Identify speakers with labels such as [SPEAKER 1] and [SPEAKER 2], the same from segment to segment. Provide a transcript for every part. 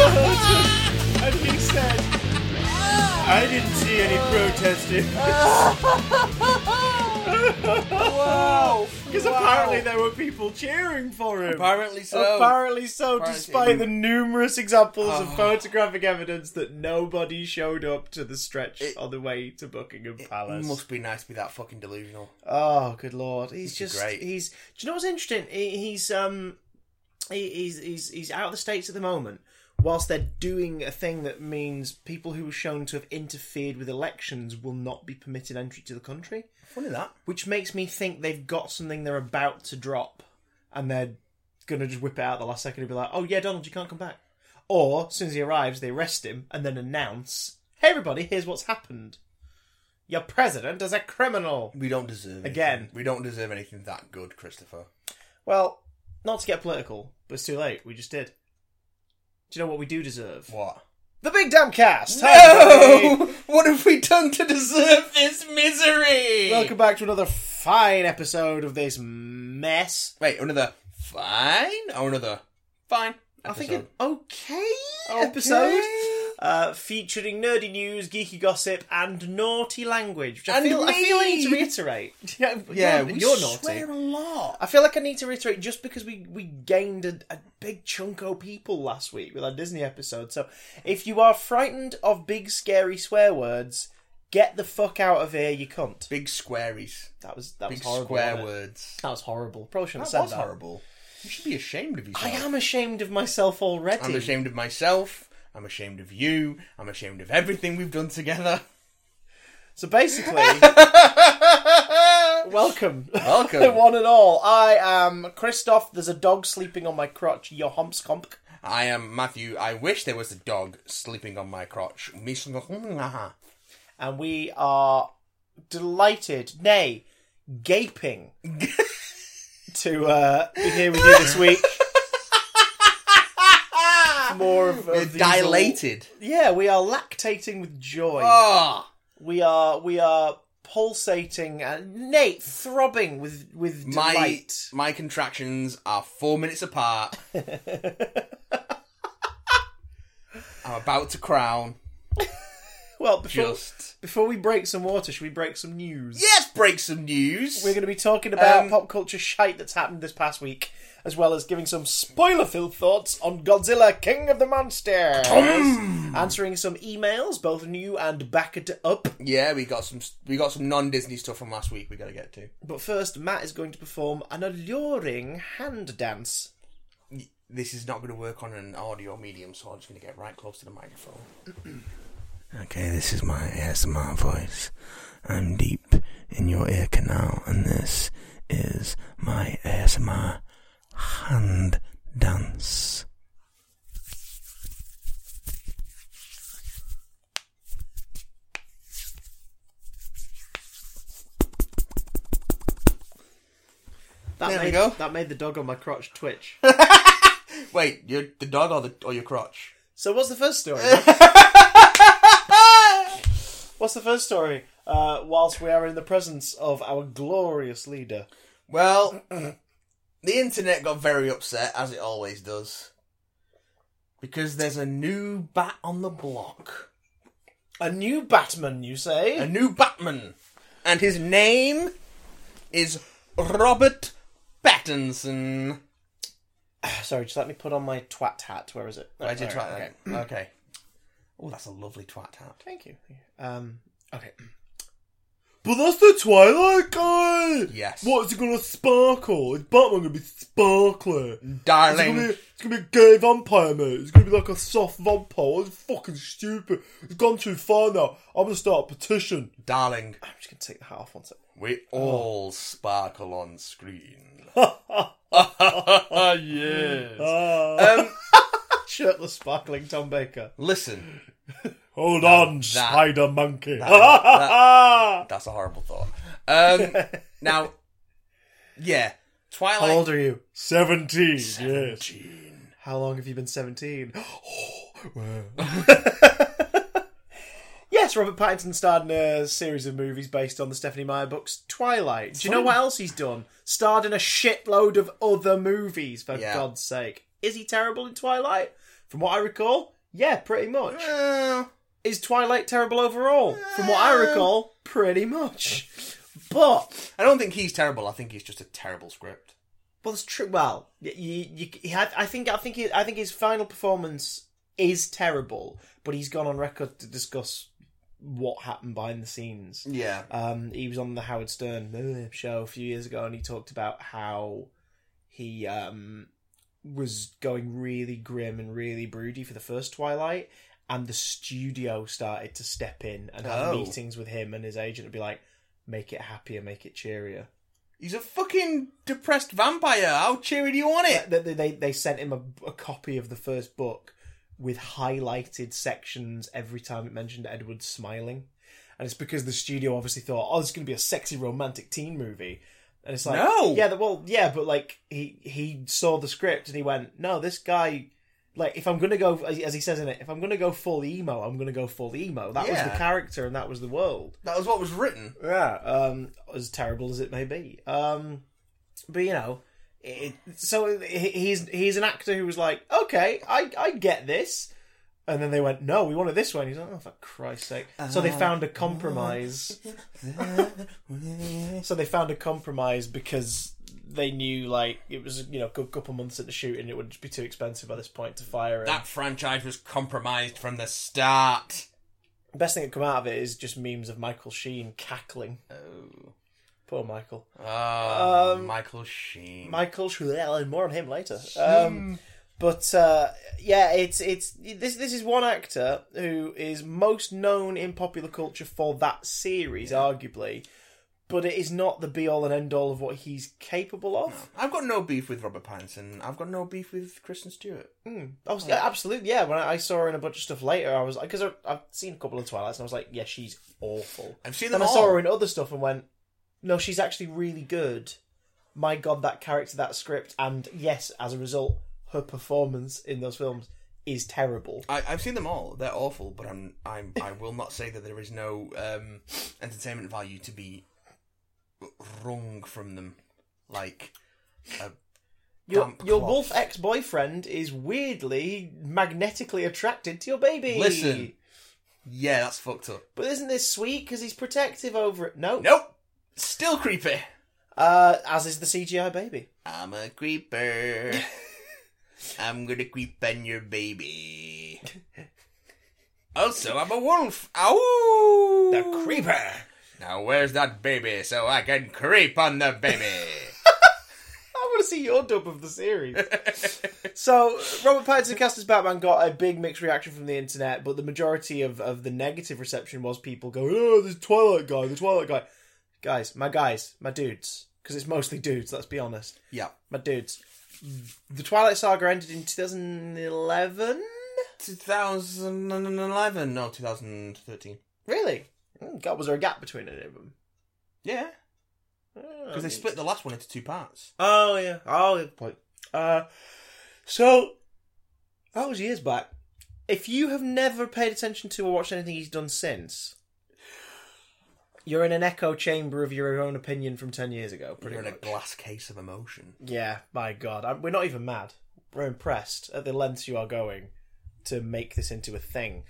[SPEAKER 1] And he said, I didn't see any protesting.
[SPEAKER 2] Wow.
[SPEAKER 1] Because apparently there were people cheering for him.
[SPEAKER 2] Apparently so.
[SPEAKER 1] Apparently so,
[SPEAKER 2] Apparently-
[SPEAKER 1] despite the numerous examples of
[SPEAKER 2] Oh.
[SPEAKER 1] photographic evidence that nobody showed up to the stretch
[SPEAKER 2] It-
[SPEAKER 1] on the way to Buckingham
[SPEAKER 2] It
[SPEAKER 1] Palace.
[SPEAKER 2] must be nice to be that fucking delusional.
[SPEAKER 1] Oh, good lord! He's
[SPEAKER 2] This is
[SPEAKER 1] just
[SPEAKER 2] great.
[SPEAKER 1] he's. Do you know what's interesting? He, he's um, he, he's he's he's out of the states at the moment. Whilst they're doing a thing that means people who are shown to have interfered with elections will not be permitted entry to the country,
[SPEAKER 2] Funny that.
[SPEAKER 1] which makes me think they've got something they're about to drop, and they're gonna just whip it out at the last second and be like, "Oh yeah, Donald, you can't come back." Or as soon as he arrives, they arrest him and then announce, "Hey everybody, here's what's happened. Your president is a criminal."
[SPEAKER 2] We don't deserve anything.
[SPEAKER 1] Again.
[SPEAKER 2] We don't deserve anything that good, Christopher.
[SPEAKER 1] Well, not to get political, but it's too late. We just did. Do you know what we do deserve?
[SPEAKER 2] What?
[SPEAKER 1] The Big Damn Cast! Hi, everybody!
[SPEAKER 2] No! What have we done to deserve this misery?
[SPEAKER 1] Welcome back to another fine episode of this mess.
[SPEAKER 2] Wait, another fine or another fine?
[SPEAKER 1] I think an
[SPEAKER 2] episode?
[SPEAKER 1] okay,
[SPEAKER 2] Okay.
[SPEAKER 1] episode. Uh, featuring nerdy news, geeky gossip, and naughty language. Which I,
[SPEAKER 2] And
[SPEAKER 1] feel, I feel I
[SPEAKER 2] me!
[SPEAKER 1] need to reiterate. yeah,
[SPEAKER 2] Yeah,
[SPEAKER 1] you're,
[SPEAKER 2] we
[SPEAKER 1] you're naughty.
[SPEAKER 2] swear a lot.
[SPEAKER 1] I feel like I need to reiterate just because we we gained a, a big chunk of people last week with our Disney episode. So if you are frightened of big scary swear words, get the fuck out of here, you cunt.
[SPEAKER 2] Big squaries.
[SPEAKER 1] That was that
[SPEAKER 2] Big
[SPEAKER 1] was horrible.
[SPEAKER 2] square
[SPEAKER 1] wasn't it?
[SPEAKER 2] words.
[SPEAKER 1] That was horrible. Probably shouldn't
[SPEAKER 2] That
[SPEAKER 1] have said
[SPEAKER 2] was
[SPEAKER 1] that.
[SPEAKER 2] horrible. You should be ashamed of
[SPEAKER 1] I
[SPEAKER 2] yourself.
[SPEAKER 1] am ashamed of myself already.
[SPEAKER 2] I'm ashamed of myself. I'm ashamed of you. I'm ashamed of everything we've done together.
[SPEAKER 1] So basically, welcome.
[SPEAKER 2] Welcome.
[SPEAKER 1] One and all. I am Christoph. There's a dog sleeping on my crotch. Your humps comp.
[SPEAKER 2] I am Matthew. I wish there was a dog sleeping on my crotch. Me sn-
[SPEAKER 1] and we are delighted, nay, gaping, to uh, be here with you this week. More of, of
[SPEAKER 2] We're
[SPEAKER 1] these
[SPEAKER 2] dilated.
[SPEAKER 1] all- yeah, we are lactating with joy.
[SPEAKER 2] Ah,
[SPEAKER 1] We are we are pulsating, uh, nay, throbbing with with
[SPEAKER 2] my
[SPEAKER 1] delight.
[SPEAKER 2] my contractions are four minutes apart. I'm about to crown.
[SPEAKER 1] Well, before,
[SPEAKER 2] Just
[SPEAKER 1] before we break some water, should we break some news?
[SPEAKER 2] yes, break some news.
[SPEAKER 1] We're going to be talking about
[SPEAKER 2] Um,
[SPEAKER 1] pop culture shite that's happened this past week, as well as giving some spoiler-filled thoughts on Godzilla, King of the Monsters. Answering some emails, both new and back it up.
[SPEAKER 2] yeah, we got some we got some non Disney stuff from last week. We got to get to
[SPEAKER 1] But first, Matt is going to perform an alluring hand dance.
[SPEAKER 2] this is not going to work on an audio medium, so I'm just going to get right close to the microphone. okay, this is my ASMR voice. I'm deep in your ear canal, and this is my ASMR hand dance.
[SPEAKER 1] That
[SPEAKER 2] There we
[SPEAKER 1] made,
[SPEAKER 2] go.
[SPEAKER 1] That made the dog on my crotch twitch.
[SPEAKER 2] Wait, your the dog or the or your crotch?
[SPEAKER 1] so, what's the first story? what's the first story? Uh, whilst we are in the presence of our glorious leader.
[SPEAKER 2] Well, the internet got very upset as it always does because there's a new bat on the block.
[SPEAKER 1] A new Batman, you say?
[SPEAKER 2] a new Batman, and his name is Robert Pattinson.
[SPEAKER 1] Sorry, just let me put on my twat hat. Where is it?
[SPEAKER 2] I did try
[SPEAKER 1] Alright,
[SPEAKER 2] that. Oh, Okay. okay. Oh, that's a lovely twat hat.
[SPEAKER 1] Thank you. Um. Okay. But that's the Twilight guy.
[SPEAKER 2] Yes.
[SPEAKER 1] What's it gonna sparkle? Is Batman gonna be sparkly? It's Mm. gonna, be,
[SPEAKER 2] Darling.
[SPEAKER 1] it's gonna be a gay vampire, mate. It's gonna be like a soft vampire. It's fucking stupid. It's gone too far now. I'm gonna start a petition.
[SPEAKER 2] Darling.
[SPEAKER 1] I'm just gonna take the hat off one second.
[SPEAKER 2] We all sparkle on screen. yes. Oh.
[SPEAKER 1] Um, shirtless, sparkling Tom Baker.
[SPEAKER 2] Listen,
[SPEAKER 1] Hold on,
[SPEAKER 2] spider
[SPEAKER 1] monkey.
[SPEAKER 2] that's a horrible thought. Um, now, yeah. Twilight.
[SPEAKER 1] How old are you? 17,
[SPEAKER 2] Gene.
[SPEAKER 1] How long have you been 17? yeah, yes, Robert Pattinson starred in a series of movies based on the Stephanie Meyer books Twilight. Do you know what else he's done? Starred in a shitload of other movies, for
[SPEAKER 2] Yeah.
[SPEAKER 1] God's sake. Is he terrible in Twilight? From what I recall, yeah, pretty much.
[SPEAKER 2] Well,
[SPEAKER 1] Is Twilight terrible overall? From what I recall, pretty much. But,
[SPEAKER 2] I don't think he's terrible. I think he's just a terrible script.
[SPEAKER 1] well, it's true. Well, y you, you, I I think, I think, he, I think his final performance is terrible. But he's gone on record to discuss what happened behind the scenes.
[SPEAKER 2] Yeah.
[SPEAKER 1] Um, he was on the Howard Stern uh, show a few years ago, and he talked about how he um, was going really grim and really broody for the first Twilight, and the studio started to step in and have
[SPEAKER 2] Oh.
[SPEAKER 1] meetings with him and his agent and be like, "Make it happier, make it cheerier."
[SPEAKER 2] He's a fucking depressed vampire. How cheery do you want it?
[SPEAKER 1] They, they, they sent him a, a copy of the first book with highlighted sections every time it mentioned Edward smiling. And it's because the studio obviously thought, oh, it's going to be a sexy romantic teen movie. And it's like,
[SPEAKER 2] No!
[SPEAKER 1] Yeah, well, yeah, but like, he, he saw the script and he went, no, this guy, like, if I'm going to go, as he says in it, if I'm going to go full emo, I'm going to go full emo. That was
[SPEAKER 2] Yeah.
[SPEAKER 1] the character and that was the world.
[SPEAKER 2] That was what was written.
[SPEAKER 1] Yeah, um, as terrible as it may be. Um, but you know, it, so he- he's he's an actor who was like, okay, I I get this, and then they went, no, we want it this way, and he's like, oh for Christ's sake! So they found a compromise. So they found a compromise because they knew like it was you know a good couple months into shooting, it would just be too expensive by this point to fire. Him.
[SPEAKER 2] that franchise was compromised from the start.
[SPEAKER 1] The best thing that come out of it is just memes of Michael Sheen cackling.
[SPEAKER 2] Oh,
[SPEAKER 1] Poor Michael.
[SPEAKER 2] oh Michael Sheen.
[SPEAKER 1] Michael Schulel, and more on him later. Um, but uh, yeah, it's it's this this is one actor who is most known in popular culture for that series, arguably. But it is not the be all and end all of what he's capable of.
[SPEAKER 2] I've got no beef with Robert Pattinson. I've got no beef with Kristen Stewart.
[SPEAKER 1] Hmm. I was, yeah, absolutely, yeah. When I, I saw her in a bunch of stuff later, I was like, because I've seen a couple of Twilights, and I was like, yeah, she's awful.
[SPEAKER 2] I've seen
[SPEAKER 1] Then
[SPEAKER 2] them
[SPEAKER 1] I
[SPEAKER 2] all.
[SPEAKER 1] saw her in other stuff and went, no, she's actually really good. My God, that character, that script, and yes, as a result, her performance in those films is terrible.
[SPEAKER 2] I, I've seen them all. They're awful, but I'm I'm I will not say that there is no um, entertainment value to be wrung from them. Like a
[SPEAKER 1] Your,
[SPEAKER 2] damp
[SPEAKER 1] your
[SPEAKER 2] cloth.
[SPEAKER 1] wolf ex boyfriend is weirdly magnetically attracted to your baby.
[SPEAKER 2] Listen. yeah, that's fucked up.
[SPEAKER 1] But isn't this sweet because he's protective over it? No.
[SPEAKER 2] Nope, still creepy.
[SPEAKER 1] Uh, as is the CGI baby.
[SPEAKER 2] I'm a creeper. I'm gonna creep on your baby. Also, I'm a wolf. Ow!
[SPEAKER 1] The creeper.
[SPEAKER 2] Now, where's that baby so I can creep on the baby?
[SPEAKER 1] I want to see your dub of the series. so, Robert Pattinson cast as Batman got a big mixed reaction from the internet, but the majority of, of the negative reception was people going, oh, the Twilight guy, the Twilight guy. Guys, my guys, my dudes, because it's mostly dudes, let's be honest.
[SPEAKER 2] yeah.
[SPEAKER 1] My dudes. The Twilight Saga ended in 2011?
[SPEAKER 2] 2011, no, 2013.
[SPEAKER 1] Really? Mm, God, was there a gap between any of them?
[SPEAKER 2] Yeah, because they split the last one into two parts.
[SPEAKER 1] Oh yeah. Oh good point. Uh so that was years back. If you have never paid attention to or watched anything he's done since, you're in an echo chamber of your own opinion from ten years ago, pretty
[SPEAKER 2] You're in a
[SPEAKER 1] much.
[SPEAKER 2] glass case of emotion.
[SPEAKER 1] Yeah, my God, i we're not even mad. We're impressed at the lengths you are going to make this into a thing.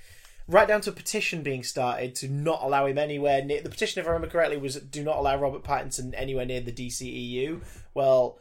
[SPEAKER 1] Right down to a petition being started to not allow him anywhere near. The petition, if I remember correctly, was do not allow Robert Pattinson anywhere near the DCEU. Well,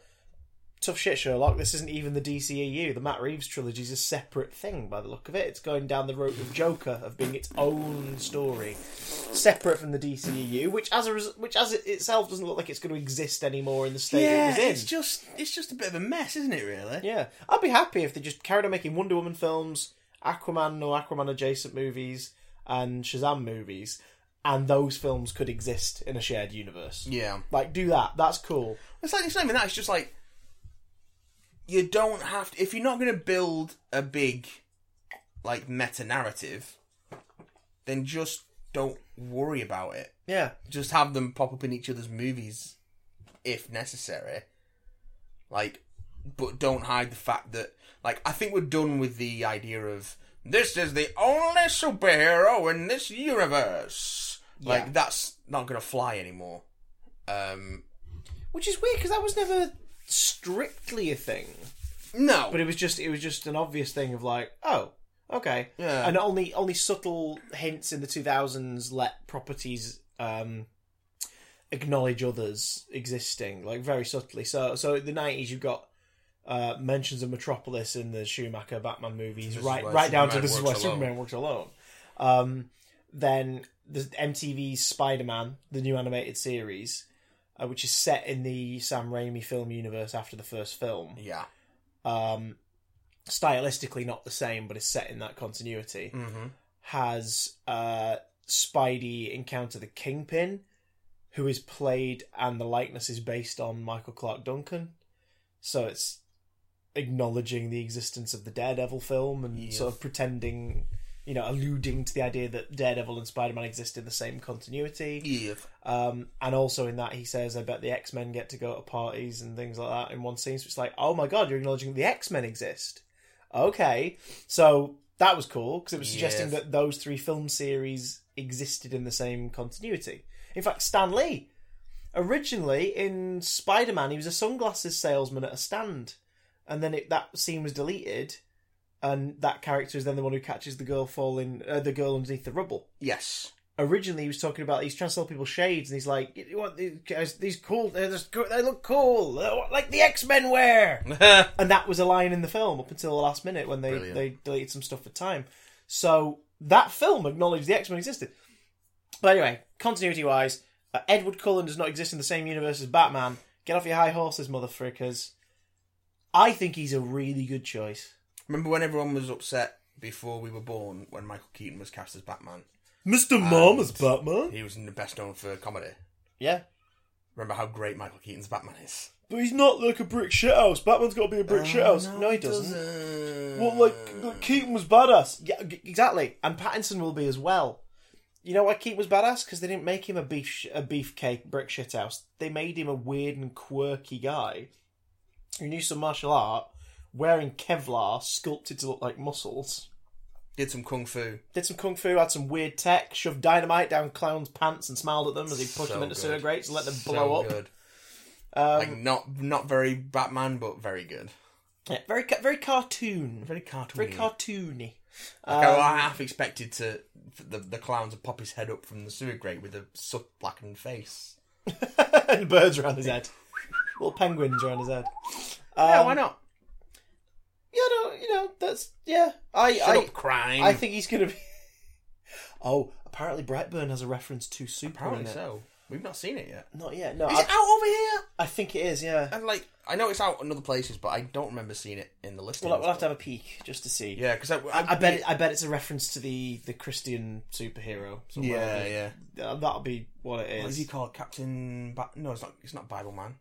[SPEAKER 1] tough shit, Sherlock. This isn't even the DCEU. The Matt Reeves trilogy is a separate thing by the look of it. It's going down the route of Joker, of being its own story, separate from the DCEU, which as a res- which as it itself doesn't look like it's going to exist anymore in the state it was in.
[SPEAKER 2] it's just it's just a bit of a mess, isn't it? Really?
[SPEAKER 1] Yeah, I'd be happy if they just carried on making Wonder Woman films, Aquaman or Aquaman adjacent movies, and Shazam movies, and those films could exist in a shared universe.
[SPEAKER 2] Yeah.
[SPEAKER 1] Like, do that. That's cool.
[SPEAKER 2] It's like it's not even that. It's just like you don't have to. If you're not going to build a big like meta narrative, then just don't worry about it.
[SPEAKER 1] Yeah,
[SPEAKER 2] Just have them pop up in each other's movies if necessary. Like, but don't hide the fact that like I think we're done with the idea of This is the only superhero in this universe.
[SPEAKER 1] Yeah.
[SPEAKER 2] Like that's not gonna fly anymore. Um,
[SPEAKER 1] Which is weird because that was never strictly a thing,
[SPEAKER 2] no,
[SPEAKER 1] but it was just it was just an obvious thing of like, oh, okay,
[SPEAKER 2] Yeah.
[SPEAKER 1] and only only subtle hints in the two thousands let properties um, acknowledge others existing, like very subtly. So so in the nineties you've got. Uh, mentions of Metropolis in the Schumacher Batman movies,
[SPEAKER 2] This is
[SPEAKER 1] right,
[SPEAKER 2] why
[SPEAKER 1] right down to
[SPEAKER 2] Superman
[SPEAKER 1] this is why
[SPEAKER 2] works alone.
[SPEAKER 1] Superman works alone. Um, then the MTV's Spider-Man, the new animated series, uh, which is set in the Sam Raimi film universe after the first film.
[SPEAKER 2] yeah,
[SPEAKER 1] Um, stylistically not the same, but is set in that continuity.
[SPEAKER 2] mm-hmm.
[SPEAKER 1] Has uh, Spidey encounter the Kingpin, who is played and the likeness is based on Michael Clark Duncan. So it's acknowledging the existence of the Daredevil film and
[SPEAKER 2] Yeah.
[SPEAKER 1] sort of pretending, you know, alluding to the idea that Daredevil and Spider-Man exist in the same continuity.
[SPEAKER 2] yeah,
[SPEAKER 1] Um, and also in that he says, I bet the X Men get to go to parties and things like that in one scene. So it's like, oh my god, you're acknowledging the X Men exist. Okay. So that was cool because it was suggesting
[SPEAKER 2] Yes.
[SPEAKER 1] that those three film series existed in the same continuity. In fact, Stan Lee, originally in Spider Man, he was a sunglasses salesman at a stand. And then it, that scene was deleted. And that character is then the one who catches the girl falling, uh, the girl underneath the rubble
[SPEAKER 2] yes,
[SPEAKER 1] originally he was talking about he's trying to sell people shades and he's like you want these guys these cool they're just cool, they look cool They're what- like the x-men wear and that was a line in the film up until the last minute when they
[SPEAKER 2] Brilliant.
[SPEAKER 1] they deleted some stuff for time so that film acknowledged the x-men existed but anyway continuity wise uh, edward cullen does not exist in the same universe as batman get off your high horses mother frickers i think he's a really good choice
[SPEAKER 2] Remember when everyone was upset before we were born when Michael Keaton was cast as Batman?
[SPEAKER 1] mr
[SPEAKER 2] Mom as
[SPEAKER 1] batman
[SPEAKER 2] He was n- best known for comedy.
[SPEAKER 1] yeah
[SPEAKER 2] Remember how great Michael Keaton's Batman is?
[SPEAKER 1] But he's not like a brick shithouse. Batman's got to be a brick shithouse. Uh, No, he doesn't. Well, like, uh, like Keaton was badass. Yeah, g- exactly. And Pattinson will be as well. You know why Keaton was badass? Because they didn't make him a beef sh- a beefcake brick shithouse. They made him a weird and quirky guy who knew some martial art, wearing Kevlar, sculpted to look like muscles.
[SPEAKER 2] did some kung fu.
[SPEAKER 1] Did some kung fu, had some weird tech, shoved dynamite down clowns' pants and smiled at them as he pushed
[SPEAKER 2] So
[SPEAKER 1] them into
[SPEAKER 2] good.
[SPEAKER 1] sewer grates and let them
[SPEAKER 2] So
[SPEAKER 1] blow up.
[SPEAKER 2] good.
[SPEAKER 1] Um,
[SPEAKER 2] like not not very Batman, but very good.
[SPEAKER 1] yeah, very ca- very cartoon.
[SPEAKER 2] Very cartoony.
[SPEAKER 1] Very cartoony.
[SPEAKER 2] Like, I- I
[SPEAKER 1] Um,
[SPEAKER 2] half expected to the the clown to pop his head up from the sewer grate with a soot blackened face.
[SPEAKER 1] Uh, and birds around his head. Little penguins around his head.
[SPEAKER 2] yeah,
[SPEAKER 1] Um,
[SPEAKER 2] why not?
[SPEAKER 1] Yeah, no, you know, that's yeah. I
[SPEAKER 2] Shut
[SPEAKER 1] I,
[SPEAKER 2] up, crime.
[SPEAKER 1] I think he's gonna be Oh, apparently Brightburn has a reference to Super
[SPEAKER 2] apparently
[SPEAKER 1] in it.
[SPEAKER 2] so. We've not seen it yet.
[SPEAKER 1] Not yet, no.
[SPEAKER 2] Is it
[SPEAKER 1] I,
[SPEAKER 2] out over here?
[SPEAKER 1] I think it is, yeah.
[SPEAKER 2] And like, I know it's out in other places, but I don't remember seeing it in the list.
[SPEAKER 1] We'll, we'll have to have a peek just to see.
[SPEAKER 2] Yeah, because I,
[SPEAKER 1] I bet it, I bet it's a reference to the, the Christian superhero
[SPEAKER 2] Yeah,
[SPEAKER 1] somewhere.
[SPEAKER 2] yeah.
[SPEAKER 1] Yeah. That'll be what it is.
[SPEAKER 2] What is he called? Captain? Ba- no, it's not. It's not Bible Man.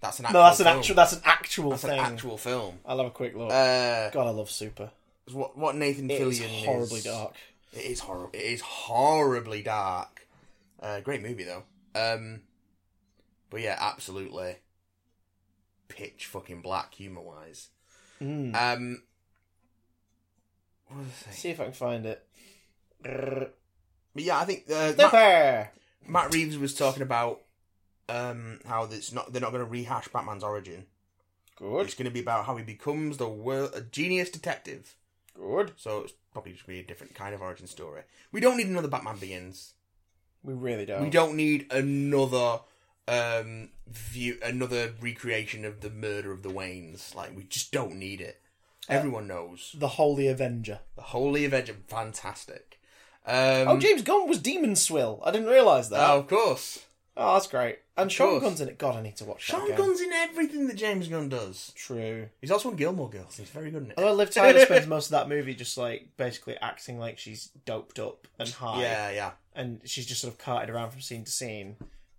[SPEAKER 2] That's an actual
[SPEAKER 1] no, that's an
[SPEAKER 2] film.
[SPEAKER 1] actual that's an actual
[SPEAKER 2] Oh, That's an
[SPEAKER 1] thing.
[SPEAKER 2] actual film.
[SPEAKER 1] I'll have a quick look.
[SPEAKER 2] Uh,
[SPEAKER 1] God I love Super.
[SPEAKER 2] what what Nathan
[SPEAKER 1] It
[SPEAKER 2] Fillion
[SPEAKER 1] is horribly
[SPEAKER 2] is-
[SPEAKER 1] dark.
[SPEAKER 2] It is horrible. It is horribly dark. Uh, great movie though. Um, but yeah, absolutely. Pitch fucking black humor wise.
[SPEAKER 1] Mm.
[SPEAKER 2] Um, what was I saying?
[SPEAKER 1] See if I can find it. Grrr.
[SPEAKER 2] But yeah, I think uh,
[SPEAKER 1] The
[SPEAKER 2] Matt,
[SPEAKER 1] bear.
[SPEAKER 2] Matt Reeves was talking about um, how it's not they're not going to rehash Batman's origin.
[SPEAKER 1] Good,
[SPEAKER 2] It's going to be about how he becomes the world a genius detective.
[SPEAKER 1] good.
[SPEAKER 2] So it's probably just be a different kind of origin story. We don't need another Batman Begins.
[SPEAKER 1] We really don't.
[SPEAKER 2] We don't need another um view another recreation of the murder of the Waynes. Like we just don't need it. Everyone knows.
[SPEAKER 1] The Holy Avenger.
[SPEAKER 2] The Holy Avenger fantastic. Um
[SPEAKER 1] oh, James Gunn was Demon Swill. I didn't realise that.
[SPEAKER 2] oh,
[SPEAKER 1] Oh.
[SPEAKER 2] of course.
[SPEAKER 1] that's great. And Sean
[SPEAKER 2] course.
[SPEAKER 1] Gunn's in it. God, I need to watch that.
[SPEAKER 2] Sean
[SPEAKER 1] again.
[SPEAKER 2] Gunn's in everything that James Gunn does.
[SPEAKER 1] True.
[SPEAKER 2] He's also in Gilmore Girls. He's very good in it.
[SPEAKER 1] Although Liv Tyler spends most of that movie just like basically acting like she's doped up and high,
[SPEAKER 2] Yeah, yeah.
[SPEAKER 1] and she's just sort of carted around from scene to scene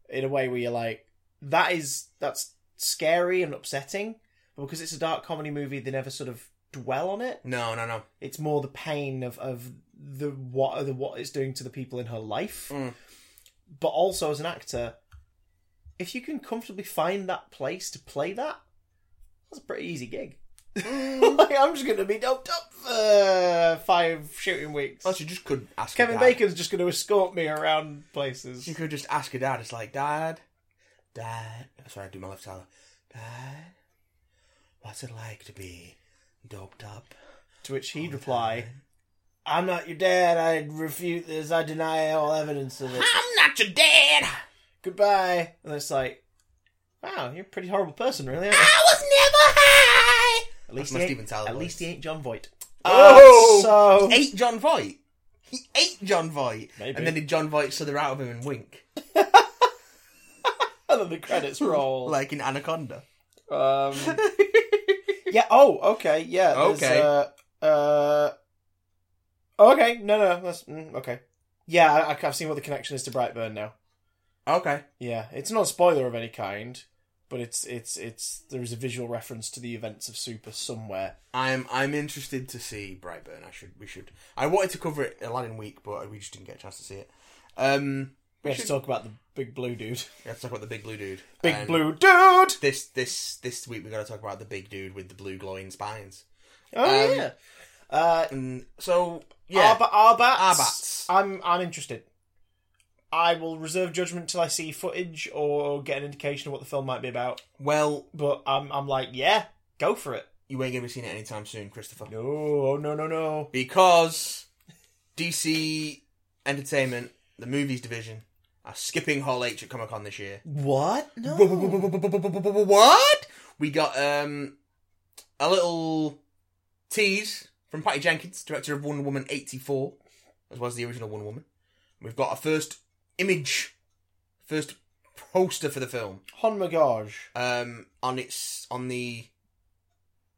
[SPEAKER 1] in a way where you're like, that is that's scary and upsetting, but because it's a dark comedy movie, they never sort of dwell on it.
[SPEAKER 2] No, no, no.
[SPEAKER 1] it's more the pain of, of the what the what it's doing to the people in her life
[SPEAKER 2] Mm.
[SPEAKER 1] but also as an actor if you can comfortably find that place to play that that's a pretty easy gig like, I'm just going to be doped up for five shooting weeks.
[SPEAKER 2] Plus, you just could ask
[SPEAKER 1] Kevin
[SPEAKER 2] your dad.
[SPEAKER 1] Bacon's just going to escort me around places.
[SPEAKER 2] You could just ask your dad. It's like, Dad, Dad. Sorry, I do my left hand. Dad, what's it like to be doped up?
[SPEAKER 1] To which he'd reply, I'm not your dad. I refute this. I deny all evidence of it.
[SPEAKER 2] I'm not your dad.
[SPEAKER 1] Goodbye. And it's like, wow, you're a pretty horrible person, really. Aren't you?
[SPEAKER 2] I was never high.
[SPEAKER 1] At least,
[SPEAKER 2] my
[SPEAKER 1] he
[SPEAKER 2] Steven
[SPEAKER 1] ain't,
[SPEAKER 2] Tyler
[SPEAKER 1] at
[SPEAKER 2] voice.
[SPEAKER 1] least he ain't John Voight.
[SPEAKER 2] Oh!
[SPEAKER 1] Uh, so
[SPEAKER 2] Ate John Voight. He ate John Voight,
[SPEAKER 1] Maybe.
[SPEAKER 2] and then did John Voight so they're out of him and wink,
[SPEAKER 1] and then the credits roll.
[SPEAKER 2] like in Anaconda.
[SPEAKER 1] um, yeah. Oh, okay. Yeah. there's,
[SPEAKER 2] Okay.
[SPEAKER 1] Uh, uh, okay. No, no. That's mm, okay. Yeah, I, I've seen what the connection is to Brightburn now.
[SPEAKER 2] Okay.
[SPEAKER 1] Yeah, it's not a spoiler of any kind, but it's it's it's there is a visual reference to the events of Super somewhere.
[SPEAKER 2] I'm I'm interested to see Brightburn. I should we should. I wanted to cover it Aladdin week, but we just didn't get a chance to see it. Um,
[SPEAKER 1] We have to talk about the big blue dude.
[SPEAKER 2] we have to talk about the big blue dude.
[SPEAKER 1] Big
[SPEAKER 2] And
[SPEAKER 1] blue dude.
[SPEAKER 2] This this this week we got to talk about the big dude with the blue glowing spines.
[SPEAKER 1] Oh
[SPEAKER 2] Um,
[SPEAKER 1] yeah. Uh,
[SPEAKER 2] And so yeah,
[SPEAKER 1] yeah. Arba- Arbats.
[SPEAKER 2] Arbats.
[SPEAKER 1] I'm I'm interested. I will reserve judgment till I see footage or get an indication of what the film might be about.
[SPEAKER 2] well
[SPEAKER 1] But I'm I'm like, yeah, go for it.
[SPEAKER 2] you ain't gonna be seeing it anytime soon, Christopher,
[SPEAKER 1] No, oh, no, no, no.
[SPEAKER 2] because DC Entertainment, the movies division, are skipping Hall H at Comic Con this year.
[SPEAKER 1] What? No.
[SPEAKER 2] What? We got um a little tease from Patty Jenkins, director of Wonder Woman '84, as well as the original Wonder Woman. We've got our first image, first poster for the film.
[SPEAKER 1] Honmagage.
[SPEAKER 2] Um, on its on the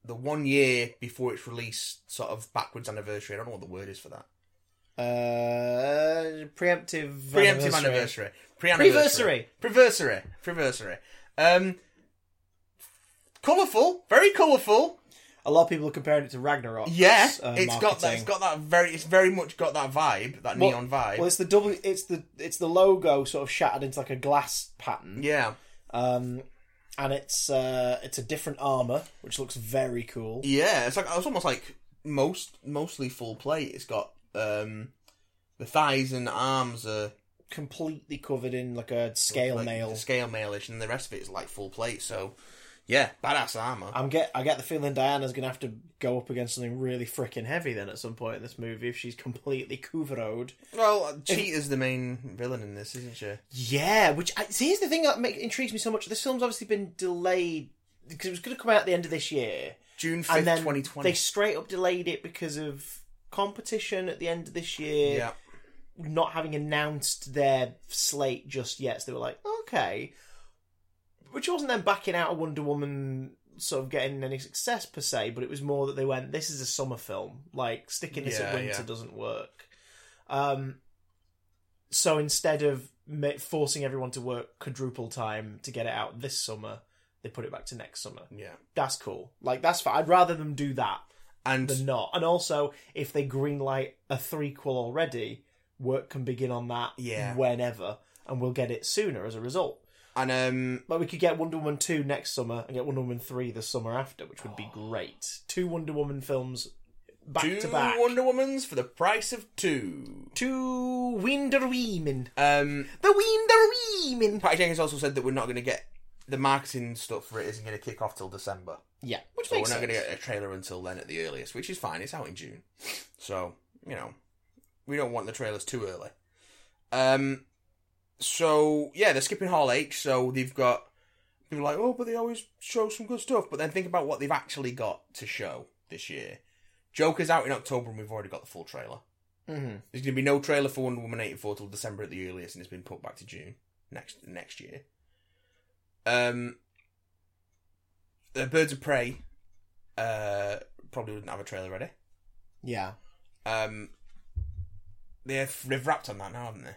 [SPEAKER 2] the one year before its release, sort of backwards anniversary. I don't know what the word is for that.
[SPEAKER 1] Uh, preemptive.
[SPEAKER 2] Preemptive anniversary.
[SPEAKER 1] Preversary.
[SPEAKER 2] Preversary. Preversary. Um, colourful. Very colourful.
[SPEAKER 1] A lot of people are comparing it to Ragnarok.
[SPEAKER 2] Yeah.
[SPEAKER 1] uh,
[SPEAKER 2] it's got that. It's
[SPEAKER 1] marketing.
[SPEAKER 2] got that very. It's very much got that vibe. That
[SPEAKER 1] Well-
[SPEAKER 2] neon vibe.
[SPEAKER 1] Well, it's the double. It's the it's the logo sort of shattered into like a glass pattern.
[SPEAKER 2] yeah.
[SPEAKER 1] Um, and it's uh, it's a different armor which looks very cool.
[SPEAKER 2] Yeah. It's like it's almost like most mostly full plate. It's got um, the thighs and arms are
[SPEAKER 1] Completely covered in like a scale
[SPEAKER 2] like,
[SPEAKER 1] mail.
[SPEAKER 2] scale mailish, and the rest of it is like full plate. So yeah, badass armor.
[SPEAKER 1] I'm get I get the feeling Diana's gonna have to go up against something really freaking heavy then at some point in this movie if she's completely covered.
[SPEAKER 2] well, Cheetah's the main villain in this, isn't she?
[SPEAKER 1] Yeah, which I, see, here's the thing that make, intrigues me so much. This film's obviously been delayed because it was going to come out at the end of this year,
[SPEAKER 2] June
[SPEAKER 1] and
[SPEAKER 2] fifth,
[SPEAKER 1] then
[SPEAKER 2] twenty twenty.
[SPEAKER 1] they straight up delayed it because of competition at the end of this year
[SPEAKER 2] Yeah.
[SPEAKER 1] not having announced their slate just yet. So they were like, okay, which wasn't them backing out of Wonder Woman sort of getting any success per se, but it was more that they went, this is a summer film. Like sticking this at
[SPEAKER 2] Yeah,
[SPEAKER 1] winter
[SPEAKER 2] yeah.
[SPEAKER 1] doesn't work. Um, so instead of ma- forcing everyone to work quadruple time to get it out this summer, they put it back to next summer.
[SPEAKER 2] Yeah.
[SPEAKER 1] That's cool. Like that's fine. I'd rather them do that
[SPEAKER 2] And
[SPEAKER 1] than not. And also, if they greenlight a threequel already, work can begin on that
[SPEAKER 2] Yeah.
[SPEAKER 1] whenever, and we'll get it sooner as a result.
[SPEAKER 2] and um
[SPEAKER 1] Like we could get Wonder Woman two next summer and get Wonder Woman three the summer after, which would be great. Two Wonder Woman films back
[SPEAKER 2] Oh. two
[SPEAKER 1] to back.
[SPEAKER 2] Wonder Womans for the price of two.
[SPEAKER 1] two Winder Women.
[SPEAKER 2] Um
[SPEAKER 1] The Winder Women.
[SPEAKER 2] Patty Jenkins also said that we're not gonna get the marketing stuff for it isn't gonna kick off till December.
[SPEAKER 1] Yeah, which
[SPEAKER 2] So we're
[SPEAKER 1] makes
[SPEAKER 2] not
[SPEAKER 1] sense.
[SPEAKER 2] gonna get a trailer until then at the earliest, which is fine, it's out in June. So, you know. We don't want the trailers too early. Um so yeah, they're skipping Hall H, so they've got people are like, Oh, but they always show some good stuff, but then think about what they've actually got to show this year. Joker's out in October and we've already got the full trailer.
[SPEAKER 1] Mhm.
[SPEAKER 2] There's going to be no trailer for Wonder Woman 84 till December at the earliest, and it's been put back to June next next year. Um, the Birds of Prey uh, probably wouldn't have a trailer ready.
[SPEAKER 1] Yeah.
[SPEAKER 2] Um, they've, they've wrapped on that now, haven't they?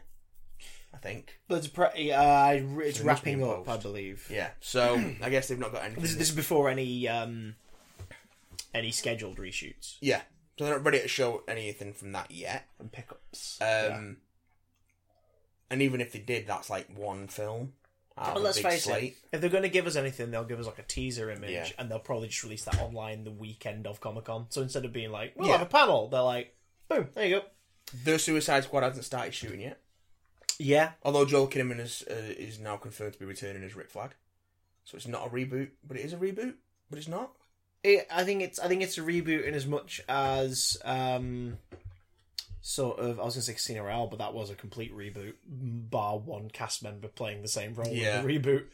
[SPEAKER 2] I think.
[SPEAKER 1] But it's, pretty, uh, it's
[SPEAKER 2] So it must be
[SPEAKER 1] wrapping
[SPEAKER 2] in
[SPEAKER 1] up, I
[SPEAKER 2] post.
[SPEAKER 1] believe.
[SPEAKER 2] Yeah, so I guess they've not got anything.
[SPEAKER 1] This, this is before any um, any scheduled reshoots
[SPEAKER 2] yeah, so they're not ready to show anything from that yet.
[SPEAKER 1] and pickups.
[SPEAKER 2] Um, And even if they did, that's like one film. out of
[SPEAKER 1] But
[SPEAKER 2] a
[SPEAKER 1] let's
[SPEAKER 2] big
[SPEAKER 1] face
[SPEAKER 2] slate.
[SPEAKER 1] it, if they're going to give us anything, they'll give us like a teaser image,
[SPEAKER 2] Yeah.
[SPEAKER 1] and they'll probably just release that online the weekend of Comic Con. So instead of being like, "We'll
[SPEAKER 2] Yeah.
[SPEAKER 1] have a panel," they're like, "Boom, there you go."
[SPEAKER 2] The Suicide Squad hasn't started shooting yet.
[SPEAKER 1] Yeah,
[SPEAKER 2] Although Joel Kinnaman is uh, is now confirmed to be returning as Rick Flag, so it's not a reboot, but it is a reboot, but it's not.
[SPEAKER 1] it, I think it's I think it's a reboot in as much as um, sort of I was going to say Casino Royale, but that was a complete reboot, bar one cast member playing the same role
[SPEAKER 2] Yeah.
[SPEAKER 1] in the reboot.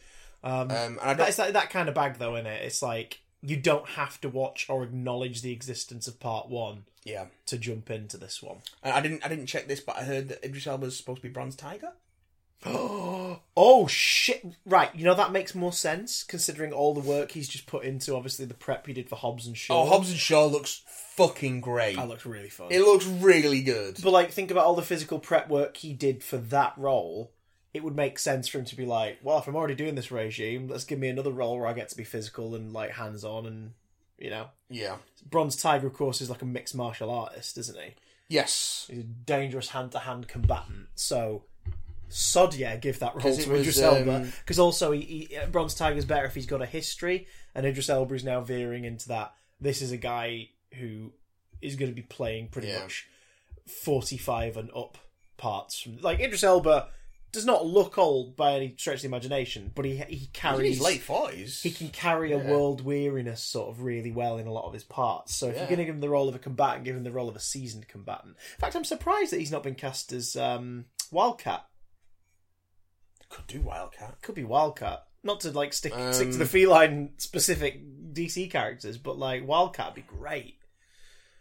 [SPEAKER 1] Um,
[SPEAKER 2] Um, and I
[SPEAKER 1] But
[SPEAKER 2] don't,
[SPEAKER 1] it's like that kind of bag, though, in it. It's like you don't have to watch or acknowledge the existence of part one
[SPEAKER 2] yeah,
[SPEAKER 1] to jump into this one.
[SPEAKER 2] And I didn't I didn't check this, but I heard that Idris Elba's supposed to be Bronze Tiger.
[SPEAKER 1] oh shit! Right, you know that makes more sense considering all the work he's just put into, obviously the prep he did for Hobbs and Shaw.
[SPEAKER 2] Oh, Hobbs and Shaw looks fucking great.
[SPEAKER 1] that looks really fun.
[SPEAKER 2] It looks really good.
[SPEAKER 1] But like, think about all the physical prep work he did for that role. It would make sense for him to be like, well, if I'm already doing this regime, let's give me another role where I get to be physical and like hands on, and you know,
[SPEAKER 2] Yeah.
[SPEAKER 1] Bronze Tiger, of course, is like a mixed martial artist, isn't he?
[SPEAKER 2] Yes.
[SPEAKER 1] He's a dangerous hand to hand combatant. So, sod yeah, give that role
[SPEAKER 2] 'Cause it
[SPEAKER 1] to Idris
[SPEAKER 2] was,
[SPEAKER 1] Elba.
[SPEAKER 2] um,
[SPEAKER 1] Because also, he, he, Bronze Tiger's better if he's got a history, and Idris Elba is now veering into that. This is a guy who is going to be playing pretty
[SPEAKER 2] Yeah.
[SPEAKER 1] much 45 and up parts. From, like, Idris Elba does not look old by any stretch of the imagination, but he, he
[SPEAKER 2] He's in
[SPEAKER 1] carries.
[SPEAKER 2] his late forties.
[SPEAKER 1] He can carry a world weariness sort of really well in a lot of his parts. So if you're
[SPEAKER 2] Yeah.
[SPEAKER 1] going to give him the role of a combatant, give him the role of a seasoned combatant. In fact, I'm surprised that he's not been cast as um, Wildcat.
[SPEAKER 2] could do Wildcat.
[SPEAKER 1] Could be Wildcat. Not to like stick stick to
[SPEAKER 2] Um,
[SPEAKER 1] the feline specific DC characters, but like Wildcat would be great.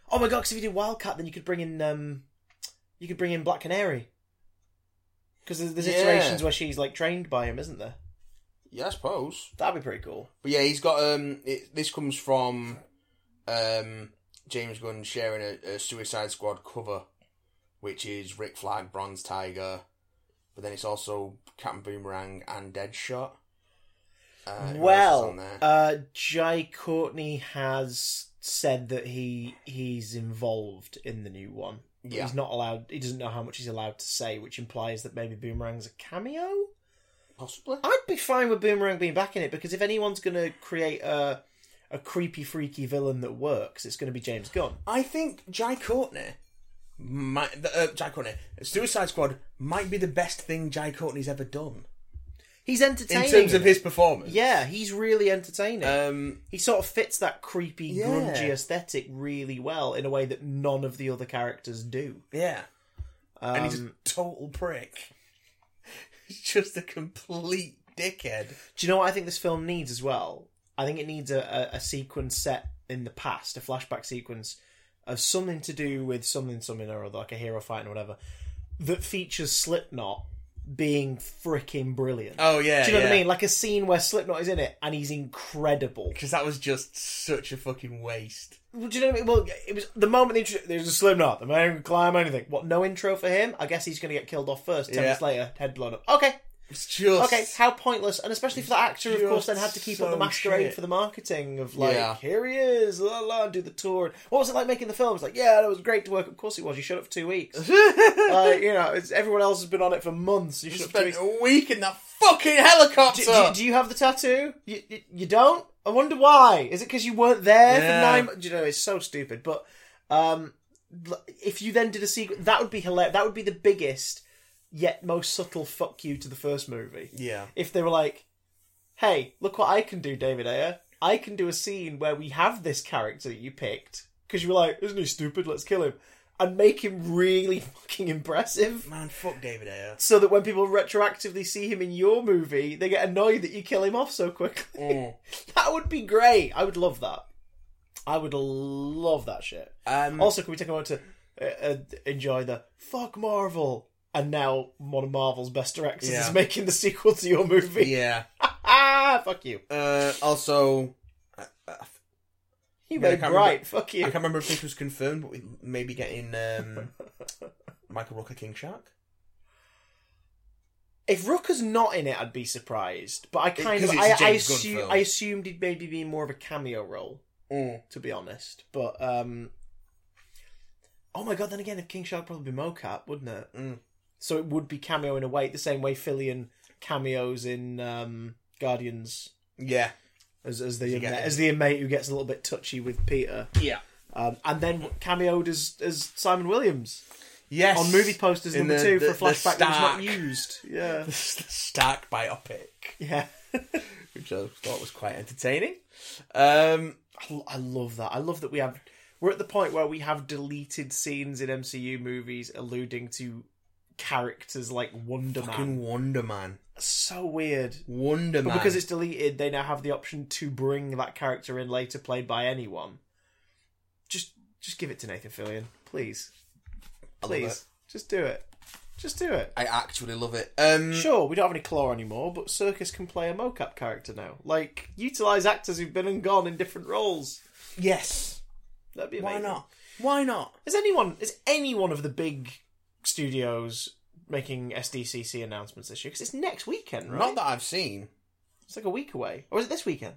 [SPEAKER 1] Oh my god! Because if you did Wildcat, then you could bring in um, you could bring in Black Canary. Because there's, there's
[SPEAKER 2] Yeah.
[SPEAKER 1] iterations where she's like trained by him, isn't there?
[SPEAKER 2] Yeah, I suppose.
[SPEAKER 1] That'd be pretty cool.
[SPEAKER 2] But yeah, he's got um. It, this comes from um James Gunn sharing a, a Suicide Squad cover, which is Rick Flag, Bronze Tiger, but then it's also Captain Boomerang and Deadshot. Uh, who else is
[SPEAKER 1] Well,
[SPEAKER 2] on there?
[SPEAKER 1] uh, Jai Courtney has said that he he's involved in the new one. But
[SPEAKER 2] Yeah.
[SPEAKER 1] He's not allowed. He doesn't know how much he's allowed to say, which implies that maybe Boomerang's a cameo.
[SPEAKER 2] possibly.
[SPEAKER 1] I'd be fine with Boomerang being back in it because if anyone's going to create a a creepy, freaky villain that works, it's going to be James Gunn.
[SPEAKER 2] I think Jai Courtney, might, the, uh, Jai Courtney, Suicide Squad might be the best thing Jai Courtney's ever done
[SPEAKER 1] He's
[SPEAKER 2] in
[SPEAKER 1] entertaining
[SPEAKER 2] terms of
[SPEAKER 1] in it.
[SPEAKER 2] his performance.
[SPEAKER 1] Yeah, he's really entertaining.
[SPEAKER 2] Um,
[SPEAKER 1] he sort of fits that creepy,
[SPEAKER 2] Yeah.
[SPEAKER 1] grungy aesthetic really well in a way that none of the other characters do.
[SPEAKER 2] yeah. and he's a
[SPEAKER 1] Um,
[SPEAKER 2] total prick. He's just a complete dickhead.
[SPEAKER 1] Do you know what I think this film needs as well? I think it needs a, a, a sequence set in the past, a flashback sequence of something to do with something, something or other, like a hero fighting or whatever, that features Slipknot being freaking brilliant.
[SPEAKER 2] Oh yeah.
[SPEAKER 1] do you know what I mean? Like a scene where Slipknot is in it and he's incredible.
[SPEAKER 2] Because that was just such a fucking waste.
[SPEAKER 1] Well, Do you know what I mean? Well, it was the moment they intro- there's a Slipknot, the man can climb anything. What? No intro for him? I guess he's going to get killed off first. Ten
[SPEAKER 2] Yeah.
[SPEAKER 1] minutes later, head blown up. Okay,
[SPEAKER 2] It's just
[SPEAKER 1] Okay, how pointless, and especially for the actor, of
[SPEAKER 2] Just
[SPEAKER 1] course, then had to keep up the
[SPEAKER 2] so
[SPEAKER 1] masquerade
[SPEAKER 2] shit.
[SPEAKER 1] for the marketing of like,
[SPEAKER 2] Yeah.
[SPEAKER 1] here he is, la la, and do the tour. What was it like making the film? It's like, yeah, that was great to work. Of course, it was. You showed up for two weeks. like, you know, it's, everyone else has been on it for months. You
[SPEAKER 2] You
[SPEAKER 1] showed up for two
[SPEAKER 2] spent
[SPEAKER 1] weeks.
[SPEAKER 2] a week in that fucking
[SPEAKER 1] Do,
[SPEAKER 2] helicopter.
[SPEAKER 1] do- do you have the tattoo? You, you, you don't? I wonder why. Is it because you weren't there
[SPEAKER 2] Yeah.
[SPEAKER 1] for nine? mo- Do you know, it's so stupid. But um, l- if you then did a sequel, that would be hilarious. That would be the biggest yet most subtle fuck you to the first movie
[SPEAKER 2] yeah.
[SPEAKER 1] if they were like, "Hey, look what I can do, David Ayer. I can do a scene where we have this character that you picked because you were like, isn't he stupid? Let's kill him and make him really fucking impressive."
[SPEAKER 2] Man, fuck David Ayer.
[SPEAKER 1] So that when people retroactively see him in your movie, they get annoyed that you kill him off so quickly.
[SPEAKER 2] Mm.
[SPEAKER 1] that would be great. I would love that. I would love that shit.
[SPEAKER 2] Um,
[SPEAKER 1] Also, can we take a moment to uh, uh, enjoy the fuck Marvel? And now one of Marvel's best directors
[SPEAKER 2] Yeah.
[SPEAKER 1] is making the sequel to your movie.
[SPEAKER 2] yeah.
[SPEAKER 1] Ah, fuck you.
[SPEAKER 2] Uh, also, I, I,
[SPEAKER 1] You
[SPEAKER 2] Yeah, I
[SPEAKER 1] made
[SPEAKER 2] can't
[SPEAKER 1] right. Fuck
[SPEAKER 2] I
[SPEAKER 1] you.
[SPEAKER 2] can't remember if this was confirmed, but we may be getting um, Michael Rooker King Shark.
[SPEAKER 1] If Rooker's not in it, I'd be surprised. But I kind of,
[SPEAKER 2] 'cause it's
[SPEAKER 1] I,
[SPEAKER 2] a
[SPEAKER 1] I,
[SPEAKER 2] James Gunn
[SPEAKER 1] assume,
[SPEAKER 2] film.
[SPEAKER 1] I assumed he'd maybe be more of a cameo role,
[SPEAKER 2] Mm.
[SPEAKER 1] to be honest. But um, oh my god! Then again, if King Shark would probably be mocap, wouldn't it?
[SPEAKER 2] Mm.
[SPEAKER 1] So it would be cameo in a way, the same way Fillion cameos in um, Guardians
[SPEAKER 2] Yeah.
[SPEAKER 1] as as the
[SPEAKER 2] get
[SPEAKER 1] inmate,
[SPEAKER 2] it.
[SPEAKER 1] as the inmate who gets a little bit touchy with Peter,
[SPEAKER 2] Yeah.
[SPEAKER 1] um, and then cameoed as as Simon Williams
[SPEAKER 2] Yes.
[SPEAKER 1] on movie posters
[SPEAKER 2] In
[SPEAKER 1] number
[SPEAKER 2] the-
[SPEAKER 1] two
[SPEAKER 2] the-
[SPEAKER 1] for a
[SPEAKER 2] the
[SPEAKER 1] flashback that was
[SPEAKER 2] Stark.
[SPEAKER 1] not used. Yeah,
[SPEAKER 2] the Stark biopic,
[SPEAKER 1] yeah.
[SPEAKER 2] which I thought was quite entertaining. Um,
[SPEAKER 1] I l- I love that. I love that we have. We're at the point where we have deleted scenes in MCU movies alluding to characters like Wonder Man.
[SPEAKER 2] fucking Wonder Man.
[SPEAKER 1] So weird.
[SPEAKER 2] Wonder Man.
[SPEAKER 1] But because it's deleted, they now have the option to bring that character in later, played by anyone. Just, just give it to Nathan Fillion, please,
[SPEAKER 2] I love it.
[SPEAKER 1] please. Just do it. Just do it.
[SPEAKER 2] I actually love it. Um,
[SPEAKER 1] Sure, we don't have any claw anymore, but Circus can play a mocap character now. Like, utilize actors who've been and gone in different roles.
[SPEAKER 2] Yes.
[SPEAKER 1] That'd be
[SPEAKER 2] Why
[SPEAKER 1] amazing.
[SPEAKER 2] not? Why not?
[SPEAKER 1] Is anyone is any one of the big studios making SDCC announcements this year? Because it's next weekend, right?
[SPEAKER 2] Not that I've seen.
[SPEAKER 1] It's like a week away, or is it this weekend?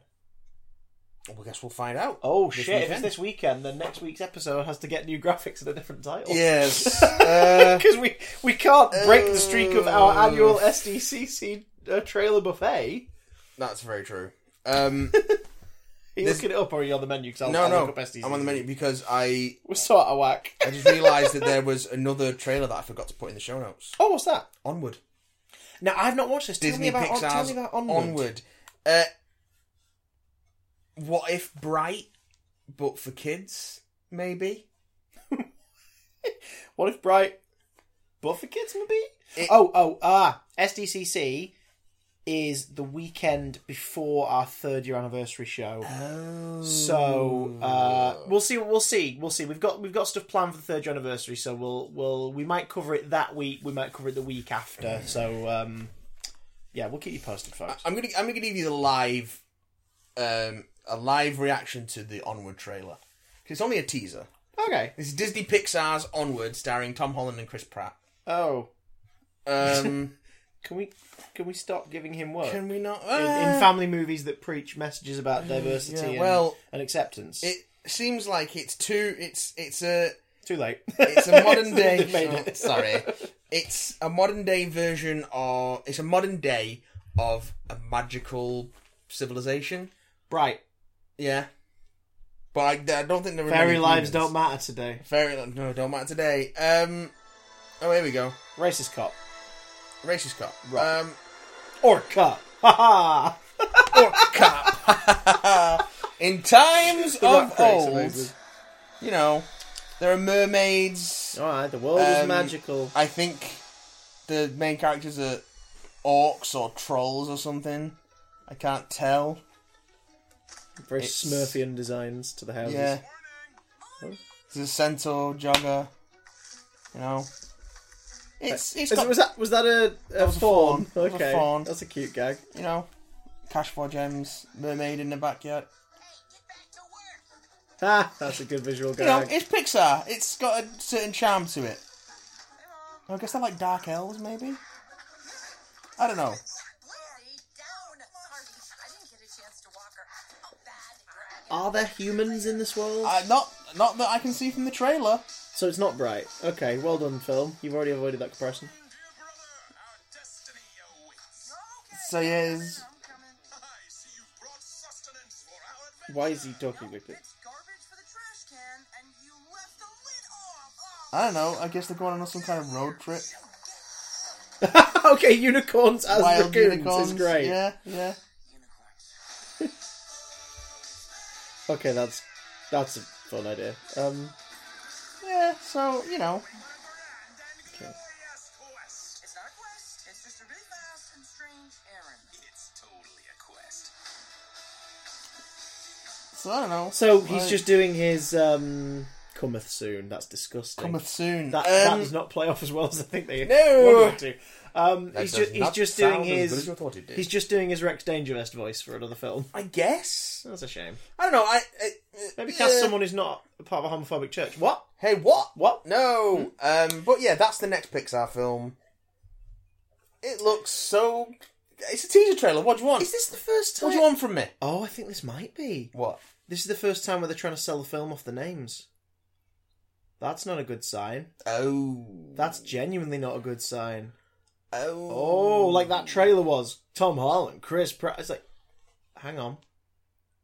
[SPEAKER 2] Well, I guess we'll find out.
[SPEAKER 1] Oh
[SPEAKER 2] this
[SPEAKER 1] shit! If it's
[SPEAKER 2] weekend.
[SPEAKER 1] this weekend, then next week's episode has to get new graphics and a different title.
[SPEAKER 2] Yes. uh,
[SPEAKER 1] because we we can't break the streak of our
[SPEAKER 2] Uh.
[SPEAKER 1] annual SDCC uh, trailer buffet.
[SPEAKER 2] that's very true. Um,
[SPEAKER 1] Are you
[SPEAKER 2] This-
[SPEAKER 1] looking it up, or are you on the menu? Because I'll,
[SPEAKER 2] no,
[SPEAKER 1] I'll
[SPEAKER 2] no.
[SPEAKER 1] look up SDCC.
[SPEAKER 2] I'm on the menu because I
[SPEAKER 1] We're so out of whack.
[SPEAKER 2] I just realised that there was another trailer that I forgot to put in the show notes.
[SPEAKER 1] oh, what's that?
[SPEAKER 2] Onward.
[SPEAKER 1] Now I've not watched this. Tell
[SPEAKER 2] Disney
[SPEAKER 1] me about,
[SPEAKER 2] Pixar's
[SPEAKER 1] tell me about Onward.
[SPEAKER 2] Uh, what if Bright, but for kids? Maybe.
[SPEAKER 1] What if Bright but for kids maybe?
[SPEAKER 2] It-
[SPEAKER 1] oh, oh, ah, SDCC is the weekend before our third year anniversary show.
[SPEAKER 2] Oh.
[SPEAKER 1] So uh, we'll see. We'll see. We'll see. We've got we've got stuff planned for the third year anniversary. So we'll we'll we might cover it that week. We might cover it the week after. So um, yeah, we'll keep you posted, folks.
[SPEAKER 2] I'm gonna I'm gonna give you the live, um, a live reaction to the Onward trailer. 'Cause It's only a teaser.
[SPEAKER 1] Okay.
[SPEAKER 2] This is Disney Pixar's Onward, starring Tom Holland and Chris Pratt.
[SPEAKER 1] Oh,
[SPEAKER 2] Um,
[SPEAKER 1] can we can we stop giving him work?
[SPEAKER 2] can we not? Ah.
[SPEAKER 1] in, in family movies that preach messages about diversity
[SPEAKER 2] Uh, yeah,
[SPEAKER 1] and,
[SPEAKER 2] well,
[SPEAKER 1] and acceptance.
[SPEAKER 2] it seems like it's too. It's it's a
[SPEAKER 1] Too late.
[SPEAKER 2] it's a modern day.
[SPEAKER 1] They made
[SPEAKER 2] oh,
[SPEAKER 1] it.
[SPEAKER 2] sorry, it's a modern day version of. It's a modern day of a magical civilization.
[SPEAKER 1] Right.
[SPEAKER 2] Yeah, but I, I don't think there are
[SPEAKER 1] Fairy
[SPEAKER 2] many
[SPEAKER 1] lives
[SPEAKER 2] humans.
[SPEAKER 1] don't matter today.
[SPEAKER 2] Fairy li- no, don't matter today. Um, oh here we go.
[SPEAKER 1] Racist cop.
[SPEAKER 2] Racist cop.
[SPEAKER 1] Right.
[SPEAKER 2] Um,
[SPEAKER 1] Or cop. Ha ha!
[SPEAKER 2] or cop. In times of
[SPEAKER 1] That creates
[SPEAKER 2] old,
[SPEAKER 1] amazing.
[SPEAKER 2] you know, there are mermaids.
[SPEAKER 1] Alright, the world
[SPEAKER 2] Um,
[SPEAKER 1] is magical.
[SPEAKER 2] I think the main characters are orcs or trolls or something. I can't tell.
[SPEAKER 1] Very
[SPEAKER 2] it's-
[SPEAKER 1] Smurfian designs to the houses.
[SPEAKER 2] Yeah. There's a centaur, jogger. You know. It's it's
[SPEAKER 1] Is-
[SPEAKER 2] got,
[SPEAKER 1] was that was that a, a
[SPEAKER 2] was a
[SPEAKER 1] fawn?
[SPEAKER 2] fawn. That was a
[SPEAKER 1] Okay,
[SPEAKER 2] fawn.
[SPEAKER 1] that's a cute gag.
[SPEAKER 2] you know, cash for gems, mermaid in the backyard.
[SPEAKER 1] Ah, that's a good visual
[SPEAKER 2] You know,
[SPEAKER 1] gag.
[SPEAKER 2] it's Pixar. It's got a certain charm to it. I guess they're like dark elves, maybe. I don't know.
[SPEAKER 3] Larry, down! Sorry, I didn't get a chance to walk her. Oh, bad dragon.
[SPEAKER 1] Are there humans in this world?
[SPEAKER 2] Uh, not not that I can see from the trailer.
[SPEAKER 1] So it's not bright. Okay, well done, film. You've already avoided that comparison.
[SPEAKER 4] Dear brother, our destiny awaits.
[SPEAKER 2] So yeah, it's-
[SPEAKER 3] I'm coming.
[SPEAKER 4] I see you've brought sustenance for our adventure.
[SPEAKER 1] Why is he talking like this?
[SPEAKER 3] It's garbage for the trash can, and you left the lid off.
[SPEAKER 1] Uh.
[SPEAKER 3] Oh,
[SPEAKER 2] I don't know. I guess they're going on some kind of road trip.
[SPEAKER 1] okay, unicorns as
[SPEAKER 2] Wild
[SPEAKER 1] raccoons
[SPEAKER 2] unicorns.
[SPEAKER 1] is great.
[SPEAKER 2] Yeah, yeah.
[SPEAKER 1] Okay, that's that's a fun idea. Um,
[SPEAKER 2] Yeah, so, you know.
[SPEAKER 4] Glorious quest.
[SPEAKER 3] it's not a quest. It's just a really fast and strange errand.
[SPEAKER 4] It's totally a quest.
[SPEAKER 2] So I don't know.
[SPEAKER 1] so he's
[SPEAKER 2] Like,
[SPEAKER 1] just doing his um, cometh soon. That's disgusting.
[SPEAKER 2] cometh soon.
[SPEAKER 1] That, that
[SPEAKER 2] um,
[SPEAKER 1] does not play off as well as I think they
[SPEAKER 2] No.
[SPEAKER 1] wanted it to. Um,
[SPEAKER 2] that
[SPEAKER 1] he's
[SPEAKER 2] does
[SPEAKER 1] just he's
[SPEAKER 2] not
[SPEAKER 1] just doing
[SPEAKER 2] sound as good as
[SPEAKER 1] his
[SPEAKER 2] you thought it did.
[SPEAKER 1] he's just doing his Rex Dangervest voice for another film.
[SPEAKER 2] I guess.
[SPEAKER 1] That's a shame.
[SPEAKER 2] I don't know. I, I
[SPEAKER 1] Maybe
[SPEAKER 2] uh,
[SPEAKER 1] cast someone who's not a part of a homophobic church. What?
[SPEAKER 2] Hey, what?
[SPEAKER 1] What?
[SPEAKER 2] No. Um, but yeah, that's the next Pixar film. It looks so. It's a teaser trailer. What do you want?
[SPEAKER 1] this the first
[SPEAKER 2] What do you want from me?
[SPEAKER 1] Oh, I think this might be.
[SPEAKER 2] What?
[SPEAKER 1] This is the first time where they're trying to sell the film off the names. That's not a good sign.
[SPEAKER 2] Oh.
[SPEAKER 1] That's genuinely not a good sign. Oh, like that trailer was Tom Holland, Chris Pratt. It's like, hang on,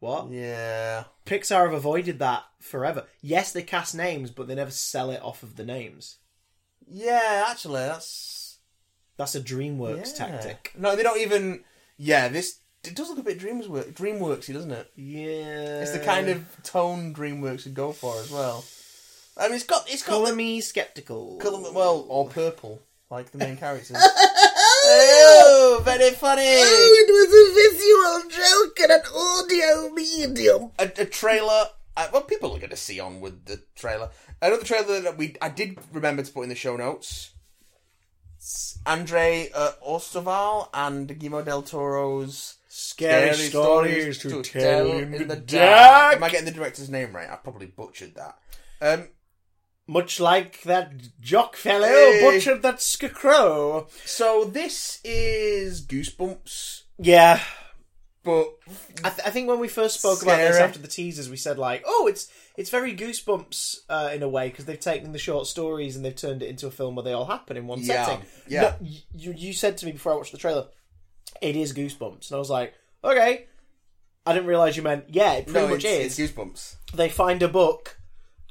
[SPEAKER 1] what?
[SPEAKER 2] Yeah.
[SPEAKER 1] Pixar have avoided that forever. Yes, they cast names, but they never sell it off of the names.
[SPEAKER 2] Yeah, actually, that's
[SPEAKER 1] That's a DreamWorks
[SPEAKER 2] yeah.
[SPEAKER 1] tactic.
[SPEAKER 2] No, they don't even. Yeah, this it does look a bit DreamWorks DreamWorksy, doesn't it?
[SPEAKER 1] Yeah,
[SPEAKER 2] It's the kind of tone DreamWorks would go for as well. I mean, it's got it's got
[SPEAKER 1] color
[SPEAKER 2] the-
[SPEAKER 1] me skeptical.
[SPEAKER 2] colour- well, or purple, like the main characters. oh, very funny.
[SPEAKER 1] Oh, it was a visual joke and an audio medium.
[SPEAKER 2] a, a trailer. Uh, well, people are going to see on with the trailer. Another trailer that we I did remember to put in the show notes. S- Andre uh, Ostoval and Guillermo del Toro's
[SPEAKER 1] Scary, stories, to, tell, in, the
[SPEAKER 2] Dark.
[SPEAKER 1] dark.
[SPEAKER 2] Am I getting the director's name right? I probably butchered that. Um,
[SPEAKER 1] Much like that jock fellow
[SPEAKER 2] Hey.
[SPEAKER 1] butchered that scarecrow.
[SPEAKER 2] so this is Goosebumps,
[SPEAKER 1] Yeah,
[SPEAKER 2] but
[SPEAKER 1] I, th- I think when we first spoke about this
[SPEAKER 2] Scary.
[SPEAKER 1] after the teasers, we said like, "Oh, it's it's very goosebumps uh, in a way because they've taken the short stories and they've turned it into a film where they all happen in one
[SPEAKER 2] Yeah,
[SPEAKER 1] setting."
[SPEAKER 2] yeah.
[SPEAKER 1] No, y- you you said to me before I watched the trailer, "It is goosebumps," and I was like, "Okay." I didn't realize you meant yeah. It pretty
[SPEAKER 2] no,
[SPEAKER 1] much is.
[SPEAKER 2] it's, it's Goosebumps.
[SPEAKER 1] They find a book,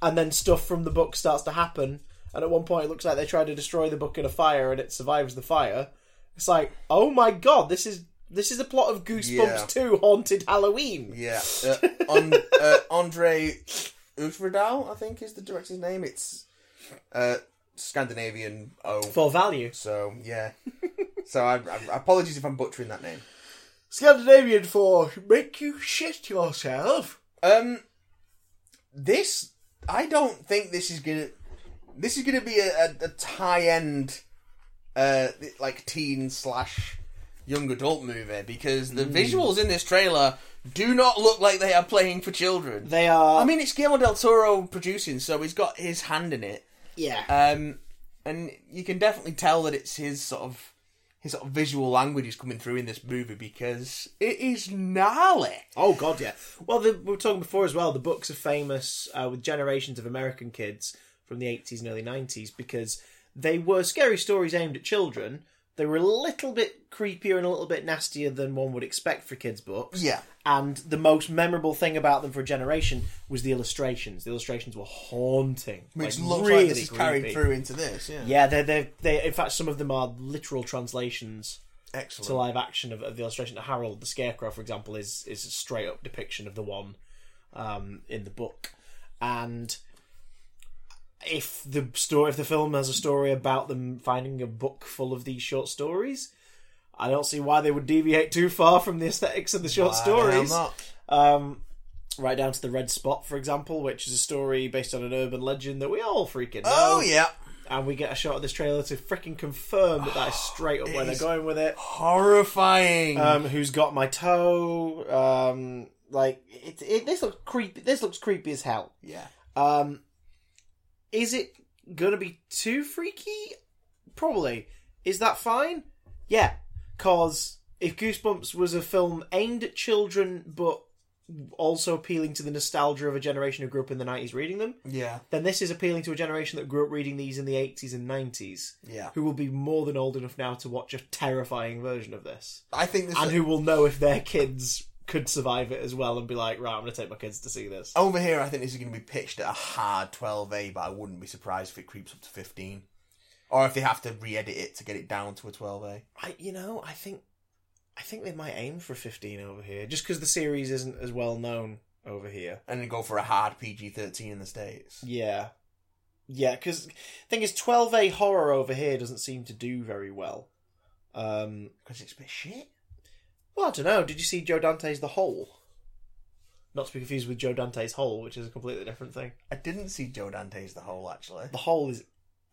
[SPEAKER 1] and then stuff from the book starts to happen. And at one point, it looks like they try to destroy the book in a fire, and it survives the fire. It's like, oh my god, this is this is the plot of Goosebumps
[SPEAKER 2] Yeah.
[SPEAKER 1] 2: Haunted Halloween.
[SPEAKER 2] Yeah. Uh, on, uh, Andre Ufredal, I think is the director's name. It's uh, Scandinavian O.
[SPEAKER 1] for value.
[SPEAKER 2] So, yeah. So, I, I, apologies if I'm butchering that name.
[SPEAKER 1] Scandinavian for make you shit yourself.
[SPEAKER 2] Um, this, I don't think this is gonna. This is gonna be a, a, a high end, uh, like teen slash young adult movie because
[SPEAKER 1] Hmm.
[SPEAKER 2] the visuals in this trailer do not look like they are playing for children.
[SPEAKER 1] They are.
[SPEAKER 2] I mean, it's Guillermo del Toro producing, so he's got his hand in it,
[SPEAKER 1] yeah.
[SPEAKER 2] um, and you can definitely tell that it's his sort of his sort of visual language is coming through in this movie because it is gnarly.
[SPEAKER 1] oh god, yeah. Well, the, we were talking before as well. The books are famous uh, with generations of American kids from the eighties and early nineties because they were scary stories aimed at children. They were a little bit creepier and a little bit nastier than one would expect for kids' books.
[SPEAKER 2] Yeah.
[SPEAKER 1] And the most memorable thing about them for a generation was the illustrations. The illustrations were haunting,
[SPEAKER 2] Which
[SPEAKER 1] like,
[SPEAKER 2] looks
[SPEAKER 1] really
[SPEAKER 2] like this is carried
[SPEAKER 1] creepy.
[SPEAKER 2] through into this. Yeah,
[SPEAKER 1] Yeah, they they they. In fact, some of them are literal translations
[SPEAKER 2] excellent.
[SPEAKER 1] to live action of, of the illustration. Harold the Scarecrow, for example, is is a straight up depiction of the one um, in the book, and if the story, if the film has a story about them finding a book full of these short stories, I don't see why they would deviate too far from the aesthetics of the short
[SPEAKER 2] Why the hell
[SPEAKER 1] stories.
[SPEAKER 2] not?
[SPEAKER 1] Um, right down to the Red Spot, for example, which is a story based on an urban legend that we all freaking know
[SPEAKER 2] Oh yeah,
[SPEAKER 1] and we get a shot of this trailer to freaking confirm that that is straight up where they're
[SPEAKER 2] Oh, is-
[SPEAKER 1] going with it.
[SPEAKER 2] horrifying.
[SPEAKER 1] Um, who's got my toe? Um, like it, it, this looks creepy. This looks creepy as hell.
[SPEAKER 2] yeah,
[SPEAKER 1] Um, is it gonna be too freaky? Probably. Is that fine? Yeah, cause if Goosebumps was a film aimed at children but also appealing to the nostalgia of a generation who grew up in the nineties reading them,
[SPEAKER 2] yeah,
[SPEAKER 1] then this is appealing to a generation that grew up reading these in the 80s and 90s,
[SPEAKER 2] yeah.
[SPEAKER 1] who will be more than old enough now to watch a terrifying version of this,
[SPEAKER 2] I think this
[SPEAKER 1] and who will know if their kids could survive it as well and be like, right, I'm going to take my kids to see this.
[SPEAKER 2] over here. I think this is going to be pitched at a hard 12A, but I wouldn't be surprised if it creeps up to 15, or if they have to re-edit it to get it down to a 12A.
[SPEAKER 1] I, you know, I think, I think they might aim for 15 over here, just because the series isn't as well known over here.
[SPEAKER 2] and then go for a hard PG thirteen in the states.
[SPEAKER 1] Yeah, yeah, because thing is, 12A horror over here doesn't seem to do very well. Um,
[SPEAKER 2] Because it's a bit shit.
[SPEAKER 1] Well, I don't know. Did you see Joe Dante's The Hole? Not to be confused with Joe Dante's Hole, which is a completely different thing.
[SPEAKER 2] I didn't see Joe Dante's the whole actually.
[SPEAKER 1] The Hole is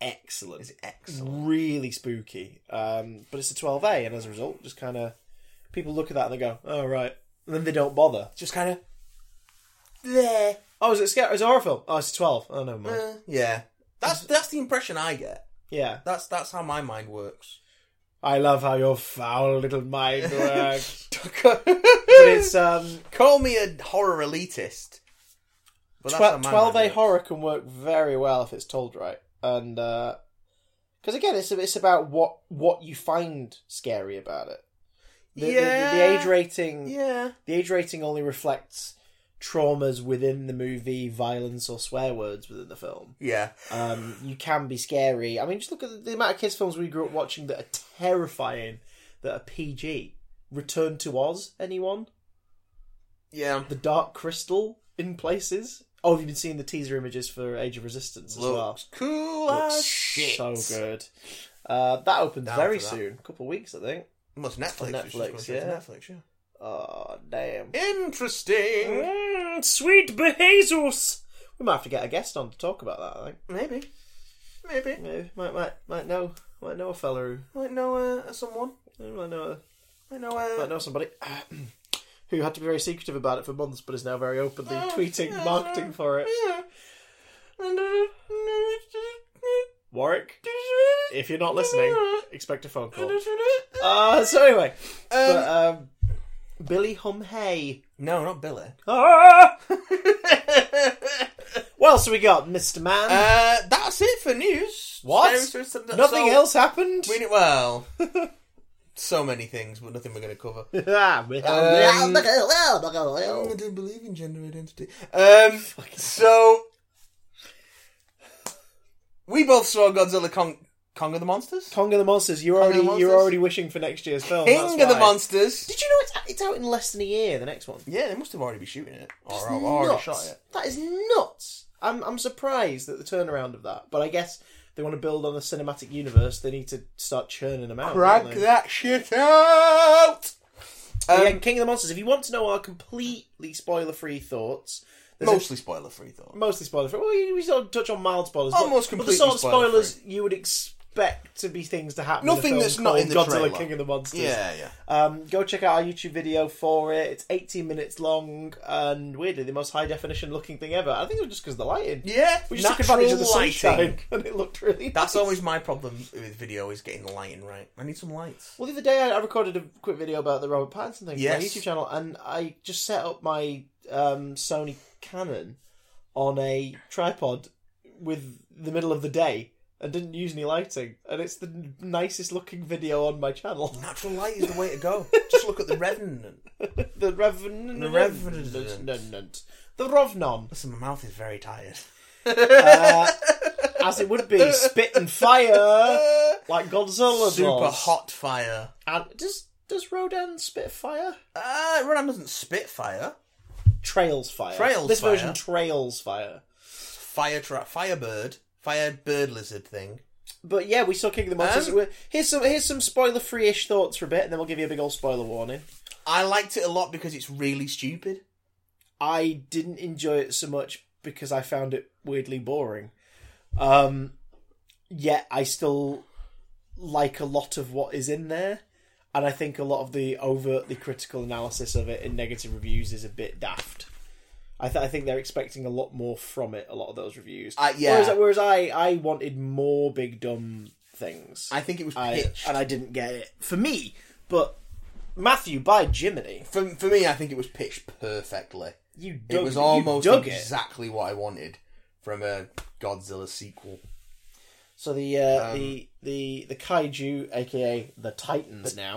[SPEAKER 1] excellent.
[SPEAKER 2] It's excellent.
[SPEAKER 1] Really spooky. Um, but it's a 12A, and as a result, just kind of people look at that and they go, "Oh right," and then they don't bother.
[SPEAKER 2] Just kind of there.
[SPEAKER 1] Oh, is it scary? It's a horror film. Oh, it's 12. Oh, never mind.
[SPEAKER 2] Uh, yeah, that's that's the impression I get.
[SPEAKER 1] Yeah,
[SPEAKER 2] That's that's how my mind works.
[SPEAKER 1] I love how your foul little mind works. but
[SPEAKER 2] it's,
[SPEAKER 1] it's um,
[SPEAKER 2] call me a horror elitist. But that's how my mind
[SPEAKER 1] twelve A
[SPEAKER 2] works.
[SPEAKER 1] horror can work very well if it's told right, and because Because uh, again, it's it's about what what you find scary about it. The, the- the,
[SPEAKER 5] Yeah.
[SPEAKER 1] the age rating.
[SPEAKER 5] Yeah.
[SPEAKER 1] The age rating only reflects traumas within the movie, violence or swear words within the film.
[SPEAKER 2] Yeah.
[SPEAKER 1] Um, you can be scary. I mean, just look at the, the amount of kids' films we grew up watching that are terrifying, that are PG. Return to Oz, anyone?
[SPEAKER 2] Yeah.
[SPEAKER 1] The Dark Crystal in places. Oh, have you been seeing the teaser images for Age of Resistance as well?
[SPEAKER 2] Looks cool
[SPEAKER 1] Looks
[SPEAKER 2] as shit.
[SPEAKER 1] so good. Uh, that opens
[SPEAKER 2] Down
[SPEAKER 1] very
[SPEAKER 2] for that.
[SPEAKER 1] soon, couple of weeks, I think.
[SPEAKER 2] Must Netflix.
[SPEAKER 1] On
[SPEAKER 2] it's just gone
[SPEAKER 1] Netflix,
[SPEAKER 2] straight to
[SPEAKER 1] yeah.
[SPEAKER 2] Netflix, yeah.
[SPEAKER 1] Oh, damn.
[SPEAKER 2] Interesting.
[SPEAKER 1] Mm, sweet behazus. We might have to get a guest on to talk about that. I think.
[SPEAKER 2] Maybe. Maybe.
[SPEAKER 1] Maybe might might might know might know a fella
[SPEAKER 2] Might know uh, someone.
[SPEAKER 1] who might know
[SPEAKER 2] Might know.
[SPEAKER 1] a, might
[SPEAKER 2] Uh,
[SPEAKER 1] know somebody who had to be very secretive about it for months, but is now very openly
[SPEAKER 2] Oh,
[SPEAKER 1] tweeting
[SPEAKER 2] yeah.
[SPEAKER 1] marketing for it.
[SPEAKER 2] yeah.
[SPEAKER 1] Warwick, if you're not listening, expect a phone call. Uh, so anyway, but, um, Billy Humhay.
[SPEAKER 2] No, not Billy.
[SPEAKER 1] Ah! what else have we got, Mister Man?
[SPEAKER 2] Uh, that's it for news.
[SPEAKER 1] What?
[SPEAKER 2] Nothing
[SPEAKER 1] Nothing else happened.
[SPEAKER 2] We, well, so many things, but nothing we're going to cover.
[SPEAKER 1] Ah,
[SPEAKER 2] I
[SPEAKER 1] Um,
[SPEAKER 2] don't believe in gender identity. Um, so we both saw Godzilla Kong, Kong of the Monsters,
[SPEAKER 1] Kong of the Monsters. You're
[SPEAKER 2] Kong of the
[SPEAKER 1] already you're
[SPEAKER 2] Monsters?
[SPEAKER 1] already wishing for next year's film.
[SPEAKER 2] King
[SPEAKER 1] that's
[SPEAKER 2] of the
[SPEAKER 1] why.
[SPEAKER 2] Monsters.
[SPEAKER 1] Did you know it's it's out in less than a year? The next one.
[SPEAKER 2] Yeah, they must have already been shooting it, or,
[SPEAKER 1] That's
[SPEAKER 2] or already
[SPEAKER 1] nuts.
[SPEAKER 2] shot it.
[SPEAKER 1] That is nuts. I'm I'm surprised at the turnaround of that, but I guess they want to build on the cinematic universe. They need to start churning them out.
[SPEAKER 2] Crank
[SPEAKER 1] don't they?
[SPEAKER 2] that shit out.
[SPEAKER 1] But
[SPEAKER 2] Um,
[SPEAKER 1] yeah, King of the Monsters. If you want to know our completely spoiler free thoughts, there's a-
[SPEAKER 2] mostly spoiler free though.
[SPEAKER 1] mostly spoiler free. Well, we we sort of touch on mild spoilers, but-
[SPEAKER 2] Almost
[SPEAKER 1] but,
[SPEAKER 2] completely
[SPEAKER 1] the sort of
[SPEAKER 2] spoiler-free.
[SPEAKER 1] spoilers you would expect to be things to happen.
[SPEAKER 2] Nothing
[SPEAKER 1] in a film
[SPEAKER 2] that's not
[SPEAKER 1] called
[SPEAKER 2] in the
[SPEAKER 1] Godzilla
[SPEAKER 2] trailer.
[SPEAKER 1] King of the Monsters.
[SPEAKER 2] Yeah, yeah.
[SPEAKER 1] Um, go check out our YouTube video for it. It's 18 minutes long and weirdly the most high definition looking thing ever. I think it was just because of the lighting.
[SPEAKER 2] Yeah,
[SPEAKER 1] We just took
[SPEAKER 2] natural
[SPEAKER 1] advantage of the
[SPEAKER 2] lighting.
[SPEAKER 1] sunshine and it looked really.
[SPEAKER 2] That's
[SPEAKER 1] nice.
[SPEAKER 2] always my problem with video is getting the lighting right. I need some lights.
[SPEAKER 1] Well, the other day I I recorded a quick video about the Robert Pattinson thing for my
[SPEAKER 2] Yes.
[SPEAKER 1] YouTube channel, and I just set up my um, Sony Canon on a tripod with the middle of the day and didn't use any lighting, and it's the n- nicest looking video on my channel.
[SPEAKER 2] Natural light is the way to go. Just look at the Revenant.
[SPEAKER 1] the Revenant,
[SPEAKER 2] The Revenant.
[SPEAKER 1] the Rovnon,
[SPEAKER 2] Listen, my mouth is very tired.
[SPEAKER 1] uh, as it would be, spit and fire like Godzilla
[SPEAKER 2] Super
[SPEAKER 1] does.
[SPEAKER 2] hot fire.
[SPEAKER 1] And does does Rodan spit fire?
[SPEAKER 2] Uh, Ronan doesn't spit fire.
[SPEAKER 1] Trails fire.
[SPEAKER 2] Trails
[SPEAKER 1] this
[SPEAKER 2] fire.
[SPEAKER 1] version trails fire.
[SPEAKER 2] Fire trap, firebird, firebird lizard thing.
[SPEAKER 1] But yeah, we saw King of the Monsters.
[SPEAKER 2] Um,
[SPEAKER 1] here's some here's some spoiler free ish thoughts for a bit, and then we'll give you a big old spoiler warning.
[SPEAKER 2] I liked it a lot because it's really stupid.
[SPEAKER 1] I didn't enjoy it so much because I found it weirdly boring. Um, yet I still like a lot of what is in there, and I think a lot of the overtly critical analysis of it in negative reviews is a bit daft. I, th- I think they're expecting a lot more from it. A lot of those reviews,
[SPEAKER 2] Uh, yeah.
[SPEAKER 1] Whereas, whereas I, I wanted more big dumb things.
[SPEAKER 2] I think it was
[SPEAKER 1] I,
[SPEAKER 2] pitched.
[SPEAKER 1] and I didn't get it for me. But Matthew, by Jiminy,
[SPEAKER 2] for, for me, I think it was pitched perfectly.
[SPEAKER 1] you dug
[SPEAKER 2] It was almost
[SPEAKER 1] you dug it.
[SPEAKER 2] exactly what I wanted from a Godzilla sequel.
[SPEAKER 1] So the uh,
[SPEAKER 2] Um,
[SPEAKER 1] the the the kaiju, aka the Titans, now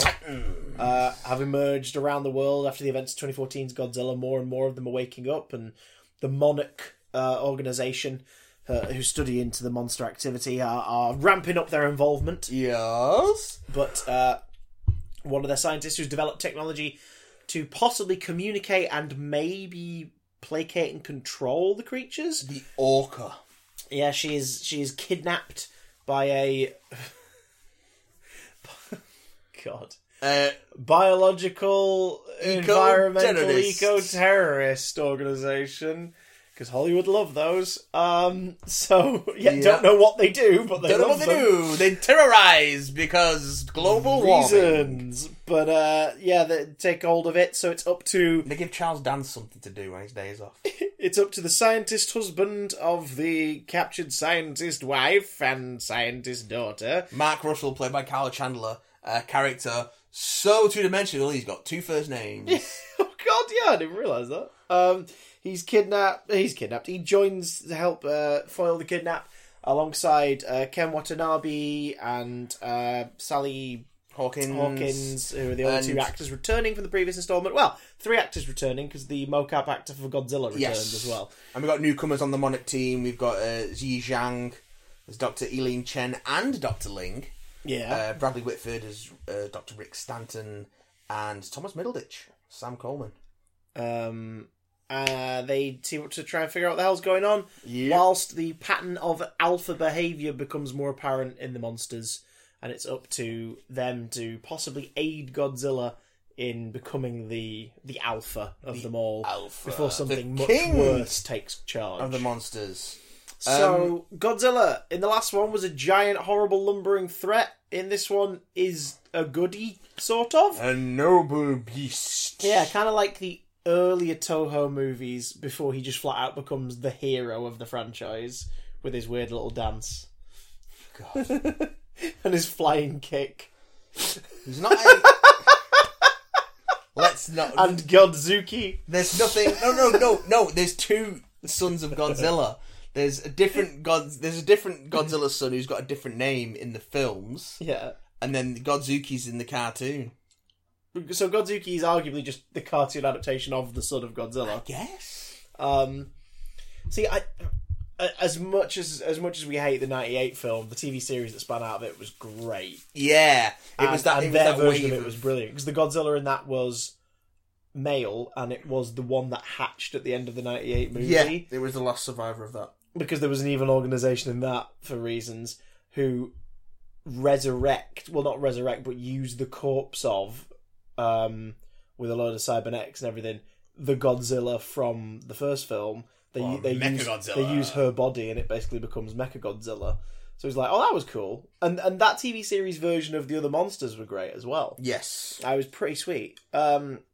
[SPEAKER 1] Uh, have emerged around the world after the events of 2014's Godzilla. More and more of them are waking up, and the Monarch uh, organization, uh, who study into the monster activity, are, are ramping up their involvement.
[SPEAKER 2] Yes.
[SPEAKER 1] But uh, one of their scientists who's developed technology to possibly communicate and maybe placate and control the creatures
[SPEAKER 2] The orca.
[SPEAKER 1] yeah, she is she is kidnapped by a God
[SPEAKER 2] Uh,
[SPEAKER 1] biological environmental
[SPEAKER 2] Eco-terrorist.
[SPEAKER 1] eco terrorist organization because Hollywood love those. Um, so yeah,
[SPEAKER 2] Yeah.
[SPEAKER 1] don't know what they do, but they
[SPEAKER 2] don't know
[SPEAKER 1] love
[SPEAKER 2] what they
[SPEAKER 1] them.
[SPEAKER 2] do. They terrorize because global warming.
[SPEAKER 1] Reasons, but uh, yeah, they take hold of it. So it's up to
[SPEAKER 2] They give Charles Dance something to do on his days off.
[SPEAKER 1] It's up to the scientist husband of the captured scientist wife and scientist daughter
[SPEAKER 2] Mark Russell, played by Carl Chandler, a character so two dimensional. He's got two first names.
[SPEAKER 1] oh god, yeah, I didn't realize that. Um, he's kidnapped. He's kidnapped. He joins to help uh, foil the kidnap. alongside uh, Ken Watanabe and uh, Sally
[SPEAKER 2] Hawkins.
[SPEAKER 1] Hawkins, who are the only two
[SPEAKER 2] And-
[SPEAKER 1] actors returning from the previous installment. Well, three actors returning because the mocap actor for Godzilla returned
[SPEAKER 2] Yes.
[SPEAKER 1] as well.
[SPEAKER 2] And we've got newcomers on the Monic team. We've got uh, Xi Zhang as Dr. Eileen Chen and Dr. Ling.
[SPEAKER 1] Yeah,
[SPEAKER 2] Uh, Bradley Whitford as uh, Dr. Rick Stanton and Thomas Middleditch, Sam Coleman.
[SPEAKER 1] um, uh, they seem to try and figure out what the hell's going on.
[SPEAKER 2] Yeah.
[SPEAKER 1] Whilst the pattern of alpha behavior becomes more apparent in the monsters, and it's up to them to possibly aid Godzilla in becoming the the alpha of them all
[SPEAKER 2] alpha.
[SPEAKER 1] before
[SPEAKER 2] The
[SPEAKER 1] something much
[SPEAKER 2] king
[SPEAKER 1] worse takes charge
[SPEAKER 2] Of the Um, monsters.
[SPEAKER 1] So Godzilla in the last one was a giant, horrible, lumbering threat. In this one, is a goody sort of.
[SPEAKER 2] A noble beast.
[SPEAKER 1] Yeah, kind of like the earlier Toho movies before he just flat out becomes the hero of the franchise with his weird little dance
[SPEAKER 2] God.
[SPEAKER 1] and his flying kick
[SPEAKER 2] He's not a... Let's not.
[SPEAKER 1] and Godzuki.
[SPEAKER 2] There's nothing. No, no, no, no. There's two sons of Godzilla. There's a different God. There's a different Godzilla son who's got a different name in the films,
[SPEAKER 1] Yeah.
[SPEAKER 2] and then Godzuki's in the cartoon.
[SPEAKER 1] So Godzuki is arguably just the cartoon adaptation of the son of Godzilla.
[SPEAKER 2] Yes.
[SPEAKER 1] Um, see, I as much as as much as we hate the '98 film, the TV series that spun out of it was great.
[SPEAKER 2] Yeah. It
[SPEAKER 1] and,
[SPEAKER 2] was that.
[SPEAKER 1] and
[SPEAKER 2] It was
[SPEAKER 1] their
[SPEAKER 2] that
[SPEAKER 1] version
[SPEAKER 2] wave.
[SPEAKER 1] of it was brilliant because the Godzilla in that was male, and it was the one that hatched at the end of the '98 movie
[SPEAKER 2] yeah. It was the last survivor of that.
[SPEAKER 1] because there was an evil organization in that for reasons who resurrect well not resurrect but use the corpse of um with a load of cybernetics and everything the godzilla from the first film they
[SPEAKER 2] Or
[SPEAKER 1] they use
[SPEAKER 2] Mechagodzilla.
[SPEAKER 1] they use her body and it basically becomes mechagodzilla so it's like oh that was cool and and that tv series version of the other monsters were great as well
[SPEAKER 2] Yes.
[SPEAKER 1] I was pretty sweet. Um,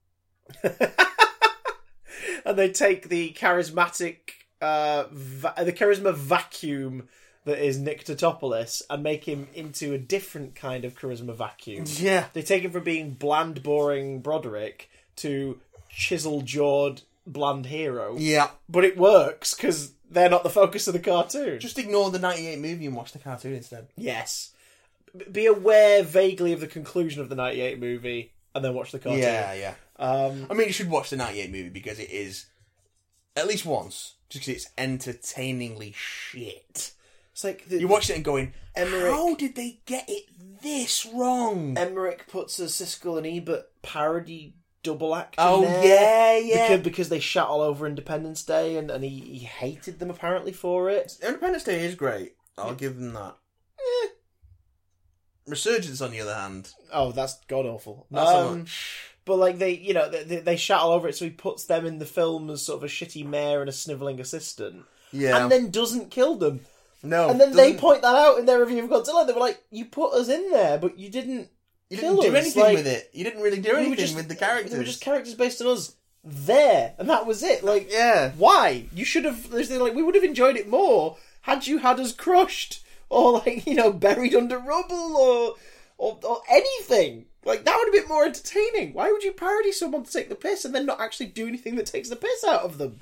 [SPEAKER 1] and they take the charismatic, uh, va- the charisma vacuum that is Nick Totopoulos and make him into a different kind of charisma vacuum.
[SPEAKER 2] Yeah.
[SPEAKER 1] They take him from being bland, boring Broderick to chisel jawed, bland hero.
[SPEAKER 2] Yeah.
[SPEAKER 1] But it works because they're not the focus of the cartoon.
[SPEAKER 2] Just ignore the '98 movie and watch the cartoon instead.
[SPEAKER 1] yes. B- Be aware vaguely of the conclusion of the 98 movie and then watch the cartoon.
[SPEAKER 2] Yeah. Yeah.
[SPEAKER 1] Oh, Um,
[SPEAKER 2] I mean, you should watch the '98 movie because it is at least once, just because it's entertainingly shit.
[SPEAKER 1] It's like the,
[SPEAKER 2] You're watching it and going,
[SPEAKER 1] Emmerich-
[SPEAKER 2] how did they get it this wrong?
[SPEAKER 1] Emmerich puts a Siskel and Ebert parody double act. in
[SPEAKER 2] oh,
[SPEAKER 1] there
[SPEAKER 2] yeah, yeah.
[SPEAKER 1] Because, because they shat all over Independence Day, and, and he, he hated them apparently for it.
[SPEAKER 2] Independence Day is great. I'll give them that. Eh. Resurgence, on the other hand,
[SPEAKER 1] Oh, that's god awful.
[SPEAKER 2] not so
[SPEAKER 1] Um,
[SPEAKER 2] much.
[SPEAKER 1] But like they, you know, they, they- they shat all over it, so he puts them in the film as sort of a shitty mayor and a snivelling assistant,
[SPEAKER 2] Yeah.
[SPEAKER 1] and then doesn't kill them.
[SPEAKER 2] no.
[SPEAKER 1] and then they
[SPEAKER 2] doesn't-
[SPEAKER 1] point that out in their review of Godzilla. They were like, "You put us in there, but you didn't.
[SPEAKER 2] You didn't
[SPEAKER 1] kill
[SPEAKER 2] do
[SPEAKER 1] us,
[SPEAKER 2] anything
[SPEAKER 1] like-
[SPEAKER 2] with it. You didn't really do
[SPEAKER 1] we
[SPEAKER 2] anything
[SPEAKER 1] were just
[SPEAKER 2] with the
[SPEAKER 1] They were
[SPEAKER 2] characters.
[SPEAKER 1] just characters based on us there, and that was it. Like,
[SPEAKER 2] yeah.
[SPEAKER 1] why you should have there's the- like we would have enjoyed it more had you had us crushed or like you know buried under rubble or or, or anything like that would have been more entertaining why would you parody someone to take the piss and then not actually do anything that takes the piss out of them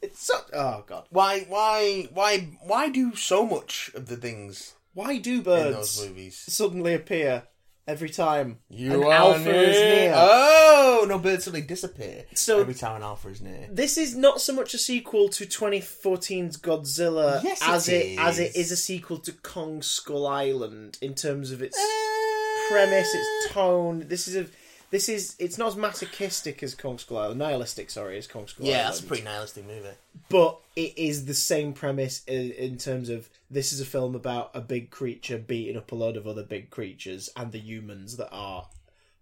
[SPEAKER 1] it's so oh god
[SPEAKER 2] Why, why, why, why do so much of the things
[SPEAKER 1] why do
[SPEAKER 2] in those
[SPEAKER 1] birds
[SPEAKER 2] movies?
[SPEAKER 1] suddenly appear every time an
[SPEAKER 2] are
[SPEAKER 1] alpha is
[SPEAKER 2] near.
[SPEAKER 1] near
[SPEAKER 2] Oh no, birds suddenly disappear
[SPEAKER 1] So-
[SPEAKER 2] every time an alpha is near.
[SPEAKER 1] this is not so much a sequel to 2014's Godzilla
[SPEAKER 2] Yes, it
[SPEAKER 1] as it as
[SPEAKER 2] is.
[SPEAKER 1] it is a sequel to Kong Skull Island in terms of its
[SPEAKER 2] Uh,
[SPEAKER 1] premise, its tone. This is a this is it's not as masochistic as Kong Skull Island, nihilistic. Sorry, as Kong Skull Island.
[SPEAKER 2] Yeah, that's a pretty nihilistic movie.
[SPEAKER 1] But it is the same premise in, in terms of this is a film about a big creature beating up a load of other big creatures and the humans that are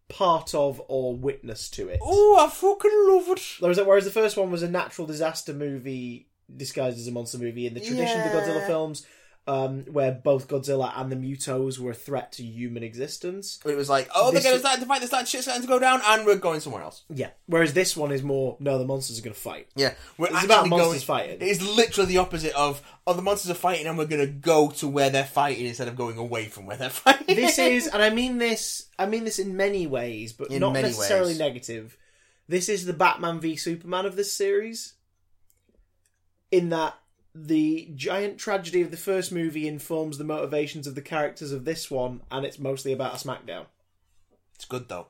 [SPEAKER 1] part of or witness to it.
[SPEAKER 2] Oh, I fucking love it.
[SPEAKER 1] Whereas, whereas the first one was a natural disaster movie disguised as a monster movie in the tradition of the Godzilla
[SPEAKER 2] Yeah.
[SPEAKER 1] films, um, where both Godzilla and the Mutos were a threat to human existence.
[SPEAKER 2] It was like, oh, they're
[SPEAKER 1] This-
[SPEAKER 2] gonna start to fight. They're starting shit's starting to go down, and we're going somewhere else.
[SPEAKER 1] Yeah. Whereas this one is more, no, the monsters are going to fight.
[SPEAKER 2] Yeah, we're
[SPEAKER 1] It's about
[SPEAKER 2] actually
[SPEAKER 1] monsters
[SPEAKER 2] going-
[SPEAKER 1] fighting.
[SPEAKER 2] It is literally the opposite of oh, the monsters are fighting, and we're gonna go to where they're fighting instead of going away from where they're fighting.
[SPEAKER 1] This is, and I mean this, I mean this in many ways, but
[SPEAKER 2] In
[SPEAKER 1] not
[SPEAKER 2] many
[SPEAKER 1] necessarily
[SPEAKER 2] ways.
[SPEAKER 1] negative. This is the Batman v Superman of this series. In that the giant tragedy of the first movie informs the motivations of the characters of this one, and it's mostly about a SmackDown.
[SPEAKER 2] It's good though,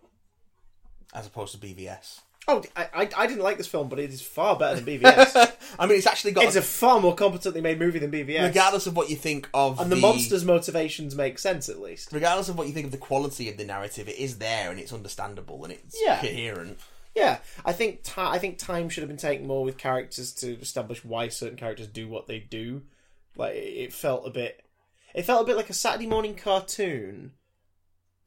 [SPEAKER 2] as opposed to BVS.
[SPEAKER 1] Oh, I, I, I didn't like this film, but it is far better than BVS.
[SPEAKER 2] I mean, it's actually got
[SPEAKER 1] it's a far more competently made movie than BVS.
[SPEAKER 2] regardless of what you think of
[SPEAKER 1] and the, monster's motivations make sense at least.
[SPEAKER 2] Regardless of what you think of the quality of the narrative, it is there and it's understandable and it's
[SPEAKER 1] Yeah.
[SPEAKER 2] coherent.
[SPEAKER 1] Yeah, I think ti I think time should have been taken more with characters to establish why certain characters do what they do. Like it it felt a bit, it felt a bit like a Saturday morning cartoon,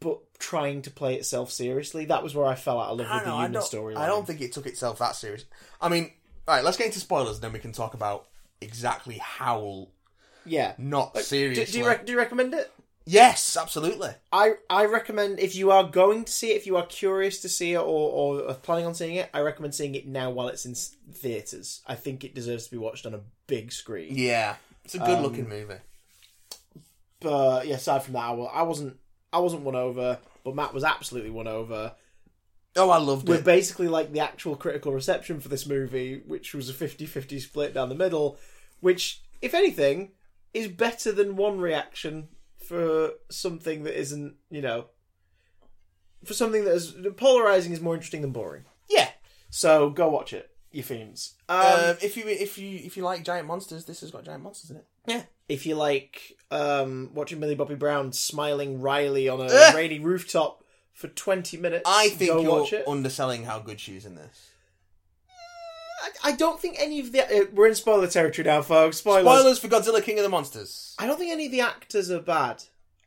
[SPEAKER 1] but trying to play itself seriously. That was where I fell out of love with the human story.
[SPEAKER 2] I don't think it took itself that serious. I mean, all right, let's get into spoilers, then we can talk about exactly how
[SPEAKER 1] Yeah.
[SPEAKER 2] not
[SPEAKER 1] Do,
[SPEAKER 2] seriously.
[SPEAKER 1] do you rec- do you recommend it?
[SPEAKER 2] yes, absolutely.
[SPEAKER 1] I I recommend if you are going to see it, if you are curious to see it or, or are planning on seeing it, I recommend seeing it now while it's in s- theaters. I think it deserves to be watched on a big screen.
[SPEAKER 2] Yeah, um, it's a good-looking movie.
[SPEAKER 1] but yeah, aside from that, I, wa- I wasn't I wasn't won over, but Matt was absolutely won over.
[SPEAKER 2] Oh, I loved
[SPEAKER 1] We're
[SPEAKER 2] it.
[SPEAKER 1] basically like the actual critical reception for this movie, which was a 50-50 split down the middle, which, if anything, is better than one reaction for something that isn't, you know, for something that is polarizing is more interesting than boring.
[SPEAKER 2] yeah.
[SPEAKER 1] So go watch it, you fiends. Um,
[SPEAKER 2] Um, if you if you if you like giant monsters, this has got giant monsters in it.
[SPEAKER 1] Yeah. If you like um, watching Millie Bobby Brown smiling wryly on a rainy rooftop for 20 minutes,
[SPEAKER 2] I think
[SPEAKER 1] go
[SPEAKER 2] you're
[SPEAKER 1] watch it.
[SPEAKER 2] underselling how good she is in this.
[SPEAKER 1] I, I don't think any of the. Uh, we're in spoiler territory now, folks. Spoilers.
[SPEAKER 2] Spoilers for Godzilla King of the Monsters.
[SPEAKER 1] I don't think any of the actors are bad.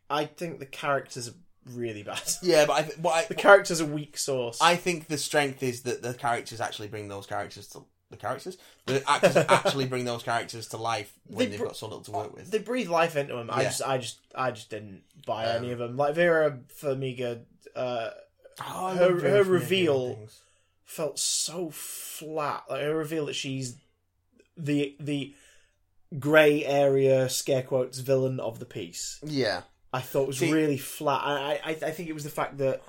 [SPEAKER 1] I think the characters are really bad.
[SPEAKER 2] Yeah, but I th- what
[SPEAKER 1] The
[SPEAKER 2] I,
[SPEAKER 1] characters are weak source.
[SPEAKER 2] I think the strength is that the characters actually bring those characters to the characters. The actors actually bring those characters to life when
[SPEAKER 1] They
[SPEAKER 2] they have
[SPEAKER 1] br-
[SPEAKER 2] got so little to work with.
[SPEAKER 1] they breathe life into them. I
[SPEAKER 2] Yeah. Um,
[SPEAKER 1] just, I just, I just didn't buy any of them. Like Vera Farmiga uh,
[SPEAKER 2] Oh, I
[SPEAKER 1] her-
[SPEAKER 2] love
[SPEAKER 1] her
[SPEAKER 2] Vera Farmiga and
[SPEAKER 1] reveal-
[SPEAKER 2] things.
[SPEAKER 1] felt so flat. Like her reveal that she's the the grey area scare quotes villain of the piece.
[SPEAKER 2] Yeah,
[SPEAKER 1] I thought was
[SPEAKER 2] See-
[SPEAKER 1] really flat. I, I I think it was the fact that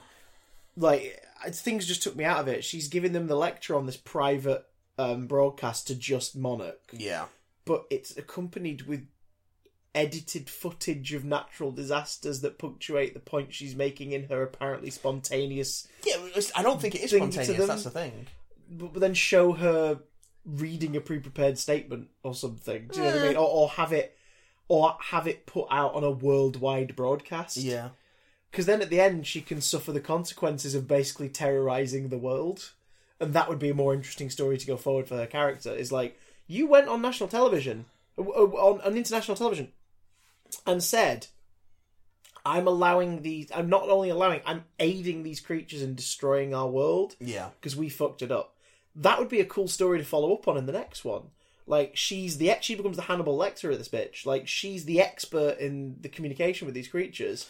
[SPEAKER 1] like I- things just took me out of it. She's giving them the lecture on this private um, broadcast to just Monarch,
[SPEAKER 2] yeah.
[SPEAKER 1] but it's accompanied with edited footage of natural disasters that punctuate the point she's making in her apparently spontaneous
[SPEAKER 2] Yeah, it was- I don't think it is
[SPEAKER 1] Thing to
[SPEAKER 2] spontaneous.
[SPEAKER 1] them.
[SPEAKER 2] That's the thing.
[SPEAKER 1] but, but then show her reading a pre-prepared statement or something. Do you know what I mean? Or, or have it, or have it put out on a worldwide broadcast.
[SPEAKER 2] Yeah,
[SPEAKER 1] Because then at the end, she can suffer the consequences of basically terrorizing the world, and that would be a more interesting story to go forward for her character. Is like you went on national television, uh, uh, on, on international television, and said. I'm allowing these. I'm not only allowing. I'm aiding these creatures in destroying our world
[SPEAKER 2] yeah.
[SPEAKER 1] because we fucked it up. That would be a cool story to follow up on in the next one. Like she's the ex- she becomes the Hannibal Lecter of this bitch. Like she's the expert in the communication with these creatures,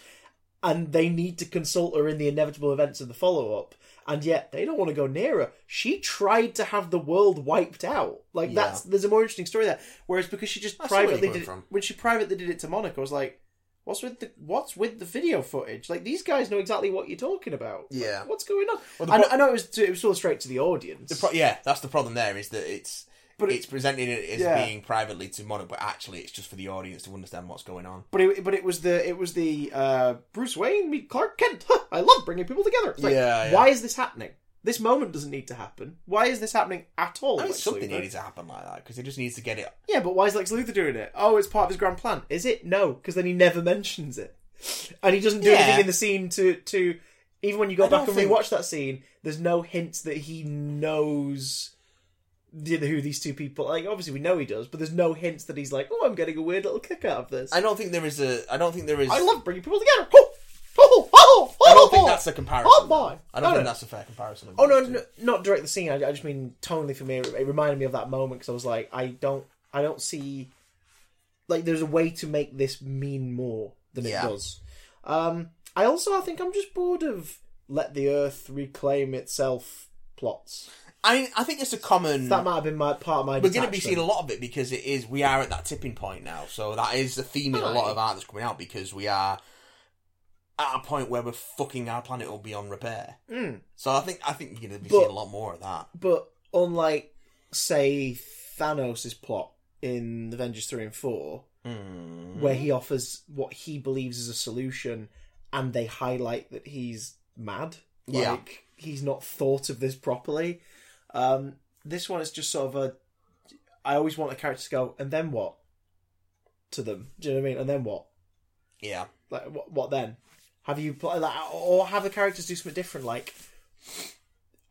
[SPEAKER 1] and they need to consult her in the inevitable events of the follow up. And yet they don't want to go near her. She tried to have the world wiped out. Like
[SPEAKER 2] Yeah.
[SPEAKER 1] that's there's a more interesting story there. Whereas because she just
[SPEAKER 2] I see where you're
[SPEAKER 1] privately
[SPEAKER 2] coming
[SPEAKER 1] did it,
[SPEAKER 2] from.
[SPEAKER 1] when she privately did it to Monica, I was like, what's with the what's with the video footage? Like these guys know exactly what you're talking about.
[SPEAKER 2] Yeah.
[SPEAKER 1] What's going on?
[SPEAKER 2] Well, the
[SPEAKER 1] I,
[SPEAKER 2] pro-
[SPEAKER 1] kn- I know it was to, it was sort of straight to the audience.
[SPEAKER 2] The pro- yeah, that's the problem. There is that it's
[SPEAKER 1] But it-
[SPEAKER 2] it's presenting it as
[SPEAKER 1] Yeah.
[SPEAKER 2] being privately to monitor, but actually it's just for the audience to understand what's going on.
[SPEAKER 1] but it, but it was the it was the uh, Bruce Wayne meet Clark Kent. Huh, I love bringing people together. It's like,
[SPEAKER 2] Yeah, yeah.
[SPEAKER 1] Why is this happening? This moment doesn't need to happen. Why is this happening at all?
[SPEAKER 2] I mean,
[SPEAKER 1] Lex
[SPEAKER 2] something
[SPEAKER 1] Luthor?
[SPEAKER 2] needed to happen like that because it just needs to get it.
[SPEAKER 1] Yeah, but why is Lex Luthor doing it? Oh, it's part of his grand plan. Is it? No, because then he never mentions it, and he doesn't do
[SPEAKER 2] Yeah.
[SPEAKER 1] anything in the scene to to. Even when you go
[SPEAKER 2] I
[SPEAKER 1] back
[SPEAKER 2] don't
[SPEAKER 1] and
[SPEAKER 2] think-
[SPEAKER 1] rewatch that scene, there's no hints that he knows the, who these two people. Like, obviously we know he does, but there's no hints that he's like, "Oh, I'm getting a weird little kick out of this."
[SPEAKER 2] I don't think there is a. I don't think there is.
[SPEAKER 1] I love bringing people together. Oh, oh, oh, oh,
[SPEAKER 2] I don't think
[SPEAKER 1] oh.
[SPEAKER 2] that's a comparison.
[SPEAKER 1] Oh my!
[SPEAKER 2] I don't
[SPEAKER 1] No,
[SPEAKER 2] think
[SPEAKER 1] no.
[SPEAKER 2] that's a fair comparison. of
[SPEAKER 1] Oh no,
[SPEAKER 2] those two.
[SPEAKER 1] no, not direct the scene. I, I just mean tonally for me. It, it reminded me of that moment because I was like, I don't, I don't see, like, there's a way to make this mean more than
[SPEAKER 2] Yeah.
[SPEAKER 1] it does. Um, I also, I think I'm just bored of let the earth reclaim itself plots.
[SPEAKER 2] I I think it's a common.
[SPEAKER 1] That might have been my part of my.
[SPEAKER 2] Mm. We're going to be seeing
[SPEAKER 1] detachment.
[SPEAKER 2] a lot of it because it is. We are at that tipping point now, so that is the theme in a lot of art that's coming out because we are at a point where we're fucking our planet up beyond repair.
[SPEAKER 1] Mm.
[SPEAKER 2] So I think I think you're going to be
[SPEAKER 1] But-
[SPEAKER 2] seeing a lot more of that.
[SPEAKER 1] but unlike say Thanos' plot in Avengers 3 and 4, where he offers what he believes is a solution and they highlight that he's mad.
[SPEAKER 2] Yeah.
[SPEAKER 1] Like, he's not thought of this properly. Um, this one is just sort of a. I always want a character to go, and then what? To them. Do you know what I mean? And then what?
[SPEAKER 2] Yeah.
[SPEAKER 1] like what, what then have you pl- like or have the characters do something different like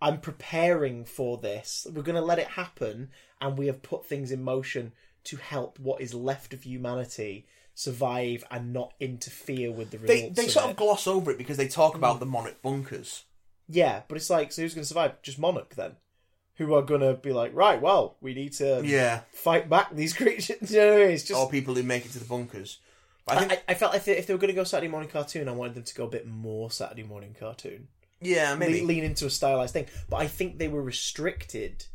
[SPEAKER 1] i'm preparing for this we're going to let it happen and we have put things in motion to help what is left of humanity survive and not interfere with the
[SPEAKER 2] They
[SPEAKER 1] results
[SPEAKER 2] they
[SPEAKER 1] of
[SPEAKER 2] sort
[SPEAKER 1] it.
[SPEAKER 2] of gloss over it because they talk about
[SPEAKER 1] Hmm.
[SPEAKER 2] the monarch bunkers.
[SPEAKER 1] yeah but it's like so who's going to survive just monarch then who are going to be like right well we need to
[SPEAKER 2] Yeah.
[SPEAKER 1] fight back these creatures you know what I mean? it's Um, just
[SPEAKER 2] Or people who make it to the bunkers. But I
[SPEAKER 1] I,
[SPEAKER 2] think
[SPEAKER 1] I, I felt if they, if they were going to go Saturday morning cartoon, I wanted them to go a bit more Saturday morning cartoon.
[SPEAKER 2] yeah, maybe.
[SPEAKER 1] lean, lean into a stylized thing. But I think they were restricted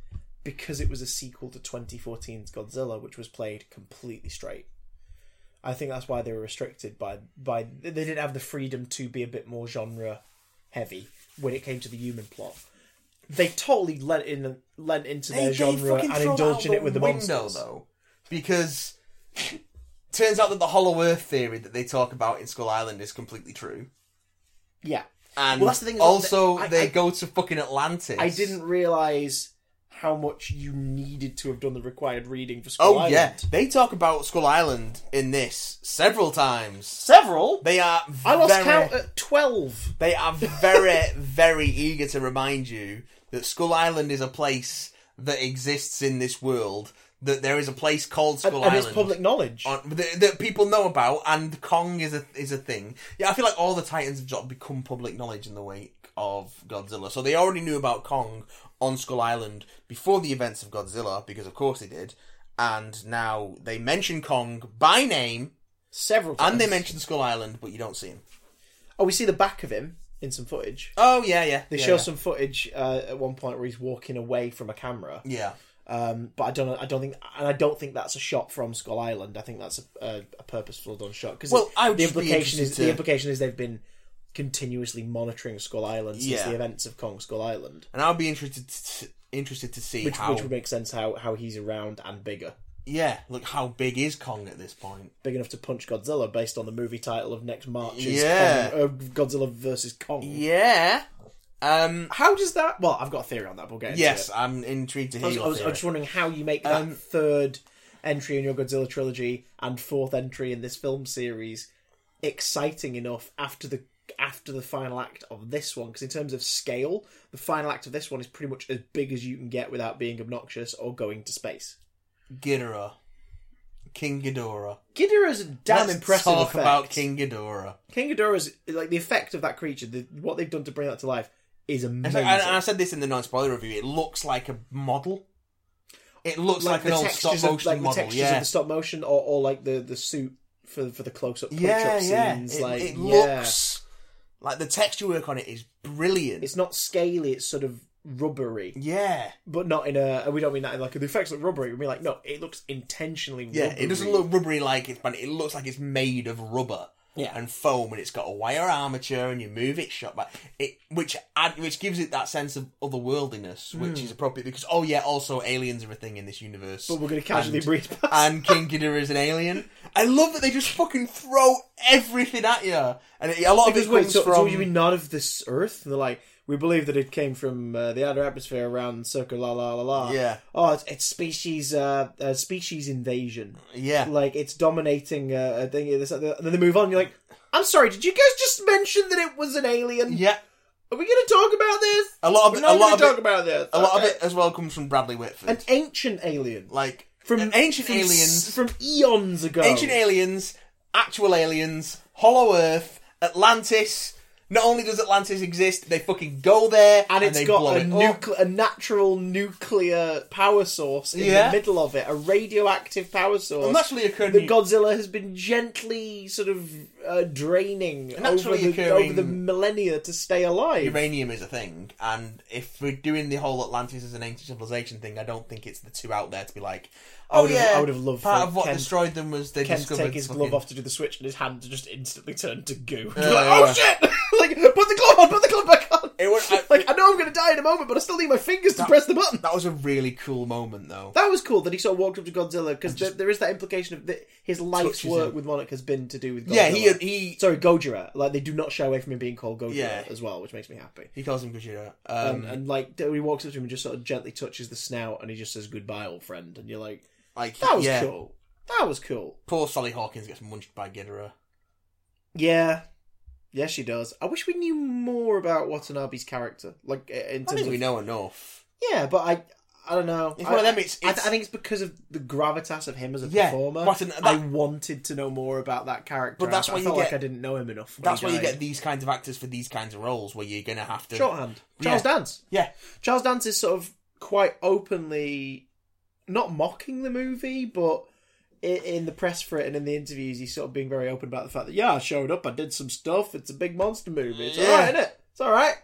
[SPEAKER 1] because it was a sequel to 2014's Godzilla, which was played completely straight. I think that's why they were restricted by by they didn't have the freedom to be a bit more genre heavy when it came to the human plot. They totally lent in lent into
[SPEAKER 2] They-
[SPEAKER 1] their
[SPEAKER 2] they
[SPEAKER 1] genre
[SPEAKER 2] fucking
[SPEAKER 1] and
[SPEAKER 2] throw that
[SPEAKER 1] indulged
[SPEAKER 2] out
[SPEAKER 1] in it with the
[SPEAKER 2] window,
[SPEAKER 1] monsters.
[SPEAKER 2] though, because turns out that the Hollow Earth theory that they talk about in Skull Island is completely true.
[SPEAKER 1] Yeah,
[SPEAKER 2] And
[SPEAKER 1] Well, that's the thing, though,
[SPEAKER 2] also,
[SPEAKER 1] that- I-
[SPEAKER 2] they
[SPEAKER 1] I-
[SPEAKER 2] go to fucking Atlantis.
[SPEAKER 1] I didn't realize how much you needed to have done the required reading for Skull
[SPEAKER 2] Oh
[SPEAKER 1] Island.
[SPEAKER 2] yeah, they talk about Skull Island in this several times.
[SPEAKER 1] several.
[SPEAKER 2] They are.
[SPEAKER 1] I lost
[SPEAKER 2] very,
[SPEAKER 1] count at twelve.
[SPEAKER 2] They are very, very eager to remind you that Skull Island is a place that exists in this world. That there is a place called
[SPEAKER 1] and,
[SPEAKER 2] Skull
[SPEAKER 1] and
[SPEAKER 2] Island.
[SPEAKER 1] it's public knowledge.
[SPEAKER 2] on, that, that people know about, and Kong is a is a thing. Yeah, I feel like all the Titans have sort of become public knowledge in the wake of Godzilla. So they already knew about Kong on Skull Island before the events of Godzilla, because of course they did. And now they mention Kong by name,
[SPEAKER 1] Several times.
[SPEAKER 2] and they mention Skull Island, but you don't see him.
[SPEAKER 1] Oh, we see the back of him in some footage.
[SPEAKER 2] Oh yeah, yeah.
[SPEAKER 1] They
[SPEAKER 2] yeah,
[SPEAKER 1] show
[SPEAKER 2] yeah.
[SPEAKER 1] some footage uh, at one point where he's walking away from a camera.
[SPEAKER 2] Yeah,
[SPEAKER 1] Um, but I don't. know- I don't think. And I don't think that's a shot from Skull Island. I think that's a, a, a purposeful done shot because
[SPEAKER 2] Well, I would
[SPEAKER 1] the
[SPEAKER 2] just be
[SPEAKER 1] implication is
[SPEAKER 2] interested
[SPEAKER 1] the
[SPEAKER 2] to-
[SPEAKER 1] implication is they've been continuously monitoring Skull Island since
[SPEAKER 2] Yeah.
[SPEAKER 1] the events of Kong Skull Island,
[SPEAKER 2] and I'll be interested to, interested to see
[SPEAKER 1] which,
[SPEAKER 2] how.
[SPEAKER 1] which would make sense how how he's around and bigger,
[SPEAKER 2] yeah, look how big is Kong at this point?
[SPEAKER 1] big enough to punch Godzilla based on the movie title of next March's
[SPEAKER 2] Yeah.
[SPEAKER 1] Kong- uh, Godzilla versus Kong.
[SPEAKER 2] Yeah. Um.
[SPEAKER 1] How does that? Well, I've got a theory on that. We'll get into it.
[SPEAKER 2] Yes, I'm intrigued to hear
[SPEAKER 1] I was,
[SPEAKER 2] your
[SPEAKER 1] I was, I
[SPEAKER 2] theory.
[SPEAKER 1] was just wondering how you make that
[SPEAKER 2] Um,
[SPEAKER 1] third entry in your Godzilla trilogy and fourth entry in this film series exciting enough after the after the final act of this one because in terms of scale the final act of this one is pretty much as big as you can get without being obnoxious or going to space
[SPEAKER 2] Ghidorah. King Ghidorah.
[SPEAKER 1] Ghidorah is a damn
[SPEAKER 2] Let's
[SPEAKER 1] impressive
[SPEAKER 2] talk
[SPEAKER 1] effect.
[SPEAKER 2] about King Ghidorah.
[SPEAKER 1] King Ghidorah is like the effect of that creature the, what they've done to bring that to life is
[SPEAKER 2] In
[SPEAKER 1] amazing
[SPEAKER 2] fact, and, and I said this in the non-spoiler review. It looks like a model. It looks like, an old stop motion
[SPEAKER 1] of, like the
[SPEAKER 2] model.
[SPEAKER 1] textures
[SPEAKER 2] yeah,
[SPEAKER 1] of the stop motion or, or like the, the suit for for the close up
[SPEAKER 2] yeah,
[SPEAKER 1] up
[SPEAKER 2] yeah.
[SPEAKER 1] scenes
[SPEAKER 2] it
[SPEAKER 1] like
[SPEAKER 2] it
[SPEAKER 1] yeah.
[SPEAKER 2] looks like the texture work on it is brilliant.
[SPEAKER 1] it's not scaly it's sort of rubbery
[SPEAKER 2] yeah,
[SPEAKER 1] but not in a and we don't mean that in like the effects look rubbery we mean like no it looks intentionally
[SPEAKER 2] yeah.
[SPEAKER 1] rubbery.
[SPEAKER 2] It doesn't look rubbery like it's, but it looks like it's made of rubber.
[SPEAKER 1] Yeah.
[SPEAKER 2] and foam, and it's got a wire armature, and you move it shot back. It which add, which gives it that sense of otherworldliness, which is appropriate because oh yeah, also aliens are a thing in this universe.
[SPEAKER 1] Hmm. but we're going to casually
[SPEAKER 2] and,
[SPEAKER 1] breathe past
[SPEAKER 2] and King Ghidorah is an alien. I love that they just fucking throw everything at you, and it- a lot
[SPEAKER 1] because
[SPEAKER 2] of it
[SPEAKER 1] wait
[SPEAKER 2] comes
[SPEAKER 1] so,
[SPEAKER 2] from.
[SPEAKER 1] so you mean not of this earth and they're like we believe that it came from uh, the outer atmosphere around circa la la la la
[SPEAKER 2] Yeah.
[SPEAKER 1] oh it's, it's species uh, uh species invasion
[SPEAKER 2] yeah,
[SPEAKER 1] like it's dominating uh, a thing. This, and then they move on. You're like, I'm sorry, did you guys just mention that it was an alien?
[SPEAKER 2] yeah.
[SPEAKER 1] Are we going to talk about this?
[SPEAKER 2] A lot of
[SPEAKER 1] We're
[SPEAKER 2] it,
[SPEAKER 1] not
[SPEAKER 2] a
[SPEAKER 1] going
[SPEAKER 2] lot
[SPEAKER 1] to
[SPEAKER 2] of
[SPEAKER 1] talk
[SPEAKER 2] it,
[SPEAKER 1] about uh, this.
[SPEAKER 2] a lot of
[SPEAKER 1] Okay.
[SPEAKER 2] it as well comes from Bradley Whitford.
[SPEAKER 1] An ancient alien,
[SPEAKER 2] like
[SPEAKER 1] from
[SPEAKER 2] an ancient
[SPEAKER 1] from s-
[SPEAKER 2] aliens,
[SPEAKER 1] from eons ago.
[SPEAKER 2] ancient aliens, actual aliens, Hollow Earth, Atlantis. Not only does Atlantis exist, they fucking go there
[SPEAKER 1] and it's
[SPEAKER 2] they blow
[SPEAKER 1] got a,
[SPEAKER 2] it up.
[SPEAKER 1] nucle- a natural nuclear power source in
[SPEAKER 2] Yeah.
[SPEAKER 1] the middle of it, a radioactive power source.
[SPEAKER 2] A naturally occurring
[SPEAKER 1] that Godzilla has been gently sort of uh, draining over
[SPEAKER 2] naturally
[SPEAKER 1] the, over
[SPEAKER 2] occurring-
[SPEAKER 1] the millennia to stay alive.
[SPEAKER 2] uranium is a thing, and if we're doing the whole Atlantis as an ancient civilization thing, I don't think it's the two out there to be like, oh
[SPEAKER 1] would've-
[SPEAKER 2] yeah,
[SPEAKER 1] I would've loved
[SPEAKER 2] part
[SPEAKER 1] for
[SPEAKER 2] of what
[SPEAKER 1] Ken-
[SPEAKER 2] destroyed them was they
[SPEAKER 1] Ken to
[SPEAKER 2] discovered
[SPEAKER 1] take his
[SPEAKER 2] fucking-
[SPEAKER 1] glove off to do the switch, and his hand just instantly turned to goo.
[SPEAKER 2] Yeah,
[SPEAKER 1] like, oh
[SPEAKER 2] yeah.
[SPEAKER 1] shit! like, put the glove on, put the glove back on.
[SPEAKER 2] It was, I-
[SPEAKER 1] Like I know I'm going to die in a moment, but I still need my fingers to press the button.
[SPEAKER 2] that was a really cool moment, though.
[SPEAKER 1] That was cool that he sort of walked up to Godzilla because there is that implication of that his life's
[SPEAKER 2] Touches
[SPEAKER 1] work
[SPEAKER 2] him.
[SPEAKER 1] with Monarch has been to do with Godzilla.
[SPEAKER 2] yeah, he he
[SPEAKER 1] sorry Gojira. Like they do not shy away from him being called Gojira
[SPEAKER 2] Yeah.
[SPEAKER 1] as well, which makes me happy.
[SPEAKER 2] he calls him Gojira. Um,
[SPEAKER 1] Um, and like he walks up to him and just sort of gently touches the snout and he just says goodbye, old friend. And you're like,
[SPEAKER 2] like
[SPEAKER 1] that was
[SPEAKER 2] yeah,
[SPEAKER 1] cool. That was cool.
[SPEAKER 2] Poor Sally Hawkins gets munched by Ghidorah.
[SPEAKER 1] Yeah. Yeah, she does. I wish we knew more about Watanabe's character. Like, i- in
[SPEAKER 2] I
[SPEAKER 1] terms
[SPEAKER 2] think
[SPEAKER 1] of...
[SPEAKER 2] we know enough.
[SPEAKER 1] Yeah, but I I don't know.
[SPEAKER 2] It's
[SPEAKER 1] I,
[SPEAKER 2] one of them, it's-
[SPEAKER 1] I,
[SPEAKER 2] it's-
[SPEAKER 1] I think it's because of the gravitas of him as a
[SPEAKER 2] Yeah,
[SPEAKER 1] performer.
[SPEAKER 2] but an-
[SPEAKER 1] I
[SPEAKER 2] that-
[SPEAKER 1] wanted to know more about that character.
[SPEAKER 2] But that's
[SPEAKER 1] I,
[SPEAKER 2] why
[SPEAKER 1] I
[SPEAKER 2] you
[SPEAKER 1] felt like
[SPEAKER 2] get-
[SPEAKER 1] I didn't know him enough. when
[SPEAKER 2] That's
[SPEAKER 1] he
[SPEAKER 2] why you
[SPEAKER 1] died.
[SPEAKER 2] get these kinds of actors for these kinds of roles, where you're gonna have to
[SPEAKER 1] shorthand.
[SPEAKER 2] Yeah.
[SPEAKER 1] Charles Dance.
[SPEAKER 2] Yeah,
[SPEAKER 1] Charles Dance is sort of quite openly not mocking the movie, but i- in the press for it and in the interviews, he's sort of being very open about the fact that yeah, I showed up, I did some stuff. It's a big monster movie. It's all
[SPEAKER 2] Yeah.
[SPEAKER 1] right, isn't it? It's all right.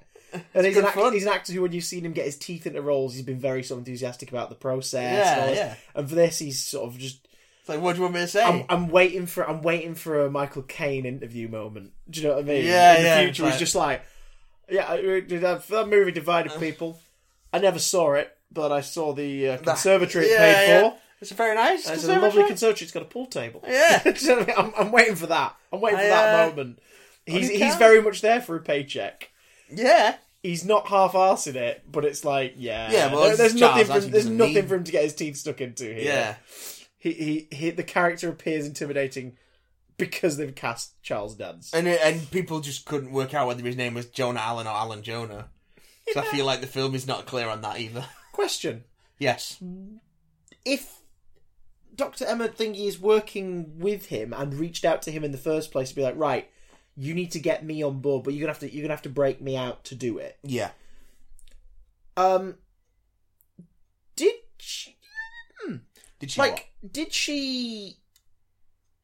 [SPEAKER 1] And he's
[SPEAKER 2] good
[SPEAKER 1] an, actor,
[SPEAKER 2] fun.
[SPEAKER 1] he's an actor who, when you've seen him get his teeth into roles, he's been very sort of enthusiastic about the process. and, all
[SPEAKER 2] yeah,
[SPEAKER 1] this.
[SPEAKER 2] yeah.
[SPEAKER 1] and for this, he's sort of just
[SPEAKER 2] It's like, what do you want me to say?
[SPEAKER 1] I'm, I'm waiting for I'm waiting for a Michael Caine interview moment. Do you know what I mean?
[SPEAKER 2] Yeah,
[SPEAKER 1] In the
[SPEAKER 2] yeah,
[SPEAKER 1] future, he's
[SPEAKER 2] right.
[SPEAKER 1] just like, yeah, I- I- that, that movie
[SPEAKER 2] Uh.
[SPEAKER 1] divided people. I never saw it, but I saw the uh, conservatory
[SPEAKER 2] Yeah,
[SPEAKER 1] it paid
[SPEAKER 2] yeah.
[SPEAKER 1] for.
[SPEAKER 2] It's very nice.
[SPEAKER 1] It's a
[SPEAKER 2] conservatory.
[SPEAKER 1] lovely conservatory. It's got a pool table.
[SPEAKER 2] Yeah.
[SPEAKER 1] Do you know what I mean? I'm, I'm waiting for that. I'm waiting for
[SPEAKER 2] I,
[SPEAKER 1] that
[SPEAKER 2] uh,
[SPEAKER 1] moment. He's
[SPEAKER 2] you
[SPEAKER 1] he's
[SPEAKER 2] can.
[SPEAKER 1] very much there for a paycheck.
[SPEAKER 2] yeah,
[SPEAKER 1] He's not half-assing it, but it's like, yeah,
[SPEAKER 2] Yeah, well,
[SPEAKER 1] there-
[SPEAKER 2] it's
[SPEAKER 1] there's
[SPEAKER 2] Charles
[SPEAKER 1] nothing for him,
[SPEAKER 2] Manson
[SPEAKER 1] there's
[SPEAKER 2] doesn't
[SPEAKER 1] nothing
[SPEAKER 2] need-
[SPEAKER 1] for him to get his teeth stuck into here
[SPEAKER 2] yeah.
[SPEAKER 1] he, he, he the character appears intimidating because they've cast Charles Dance.
[SPEAKER 2] And and people just couldn't work out whether his name was Jonah Allen or Alan Jonah. So I feel like the film is not clear on that either.
[SPEAKER 1] Question:
[SPEAKER 2] yes.
[SPEAKER 1] If Doctor Emma thingy is working with him and reached out to him in the first place to be like, right, you need to get me on board, but you're gonna have to you're gonna have to break me out to do it.
[SPEAKER 2] Yeah.
[SPEAKER 1] Um, did she,
[SPEAKER 2] Did she
[SPEAKER 1] like did she?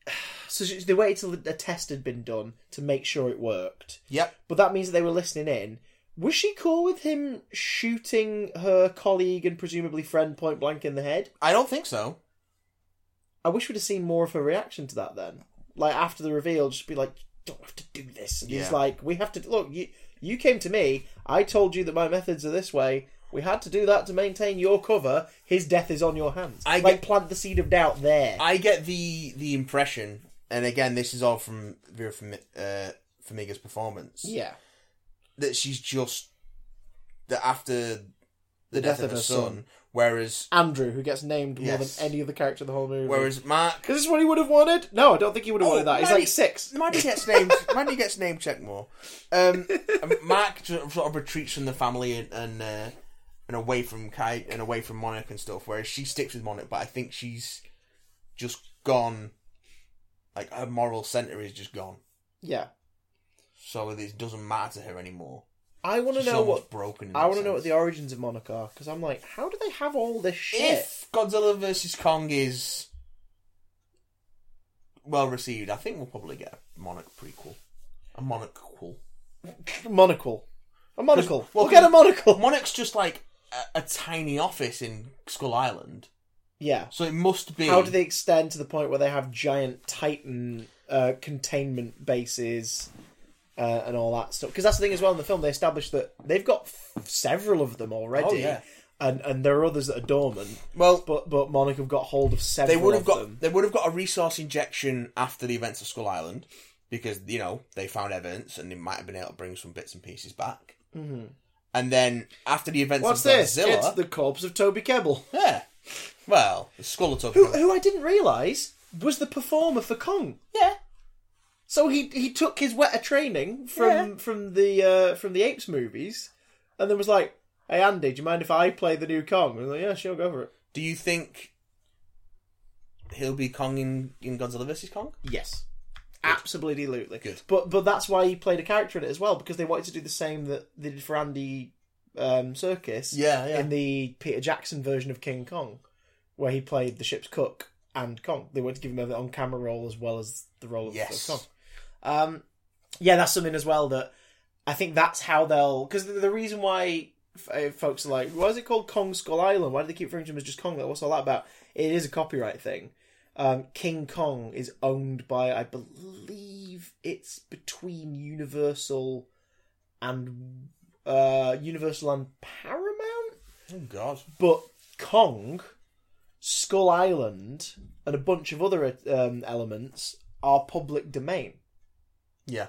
[SPEAKER 1] So she- they waited till a test had been done to make sure it worked.
[SPEAKER 2] Yep.
[SPEAKER 1] but that means that they were listening in. Was she cool with him shooting her colleague and presumably friend point blank in the head?
[SPEAKER 2] I don't think so.
[SPEAKER 1] I wish we'd have seen more of her reaction to that then. Like after the reveal, just be like, "Don't have to do this." And
[SPEAKER 2] Yeah.
[SPEAKER 1] he's like, "We have to look. You you came to me. I told you that my methods are this way. We had to do that to maintain your cover. His death is on your hands.
[SPEAKER 2] I
[SPEAKER 1] like
[SPEAKER 2] get-
[SPEAKER 1] plant the seed of doubt there.
[SPEAKER 2] I get the the impression, and again, this is all from Vera Fami- uh, Farmiga's performance,
[SPEAKER 1] yeah,
[SPEAKER 2] that she's just that after the, death, of her son, whereas
[SPEAKER 1] Andrew, who gets named more
[SPEAKER 2] Yes.
[SPEAKER 1] than any other character in the whole movie.
[SPEAKER 2] whereas Mark
[SPEAKER 1] is this what he would have wanted? No, I don't think he would have
[SPEAKER 2] Oh,
[SPEAKER 1] wanted that. He's
[SPEAKER 2] Maddie-
[SPEAKER 1] like six.
[SPEAKER 2] Mandy gets named. Mandy gets name check more. Um, and Mark sort of sort of retreats from the family and and, uh, and away from Kite and away from Monarch and stuff. Whereas she sticks with Monarch, but I think she's just gone. Like her moral center is just gone,
[SPEAKER 1] Yeah.
[SPEAKER 2] so it doesn't matter to her anymore.
[SPEAKER 1] I want to
[SPEAKER 2] She's
[SPEAKER 1] know
[SPEAKER 2] almost
[SPEAKER 1] what
[SPEAKER 2] broken. in
[SPEAKER 1] I
[SPEAKER 2] that
[SPEAKER 1] want to know what
[SPEAKER 2] sense.
[SPEAKER 1] the origins of Monarch are because I'm like, how do they have all this shit?
[SPEAKER 2] if Godzilla versus Kong is well received, I think we'll probably get a Monarch prequel, a Monarch quel.
[SPEAKER 1] monocle, a monocle.
[SPEAKER 2] Because-
[SPEAKER 1] We'll,
[SPEAKER 2] well,
[SPEAKER 1] get a monocle.
[SPEAKER 2] Monarch's just like a, a tiny office in Skull Island,
[SPEAKER 1] yeah.
[SPEAKER 2] so it must be.
[SPEAKER 1] How do they extend to the point where they have giant Titan uh, containment bases uh, and all that stuff? Because that's the thing as well in the film. They establish that they've got f- several of them already,
[SPEAKER 2] Oh, yeah.
[SPEAKER 1] and and there are others that are dormant.
[SPEAKER 2] Well,
[SPEAKER 1] But but Monarch have got hold of several.
[SPEAKER 2] they would have
[SPEAKER 1] of
[SPEAKER 2] got
[SPEAKER 1] them.
[SPEAKER 2] they would have got a resource injection after the events of Skull Island because you know they found evidence and they might have been able to bring some bits and pieces back. Mm-hmm. And then after the events
[SPEAKER 1] What's
[SPEAKER 2] of
[SPEAKER 1] this?
[SPEAKER 2] Godzilla,
[SPEAKER 1] It's the corpse of Toby Kebbell.
[SPEAKER 2] yeah, well, the Skull of
[SPEAKER 1] who,
[SPEAKER 2] Tokyo.
[SPEAKER 1] who I didn't realise was the performer for Kong.
[SPEAKER 2] Yeah,
[SPEAKER 1] So he he took his wetter training from from the uh, from the Apes movies, and then was like, "Hey Andy, do you mind if I play the new Kong?" And I was like, "Yeah, sure, go for it."
[SPEAKER 2] Do you think he'll be Kong in, in Godzilla vs Kong?
[SPEAKER 1] Yes, absolutely, absolutely.
[SPEAKER 2] Good.
[SPEAKER 1] But but that's why he played a character in it as well because they wanted to do the same that they did for Andy um, Circus.
[SPEAKER 2] Yeah, yeah.
[SPEAKER 1] In the Peter Jackson version of King Kong, where he played the ship's cook and Kong, they wanted to give him an on-camera role as well as the role of,
[SPEAKER 2] Yes.
[SPEAKER 1] of Kong. Um, yeah, that's something as well that I think that's how they'll because the, the reason why f- uh, folks are like, why is it called Kong Skull Island? Why do they keep referring to him as just Kong? Like, what's all that about? It is a copyright thing. Um, King Kong is owned by, I believe, it's between Universal and uh, Universal and Paramount.
[SPEAKER 2] Oh God!
[SPEAKER 1] But Kong, Skull Island, and a bunch of other um, elements are public domain.
[SPEAKER 2] Yeah,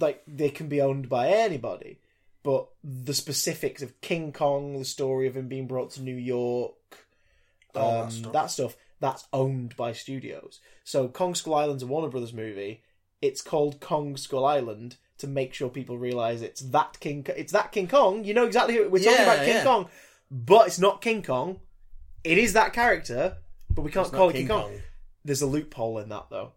[SPEAKER 1] Like they can be owned by anybody. But the specifics of King Kong, the story of him being brought to New York,
[SPEAKER 2] All
[SPEAKER 1] um,
[SPEAKER 2] that stuff.
[SPEAKER 1] that stuff that's owned by studios. So Kong Skull Island's a Warner Brothers movie. It's called Kong Skull Island to make sure people realize it's that King. It's that King Kong. You know exactly who we're talking
[SPEAKER 2] Yeah,
[SPEAKER 1] about. King
[SPEAKER 2] yeah.
[SPEAKER 1] Kong, but it's not King Kong. It is that character, but we can't
[SPEAKER 2] It's not
[SPEAKER 1] call it King, Kong. There's a loophole in that though.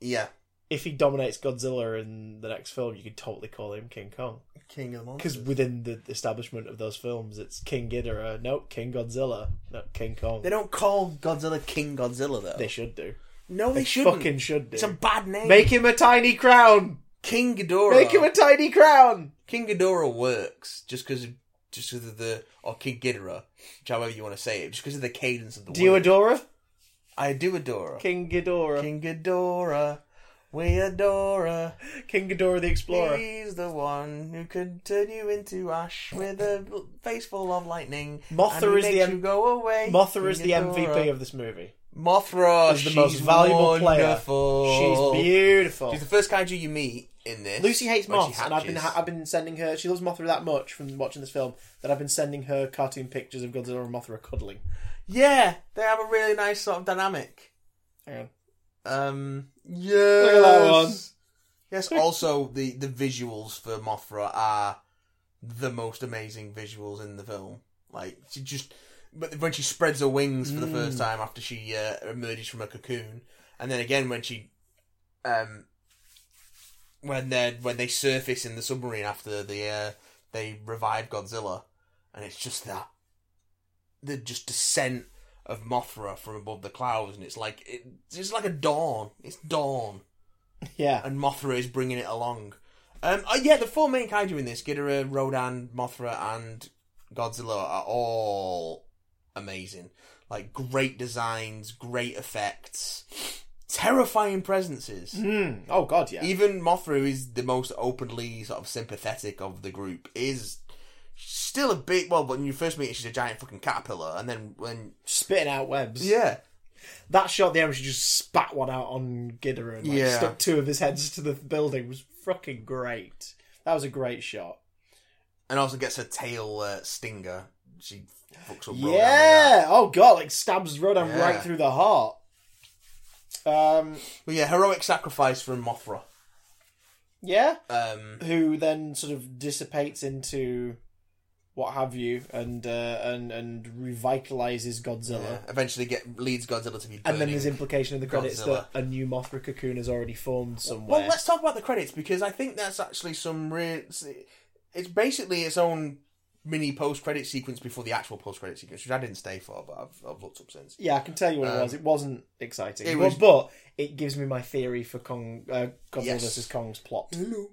[SPEAKER 2] Yeah,
[SPEAKER 1] If he dominates Godzilla in the next film, you could totally call him King Kong.
[SPEAKER 2] King of the Monsters.
[SPEAKER 1] Because within the establishment of those films, it's King Ghidorah. Nope, King Godzilla. No, King Kong.
[SPEAKER 2] They don't call Godzilla King Godzilla though.
[SPEAKER 1] They should do.
[SPEAKER 2] no, they,
[SPEAKER 1] They
[SPEAKER 2] shouldn't.
[SPEAKER 1] fucking should do.
[SPEAKER 2] It's a bad name.
[SPEAKER 1] Make him a tiny crown.
[SPEAKER 2] King Ghidorah.
[SPEAKER 1] Make him a tiny crown.
[SPEAKER 2] King Ghidorah works just because just because of the or King Ghidorah, which however you want to say it, just because of the cadence of the
[SPEAKER 1] Do you
[SPEAKER 2] word.
[SPEAKER 1] adore her?
[SPEAKER 2] I do adore. her.
[SPEAKER 1] King Ghidorah. King,
[SPEAKER 2] King Ghidorah, we adore. her.
[SPEAKER 1] Ghidorah the Explorer.
[SPEAKER 2] He's the one who could turn you into ash with a face full of lightning.
[SPEAKER 1] Mothra
[SPEAKER 2] and he
[SPEAKER 1] is the
[SPEAKER 2] makes
[SPEAKER 1] M-
[SPEAKER 2] you go away.
[SPEAKER 1] Mothra is
[SPEAKER 2] King
[SPEAKER 1] the
[SPEAKER 2] Ghidorah.
[SPEAKER 1] MVP of this movie.
[SPEAKER 2] Mothra
[SPEAKER 1] She's
[SPEAKER 2] she's
[SPEAKER 1] the most valuable
[SPEAKER 2] wonderful.
[SPEAKER 1] player. She's beautiful.
[SPEAKER 2] She's the first kaiju you meet in this.
[SPEAKER 1] Lucy hates
[SPEAKER 2] when she
[SPEAKER 1] moths, and I've been
[SPEAKER 2] hatches.
[SPEAKER 1] I've been sending her. She loves Mothra that much from watching this film that I've been sending her cartoon pictures of Godzilla and Mothra cuddling.
[SPEAKER 2] yeah, they have a really nice sort of dynamic.
[SPEAKER 1] Hang on.
[SPEAKER 2] Um, yes.
[SPEAKER 1] at that one.
[SPEAKER 2] Yes. Also, the the visuals for Mothra are the most amazing visuals in the film. Like she just, but when she spreads her wings for the
[SPEAKER 1] Mm.
[SPEAKER 2] first time after she uh, emerges from her cocoon, and then again when she, um, when they when they surface in the submarine after the uh, they revive Godzilla, and it's just that the just descent of Mothra from above the clouds, and it's like it, it's like a dawn. It's dawn,
[SPEAKER 1] Yeah,
[SPEAKER 2] and Mothra is bringing it along. Um, oh yeah, the four main kaiju in this, Ghidorah, Rodan, Mothra, and Godzilla are all amazing. Like great designs, great effects, terrifying presences.
[SPEAKER 1] Mm. Oh God, yeah.
[SPEAKER 2] Even Mothra, who is the most openly sort of sympathetic of the group, is still a big. Well, when you first meet her, she's a giant fucking caterpillar, and then when
[SPEAKER 1] Spitting out webs.
[SPEAKER 2] yeah,
[SPEAKER 1] That shot, the she just spat one out on Ghidorah and like,
[SPEAKER 2] Yeah.
[SPEAKER 1] stuck two of his heads to the building was fucking great. That was a great shot.
[SPEAKER 2] and also gets her tail uh, stinger. She fucks up. Rodan with that.
[SPEAKER 1] Yeah. Oh god, like stabs Rodan
[SPEAKER 2] Yeah.
[SPEAKER 1] right through the heart. Um.
[SPEAKER 2] But yeah, heroic sacrifice from Mothra.
[SPEAKER 1] Yeah.
[SPEAKER 2] Um,
[SPEAKER 1] Who then sort of dissipates into what have you, and uh, and and revitalizes Godzilla.
[SPEAKER 2] yeah, eventually get leads Godzilla to be. Burning.
[SPEAKER 1] And then there's implication in the credits
[SPEAKER 2] Godzilla.
[SPEAKER 1] that a new Mothra cocoon has already formed somewhere.
[SPEAKER 2] Well, let's talk about the credits because I think that's actually some real. It's basically its own mini post credit sequence before the actual post credit sequence, which I didn't stay for, but I've, I've looked up since.
[SPEAKER 1] Yeah, I can tell you what
[SPEAKER 2] Um,
[SPEAKER 1] it was. It wasn't exciting,
[SPEAKER 2] it
[SPEAKER 1] Well,
[SPEAKER 2] was-
[SPEAKER 1] but it gives me my theory for Kong uh, Godzilla
[SPEAKER 2] Yes. Mm-hmm.
[SPEAKER 1] versus Kong's plot.
[SPEAKER 2] Hello,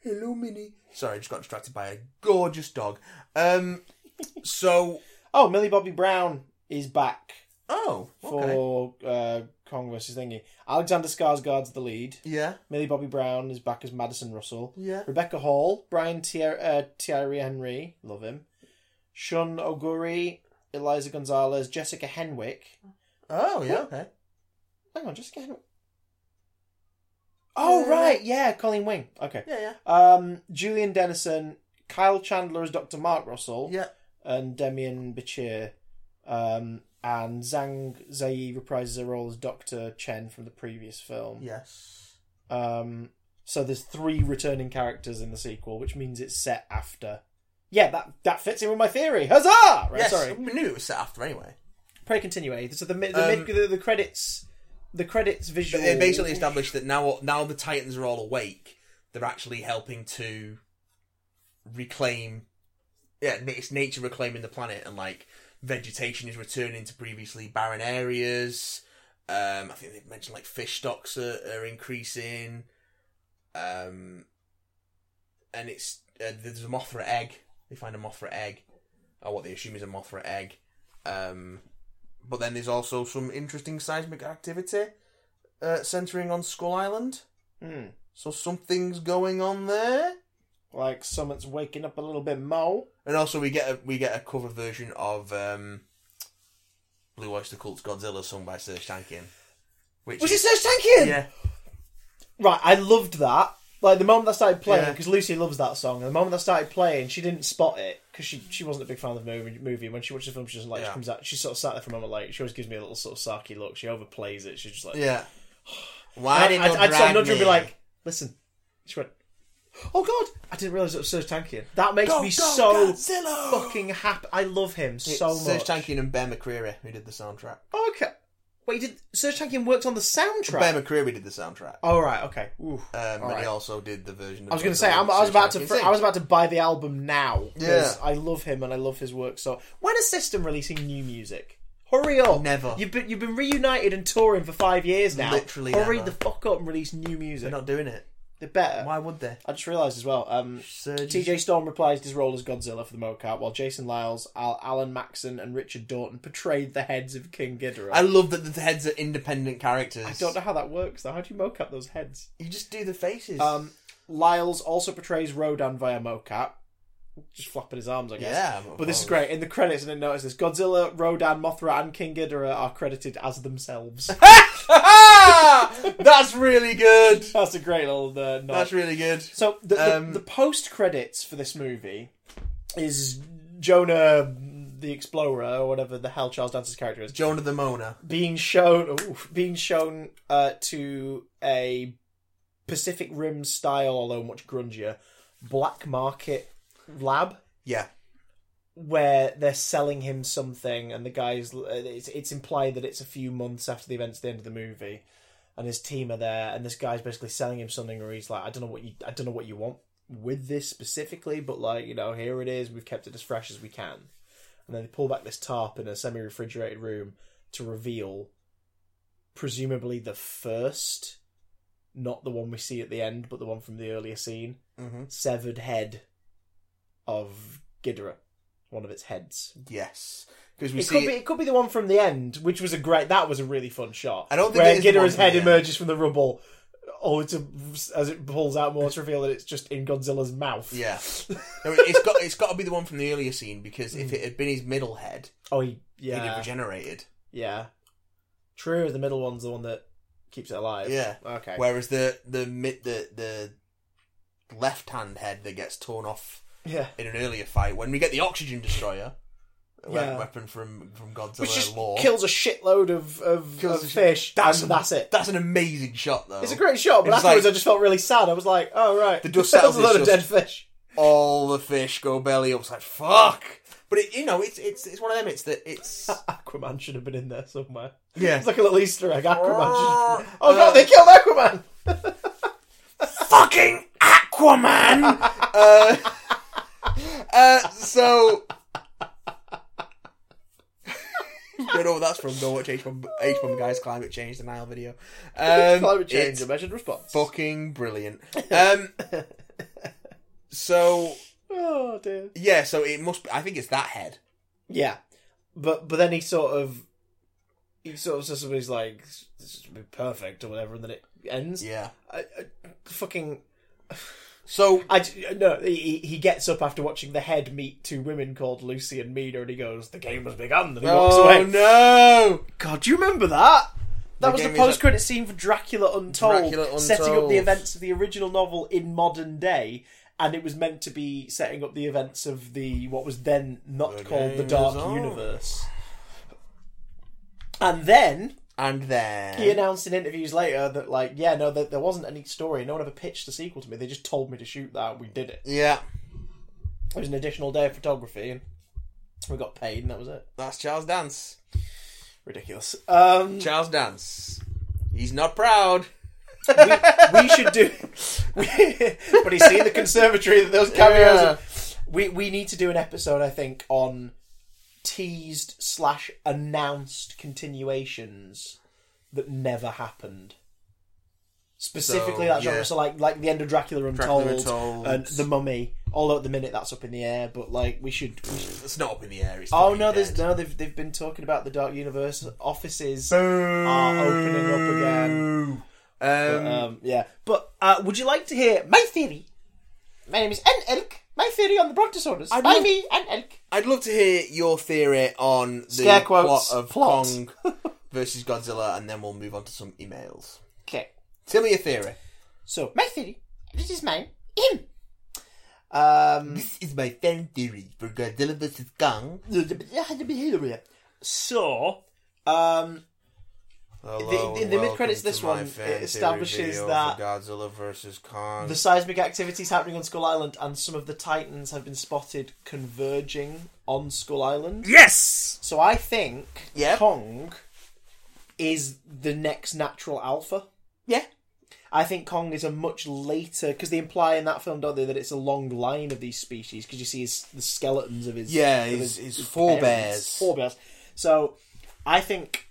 [SPEAKER 2] hello, Minnie. Sorry, I just got distracted by a gorgeous dog. Um, so
[SPEAKER 1] Oh, Millie Bobby Brown is back
[SPEAKER 2] oh, okay.
[SPEAKER 1] for uh, Kong versus Thingy. Alexander Skarsgård's the lead.
[SPEAKER 2] yeah,
[SPEAKER 1] Millie Bobby Brown is back as Madison Russell.
[SPEAKER 2] yeah,
[SPEAKER 1] Rebecca Hall, Brian Tier- uh, Thierry Henry, love him. Shun Oguri, Eliza Gonzalez, Jessica Henwick.
[SPEAKER 2] oh yeah, okay.
[SPEAKER 1] Hang on, Jessica Henwick. Oh
[SPEAKER 2] Yeah.
[SPEAKER 1] right, yeah, Colleen Wing. Okay.
[SPEAKER 2] yeah, yeah,
[SPEAKER 1] Um, Julian Dennison, Kyle Chandler as Dr. Mark Russell,
[SPEAKER 2] yeah.
[SPEAKER 1] and Demian Bichir. Um, and Zhang Zayi reprises her role as Dr. Chen from the previous film.
[SPEAKER 2] Yes.
[SPEAKER 1] Um, so there's three returning characters in the sequel, which means it's set after. Yeah, that that fits in with my theory. Huzzah! Right,
[SPEAKER 2] yes,
[SPEAKER 1] sorry.
[SPEAKER 2] we knew it was set after anyway.
[SPEAKER 1] Pray continue. Eddie. So the mi- the, mid, the the credits, the credits visual.
[SPEAKER 2] They Um, basically established that now, now the Titans are all awake. They're actually helping to reclaim, yeah, na- it's nature reclaiming the planet, and like vegetation is returning to previously barren areas. Um, I think they mentioned like fish stocks are, are increasing. Um, and it's uh, there's a Mothra egg. They find a Mothra egg, or what they assume is a Mothra egg. Um, but then there's also some interesting seismic activity uh, centering on Skull Island.
[SPEAKER 1] Hmm.
[SPEAKER 2] So something's going on there.
[SPEAKER 1] Like something's waking up a little bit more.
[SPEAKER 2] And also, we get a we get a cover version of um, Blue Oyster Cult's Godzilla sung by Serge Tankian. Which
[SPEAKER 1] Was it Serge Tankian?
[SPEAKER 2] yeah,
[SPEAKER 1] Right, I loved that. Like the moment I started playing,
[SPEAKER 2] Yeah.
[SPEAKER 1] because Lucy loves that song, and the moment I started playing, she didn't spot it because she, she wasn't a big fan of the movie. movie. When she watches the film, she doesn't like. She
[SPEAKER 2] Yeah.
[SPEAKER 1] comes out. She sort of sat there for a moment, like she always gives me a little sort of sarky look. She overplays it. She's just like,
[SPEAKER 2] yeah.
[SPEAKER 1] And
[SPEAKER 2] Why
[SPEAKER 1] I'd,
[SPEAKER 2] did
[SPEAKER 1] I'd, I'd sort of nudge her and be
[SPEAKER 2] me?
[SPEAKER 1] like, "Listen," she went, "Oh God, I didn't realize it was Serge Tankian." That makes
[SPEAKER 2] Go,
[SPEAKER 1] me
[SPEAKER 2] go,
[SPEAKER 1] so
[SPEAKER 2] Godzilla!
[SPEAKER 1] fucking happy. I love him
[SPEAKER 2] It's
[SPEAKER 1] so much.
[SPEAKER 2] Serge Tankian and Bear McCreary who did the soundtrack.
[SPEAKER 1] Oh, okay. Wait, did Serge Tankian worked on the soundtrack?
[SPEAKER 2] Bear McCreary did the soundtrack.
[SPEAKER 1] oh right, okay. Ooh.
[SPEAKER 2] Um, and
[SPEAKER 1] Alright.
[SPEAKER 2] he also did the version. Of
[SPEAKER 1] I was going
[SPEAKER 2] Godzilla
[SPEAKER 1] to say I'm,
[SPEAKER 2] that
[SPEAKER 1] I was
[SPEAKER 2] Serge
[SPEAKER 1] about to
[SPEAKER 2] Tankian
[SPEAKER 1] fr-
[SPEAKER 2] sings.
[SPEAKER 1] I was about to buy the album now. 'cause
[SPEAKER 2] Yeah.
[SPEAKER 1] I love him and I love his work. So when is System releasing new music? Hurry up!
[SPEAKER 2] Never.
[SPEAKER 1] You've been you've been reunited and touring for five years now.
[SPEAKER 2] Literally
[SPEAKER 1] Hurry
[SPEAKER 2] never.
[SPEAKER 1] the fuck up and release new
[SPEAKER 2] They're
[SPEAKER 1] music.
[SPEAKER 2] not doing it.
[SPEAKER 1] They're better.
[SPEAKER 2] Why would they?
[SPEAKER 1] I just realised as well. Um,
[SPEAKER 2] Serge.
[SPEAKER 1] TJ Storm reprised his role as Godzilla for the mocap, while Jason Lyles, Al- Alan Maxon, and Richard Norton portrayed the heads of King Ghidorah.
[SPEAKER 2] I love that the heads are independent characters.
[SPEAKER 1] I don't know how that works though. How do you mocap those heads?
[SPEAKER 2] You just do the faces.
[SPEAKER 1] Um, Lyles also portrays Rodan via mocap, just flapping his arms, I guess.
[SPEAKER 2] yeah,
[SPEAKER 1] But this is great. In the credits, I didn't notice this. Godzilla, Rodan, Mothra, and King Ghidorah are credited as themselves.
[SPEAKER 2] That's really good.
[SPEAKER 1] That's a great little uh, nod.
[SPEAKER 2] That's really good.
[SPEAKER 1] So the, the,
[SPEAKER 2] Um,
[SPEAKER 1] the post credits for this movie is Jonah the Explorer or whatever the hell Charles Dance's character is
[SPEAKER 2] Jonah the Mona.
[SPEAKER 1] being shown ooh, being shown uh, to a Pacific Rim style, although much grungier, black market lab
[SPEAKER 2] Yeah.
[SPEAKER 1] where they're selling him something, and the guys uh, it's, it's implied that it's a few months after the events at the end of the movie, and his team are there, and this guy's basically selling him something, where he's like, I don't know what you, I don't know what you want with this specifically, but like you know, here it is, we've kept it as fresh as we can, and then they pull back this tarp in a semi-refrigerated room to reveal, presumably the first, not the one we see at the end, but the one from the earlier scene,
[SPEAKER 2] Mm-hmm.
[SPEAKER 1] severed head of Ghidorah, one of its heads.
[SPEAKER 2] Yes. Because we
[SPEAKER 1] It
[SPEAKER 2] see.
[SPEAKER 1] could be it could be the one from the end, which was a great. That was a really fun shot.
[SPEAKER 2] I don't think
[SPEAKER 1] where
[SPEAKER 2] it is the one
[SPEAKER 1] Ghidorah's
[SPEAKER 2] from the
[SPEAKER 1] head
[SPEAKER 2] end.
[SPEAKER 1] emerges from the rubble. Oh, it's a, as it pulls out more to reveal that it's just in Godzilla's mouth.
[SPEAKER 2] Yeah. No, it- it's got. It's got to be the one from the earlier scene because if it had been his middle head,
[SPEAKER 1] Oh, he,
[SPEAKER 2] he'd have
[SPEAKER 1] Mm. yeah,
[SPEAKER 2] regenerated.
[SPEAKER 1] yeah. True. The middle one's the one that keeps it alive.
[SPEAKER 2] Yeah.
[SPEAKER 1] Okay.
[SPEAKER 2] Whereas the the mid the the left hand head that gets torn off
[SPEAKER 1] yeah.
[SPEAKER 2] in an earlier fight when we get the oxygen destroyer. a we-
[SPEAKER 1] Yeah.
[SPEAKER 2] Weapon from from Godzilla
[SPEAKER 1] Which just
[SPEAKER 2] lore.
[SPEAKER 1] kills a shitload of of, of
[SPEAKER 2] Kills a shit-
[SPEAKER 1] fish.
[SPEAKER 2] That's-
[SPEAKER 1] and that's it.
[SPEAKER 2] That's an amazing shot, though.
[SPEAKER 1] It's a great shot, but
[SPEAKER 2] It's
[SPEAKER 1] afterwards
[SPEAKER 2] like-
[SPEAKER 1] I just felt really sad. I was like, oh right,
[SPEAKER 2] The dust
[SPEAKER 1] There's
[SPEAKER 2] settles,
[SPEAKER 1] a load of
[SPEAKER 2] it's
[SPEAKER 1] dead
[SPEAKER 2] just-
[SPEAKER 1] fish.
[SPEAKER 2] all the fish go belly up. It's like fuck. But it, you know, it's it's it's one of them. It's that it's
[SPEAKER 1] Aquaman should have been in there somewhere.
[SPEAKER 2] yeah.
[SPEAKER 1] It's like a little Easter egg. Aquaman.
[SPEAKER 2] Oh,
[SPEAKER 1] should- Oh no,
[SPEAKER 2] uh,
[SPEAKER 1] they killed Aquaman.
[SPEAKER 2] fucking Aquaman. uh, uh, so. If you Don't know what that's from. Go watch H bomb H bomb guys climate change denial video. Um,
[SPEAKER 1] Climate change,
[SPEAKER 2] it's
[SPEAKER 1] a measured response.
[SPEAKER 2] fucking brilliant. Um, so
[SPEAKER 1] Oh dear.
[SPEAKER 2] yeah, so it must. Be, I think it's that head.
[SPEAKER 1] Yeah, but but then he sort of he sort of says somebody's like this would be perfect or whatever, and then it ends.
[SPEAKER 2] Yeah.
[SPEAKER 1] I, I, fucking.
[SPEAKER 2] So
[SPEAKER 1] I j- uh, no. He, he gets up after watching the head meet two women called Lucy and Mina, and he goes, "The game has begun." And he walks
[SPEAKER 2] oh
[SPEAKER 1] away.
[SPEAKER 2] no.
[SPEAKER 1] God, do you remember that? That
[SPEAKER 2] The
[SPEAKER 1] was the
[SPEAKER 2] game is a-
[SPEAKER 1] post credit scene for Dracula Untold,
[SPEAKER 2] Dracula
[SPEAKER 1] setting up
[SPEAKER 2] Untold.
[SPEAKER 1] the events of the original novel in modern day, and it was meant to be setting up the events of the what was then not
[SPEAKER 2] The
[SPEAKER 1] called the
[SPEAKER 2] game
[SPEAKER 1] Dark
[SPEAKER 2] is on.
[SPEAKER 1] Universe. And then
[SPEAKER 2] And then
[SPEAKER 1] he announced in interviews later that, like, yeah, no, there, there wasn't any story. No one ever pitched a sequel to me. They just told me to shoot that, and we did it.
[SPEAKER 2] Yeah,
[SPEAKER 1] It was an additional day of photography, and we got paid, and that was it.
[SPEAKER 2] that's Charles Dance.
[SPEAKER 1] Ridiculous. Um,
[SPEAKER 2] Charles Dance. He's not proud.
[SPEAKER 1] we should do. but he's seen the conservatory that those cameos.
[SPEAKER 2] Yeah.
[SPEAKER 1] We we need to do an episode, I think, on teased slash announced continuations that never happened. Specifically,
[SPEAKER 2] So,
[SPEAKER 1] that genre.
[SPEAKER 2] yeah.
[SPEAKER 1] So, like, like the end of Dracula
[SPEAKER 2] Dracula
[SPEAKER 1] Untold,
[SPEAKER 2] Untold.
[SPEAKER 1] and the Mummy. Although at the minute that's up in the air, but like we should. We should
[SPEAKER 2] It's not up in the air. It's
[SPEAKER 1] oh
[SPEAKER 2] fucking
[SPEAKER 1] no, there's
[SPEAKER 2] dead.
[SPEAKER 1] no. They've they've been talking about the Dark Universe offices.
[SPEAKER 2] Are
[SPEAKER 1] opening up again.
[SPEAKER 2] Um,
[SPEAKER 1] Um, yeah, but uh, would you like to hear my theory My name is N Elk. My theory on the Brontosaurus.
[SPEAKER 2] I'd
[SPEAKER 1] By
[SPEAKER 2] love-
[SPEAKER 1] me, N Elk.
[SPEAKER 2] I'd love to hear your theory on the
[SPEAKER 1] Scare quotes,
[SPEAKER 2] plot of
[SPEAKER 1] plot.
[SPEAKER 2] Kong versus Godzilla, and then we'll move on to some emails.
[SPEAKER 1] Okay.
[SPEAKER 2] Tell me your theory.
[SPEAKER 1] So my theory. This is mine. Him. Um.
[SPEAKER 2] This is my fan theory for Godzilla versus Kong.
[SPEAKER 1] So, um,
[SPEAKER 2] Hello,
[SPEAKER 1] The- in
[SPEAKER 2] and
[SPEAKER 1] the
[SPEAKER 2] welcome
[SPEAKER 1] mid-credits this
[SPEAKER 2] to my
[SPEAKER 1] one,
[SPEAKER 2] fan
[SPEAKER 1] it
[SPEAKER 2] theory
[SPEAKER 1] establishes
[SPEAKER 2] video
[SPEAKER 1] that-
[SPEAKER 2] for Godzilla versus Kong.
[SPEAKER 1] the seismic activities happening on Skull Island and some of the Titans have been spotted converging on Skull Island.
[SPEAKER 2] Yes.
[SPEAKER 1] So I think
[SPEAKER 2] Yeah.
[SPEAKER 1] Kong is the next natural alpha.
[SPEAKER 2] Yeah.
[SPEAKER 1] I think Kong is a much later because they imply in that film, don't they, that it's a long line of these species because you see his, the skeletons of his
[SPEAKER 2] Yeah,
[SPEAKER 1] of
[SPEAKER 2] his- his forebears.
[SPEAKER 1] parents, forebears. So I think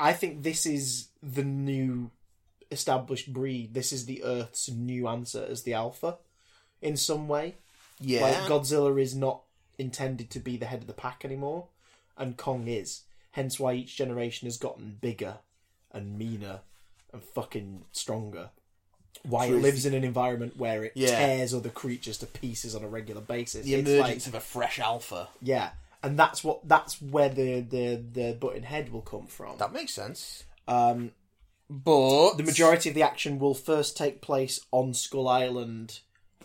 [SPEAKER 1] I think this is the new established breed. This is the Earth's new answer as the alpha in some way.
[SPEAKER 2] Yeah.
[SPEAKER 1] Like Godzilla is not intended to be the head of the pack anymore, and Kong is. Hence why each generation has gotten bigger and meaner and fucking stronger. Why
[SPEAKER 2] So
[SPEAKER 1] it
[SPEAKER 2] it's
[SPEAKER 1] lives in an environment where it
[SPEAKER 2] Yeah.
[SPEAKER 1] tears other creatures to pieces on a regular basis.
[SPEAKER 2] the
[SPEAKER 1] It's
[SPEAKER 2] emergence
[SPEAKER 1] like-
[SPEAKER 2] of a fresh alpha.
[SPEAKER 1] yeah. And that's what that's where the the the button head will come from.
[SPEAKER 2] That makes sense.
[SPEAKER 1] Um,
[SPEAKER 2] But
[SPEAKER 1] the majority of the action will first take place on Skull Island,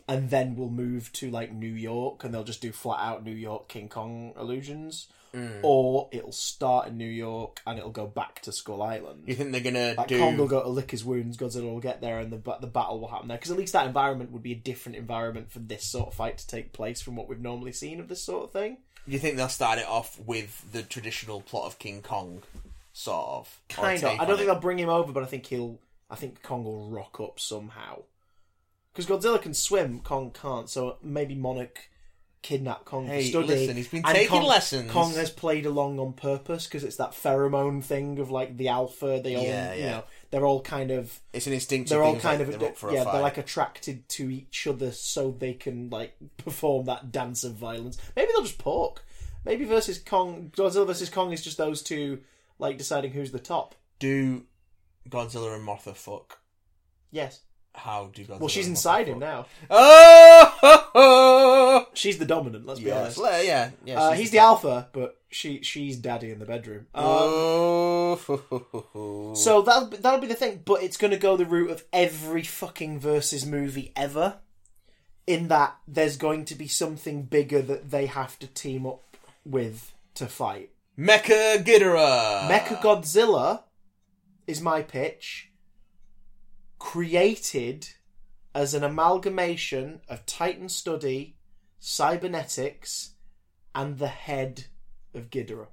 [SPEAKER 1] and then we'll move to like New York, and they'll just do flat out New York King Kong allusions, or it'll start in New York and it'll go back to Skull Island.
[SPEAKER 2] you think they're gonna
[SPEAKER 1] Like
[SPEAKER 2] do?
[SPEAKER 1] Kong will go to lick his wounds, Godzilla will get there, and the ba- the battle will happen there. Because at least that environment would be a different environment for this sort of fight to take place from what we've normally seen of this sort of thing.
[SPEAKER 2] You think they'll start it off with the traditional plot of King Kong, sort of? or
[SPEAKER 1] Kind of.
[SPEAKER 2] take
[SPEAKER 1] I
[SPEAKER 2] on
[SPEAKER 1] don't think
[SPEAKER 2] it?
[SPEAKER 1] they'll bring him over, but I think he'll. I think Kong will rock up somehow. Because Godzilla can swim, Kong can't. So maybe Monarch kidnapped Kong
[SPEAKER 2] Hey,
[SPEAKER 1] to study.
[SPEAKER 2] listen, he's been
[SPEAKER 1] and
[SPEAKER 2] taking
[SPEAKER 1] Kong,
[SPEAKER 2] lessons.
[SPEAKER 1] Kong has played along on purpose because it's that pheromone thing of like the alpha. They all,
[SPEAKER 2] Yeah,
[SPEAKER 1] you
[SPEAKER 2] yeah.
[SPEAKER 1] know, they're all kind of.
[SPEAKER 2] It's an instinctive.
[SPEAKER 1] They're all
[SPEAKER 2] thing,
[SPEAKER 1] kind
[SPEAKER 2] like,
[SPEAKER 1] of
[SPEAKER 2] they're up for
[SPEAKER 1] yeah,
[SPEAKER 2] a fight.
[SPEAKER 1] they're like attracted to each other so they can like perform that dance of violence. Maybe they'll just pork. Maybe versus Kong, Godzilla versus Kong is just those two like deciding who's the top.
[SPEAKER 2] do Godzilla and Mothra fuck?
[SPEAKER 1] Yes.
[SPEAKER 2] How do Godzilla?
[SPEAKER 1] Well, she's
[SPEAKER 2] and Mothra
[SPEAKER 1] inside him
[SPEAKER 2] fuck?
[SPEAKER 1] now.
[SPEAKER 2] Oh, ho, ho!
[SPEAKER 1] She's the dominant. Let's be
[SPEAKER 2] yes,
[SPEAKER 1] honest.
[SPEAKER 2] le- yeah, yeah.
[SPEAKER 1] uh,
[SPEAKER 2] she's
[SPEAKER 1] he's the alpha, but she she's daddy in the Um, bedroom. Um,
[SPEAKER 2] Oh, ho, ho, ho, ho.
[SPEAKER 1] so that'll be- that'll be the thing. But it's going to go the route of every fucking versus movie ever. In that there's going to be something bigger that they have to team up with to fight.
[SPEAKER 2] Mecha Ghidorah.
[SPEAKER 1] Mecha Godzilla is my pitch. Created as an amalgamation of Titan study, cybernetics, and the head of Ghidorah.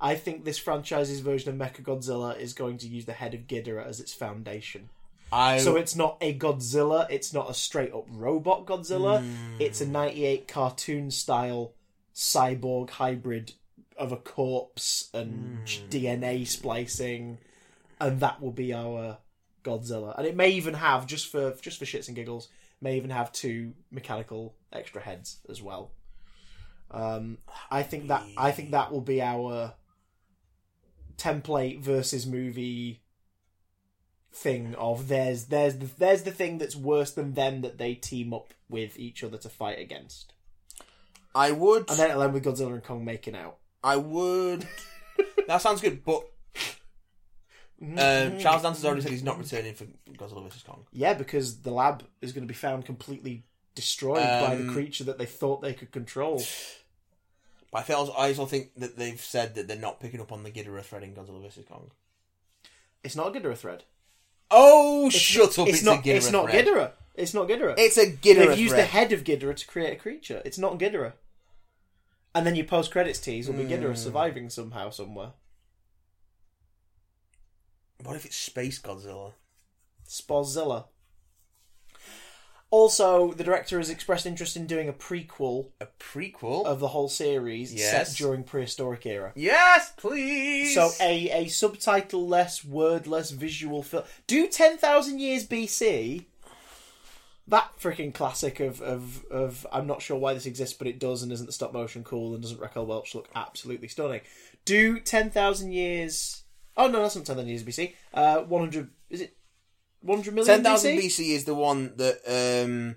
[SPEAKER 1] I think this franchise's version of Mecha Godzilla is going to use the head of Ghidorah as its foundation.
[SPEAKER 2] I
[SPEAKER 1] So it's not a Godzilla, it's not a straight up robot Godzilla, it's a 98 cartoon style cyborg hybrid of a corpse and DNA splicing and that will be our Godzilla. And it may even have just for just for shits and giggles, may even have two mechanical extra heads as well. Um, I think that I think that will be our template versus movie thing of there's there's the, there's the thing that's worse than them that they team up with each other to fight against,
[SPEAKER 2] I would.
[SPEAKER 1] and then it'll end with Godzilla and Kong making out.
[SPEAKER 2] I would. that sounds good, but uh, Charles Dance has already said he's not returning for Godzilla vs Kong.
[SPEAKER 1] Yeah, because the lab is going to be found completely destroyed by the
[SPEAKER 2] Um,
[SPEAKER 1] creature that they thought they could control.
[SPEAKER 2] But I, feel, also- I also think that they've said that they're not picking up on the Ghidorah thread in Godzilla vs Kong.
[SPEAKER 1] It's not a Ghidorah thread.
[SPEAKER 2] Oh, shut up!
[SPEAKER 1] It's,
[SPEAKER 2] It's,
[SPEAKER 1] not.
[SPEAKER 2] a Ghidorah.
[SPEAKER 1] it's not
[SPEAKER 2] thread.
[SPEAKER 1] Ghidorah. It's not Ghidorah.
[SPEAKER 2] It's a
[SPEAKER 1] They've
[SPEAKER 2] Ghidorah
[SPEAKER 1] used the
[SPEAKER 2] thread.
[SPEAKER 1] head of Ghidorah to create a creature. It's not Ghidorah. And then your post credits tease will be
[SPEAKER 2] Hmm.
[SPEAKER 1] Ghidorah surviving somehow somewhere.
[SPEAKER 2] What if it's Space Godzilla?
[SPEAKER 1] Spozilla. Also, the director has expressed interest in doing a prequel
[SPEAKER 2] A prequel?
[SPEAKER 1] of the whole series
[SPEAKER 2] Yes.
[SPEAKER 1] set during prehistoric era.
[SPEAKER 2] yes, please.
[SPEAKER 1] So a a subtitle less, word less, visual film. Do ten thousand years BC. That freaking classic of, of of I'm not sure why this exists, but it does, and isn't the stop motion cool, and doesn't Raquel Welch look absolutely stunning? Do ten thousand years? Oh no, that's not ten thousand years BC. Uh, one hundred is it? One hundred million
[SPEAKER 2] ten thousand
[SPEAKER 1] BC?
[SPEAKER 2] BC is the one that um,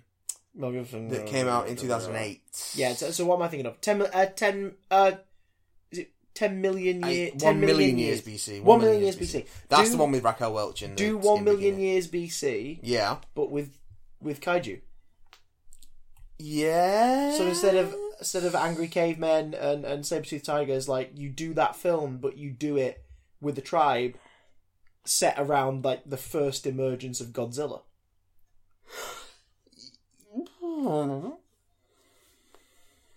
[SPEAKER 1] that
[SPEAKER 2] that came out in 2008.
[SPEAKER 1] Yeah. So, so what am I thinking of? Ten. mil- Uh, ten. Uh, is it ten million year?
[SPEAKER 2] I-
[SPEAKER 1] 10
[SPEAKER 2] one million
[SPEAKER 1] million
[SPEAKER 2] years
[SPEAKER 1] year-
[SPEAKER 2] BC.
[SPEAKER 1] One million years BC.
[SPEAKER 2] That's
[SPEAKER 1] Do-
[SPEAKER 2] the one with Raquel Welch in. the
[SPEAKER 1] Do one
[SPEAKER 2] skin
[SPEAKER 1] million
[SPEAKER 2] bikini.
[SPEAKER 1] years BC,
[SPEAKER 2] Yeah.
[SPEAKER 1] but with with kaiju.
[SPEAKER 2] Yeah.
[SPEAKER 1] So instead of instead of angry cavemen and and saber tooth tigers, like you do that film, but you do it with a tribe set around like the first emergence of Godzilla.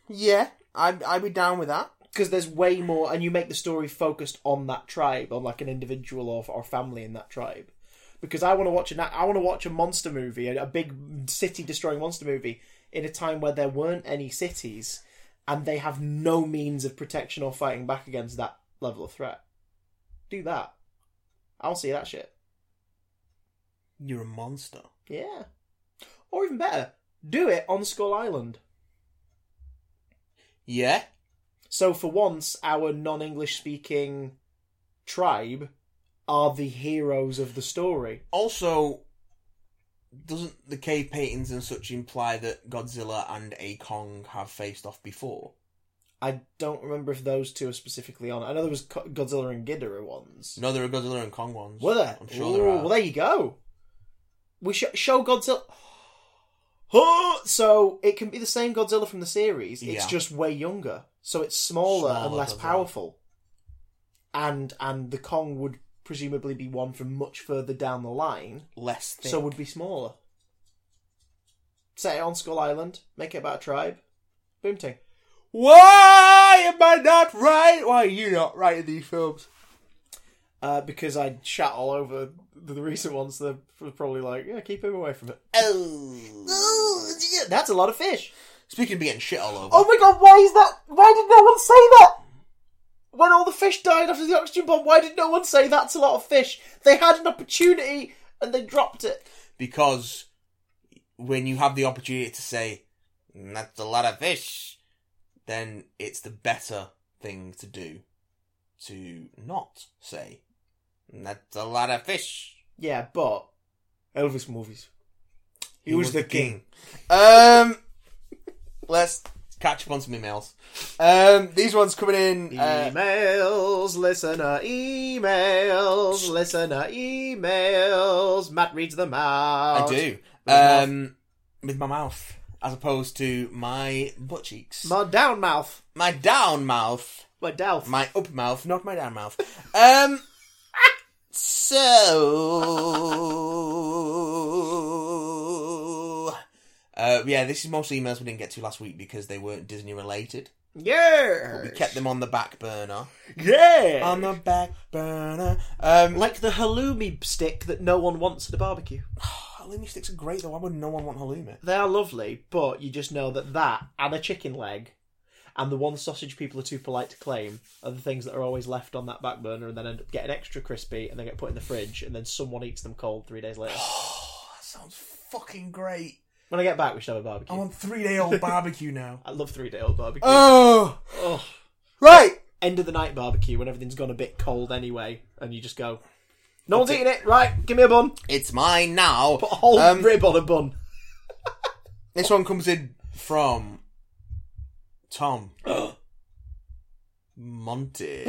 [SPEAKER 2] Yeah, I'd, I'd be down with that.
[SPEAKER 1] because there's way more, and you make the story focused on that tribe, on like an individual or, or family in that tribe. Because I want to watch a na- I want to watch a monster movie, a, a big city destroying monster movie, in a time where there weren't any cities, and they have no means of protection or fighting back against that level of threat. Do that. I'll see that shit.
[SPEAKER 5] You're a monster.
[SPEAKER 1] Yeah. Or even better, do it on Skull Island.
[SPEAKER 2] Yeah.
[SPEAKER 1] So for once, our non-English speaking tribe are the heroes of the story.
[SPEAKER 2] Also, doesn't the cave paintings and such imply that Godzilla and a Kong have faced off before?
[SPEAKER 1] I don't remember if those two are specifically on. I know there was Co- Godzilla and Ghidorah ones.
[SPEAKER 2] No, there are Godzilla and Kong ones.
[SPEAKER 1] Were there?
[SPEAKER 2] I'm sure there
[SPEAKER 1] Ooh,
[SPEAKER 2] are.
[SPEAKER 1] Well, there you go. We sh- show Godzilla. Huh! so it can be the same Godzilla from the series. It's
[SPEAKER 2] Yeah.
[SPEAKER 1] just way younger, so it's smaller, and
[SPEAKER 2] Smaller
[SPEAKER 1] less
[SPEAKER 2] Godzilla.
[SPEAKER 1] powerful. And and the Kong would presumably be one from much further down the line.
[SPEAKER 2] Less thick.
[SPEAKER 1] so would be smaller. Set it on Skull Island, make it about a tribe. Boom ting.
[SPEAKER 2] Why am I not right? Why are you not right in these films?
[SPEAKER 1] Uh, because I chat all over the, the recent ones, they're pr- probably like, yeah, keep him away from it.
[SPEAKER 2] Oh.
[SPEAKER 1] Yeah, that's a lot of fish. Oh
[SPEAKER 2] Speaking of being shit all over.
[SPEAKER 1] my god, why is that? Why did no one say that? When all the fish died after the oxygen bomb, why did no one say that's a lot of fish? They had an opportunity and they dropped it.
[SPEAKER 2] because when you have the opportunity to say "Mm, that's a lot of fish, then it's the better thing to do to not say "Mm, that's a lot of fish.
[SPEAKER 1] Yeah, but Elvis movies. He, was, the king.
[SPEAKER 2] Um, let's catch up on some emails. Um, these ones coming in. Uh,
[SPEAKER 1] Emails, listener emails, listener emails. Matt reads them
[SPEAKER 2] I
[SPEAKER 1] out.
[SPEAKER 2] do.
[SPEAKER 1] my
[SPEAKER 2] Um, with my mouth, as opposed to my butt cheeks,
[SPEAKER 1] My down mouth.
[SPEAKER 2] my down mouth.
[SPEAKER 1] My douth.
[SPEAKER 2] My up mouth, not my down mouth. Um. so. Uh, yeah, this is mostly emails we didn't get to last week because they weren't Disney related.
[SPEAKER 1] yeah.
[SPEAKER 2] We kept them on the back burner.
[SPEAKER 1] Yeah.
[SPEAKER 2] On the back burner. Um,
[SPEAKER 1] like the halloumi stick that no one wants at a barbecue.
[SPEAKER 2] halloumi sticks are great though. Why would no one want Oh, halloumi?
[SPEAKER 1] They are lovely, but you just know that that and a chicken leg and the one sausage people are too polite to claim are the things that are always left on that back burner and then end up getting extra crispy and then get put in the fridge and then someone eats them cold three days later.
[SPEAKER 2] Oh, that sounds fucking great.
[SPEAKER 1] when I get back, we should have a barbecue.
[SPEAKER 2] I want three day old barbecue now.
[SPEAKER 1] I love three day old barbecue.
[SPEAKER 2] Oh,
[SPEAKER 1] Ugh.
[SPEAKER 2] right.
[SPEAKER 1] end of the night barbecue when everything's gone a bit cold anyway, and you just go, no one's eating it, right? Give me a bun.
[SPEAKER 2] It's mine now.
[SPEAKER 1] Put a whole
[SPEAKER 2] Um,
[SPEAKER 1] rib on a bun.
[SPEAKER 2] This one comes in from Tom Monty.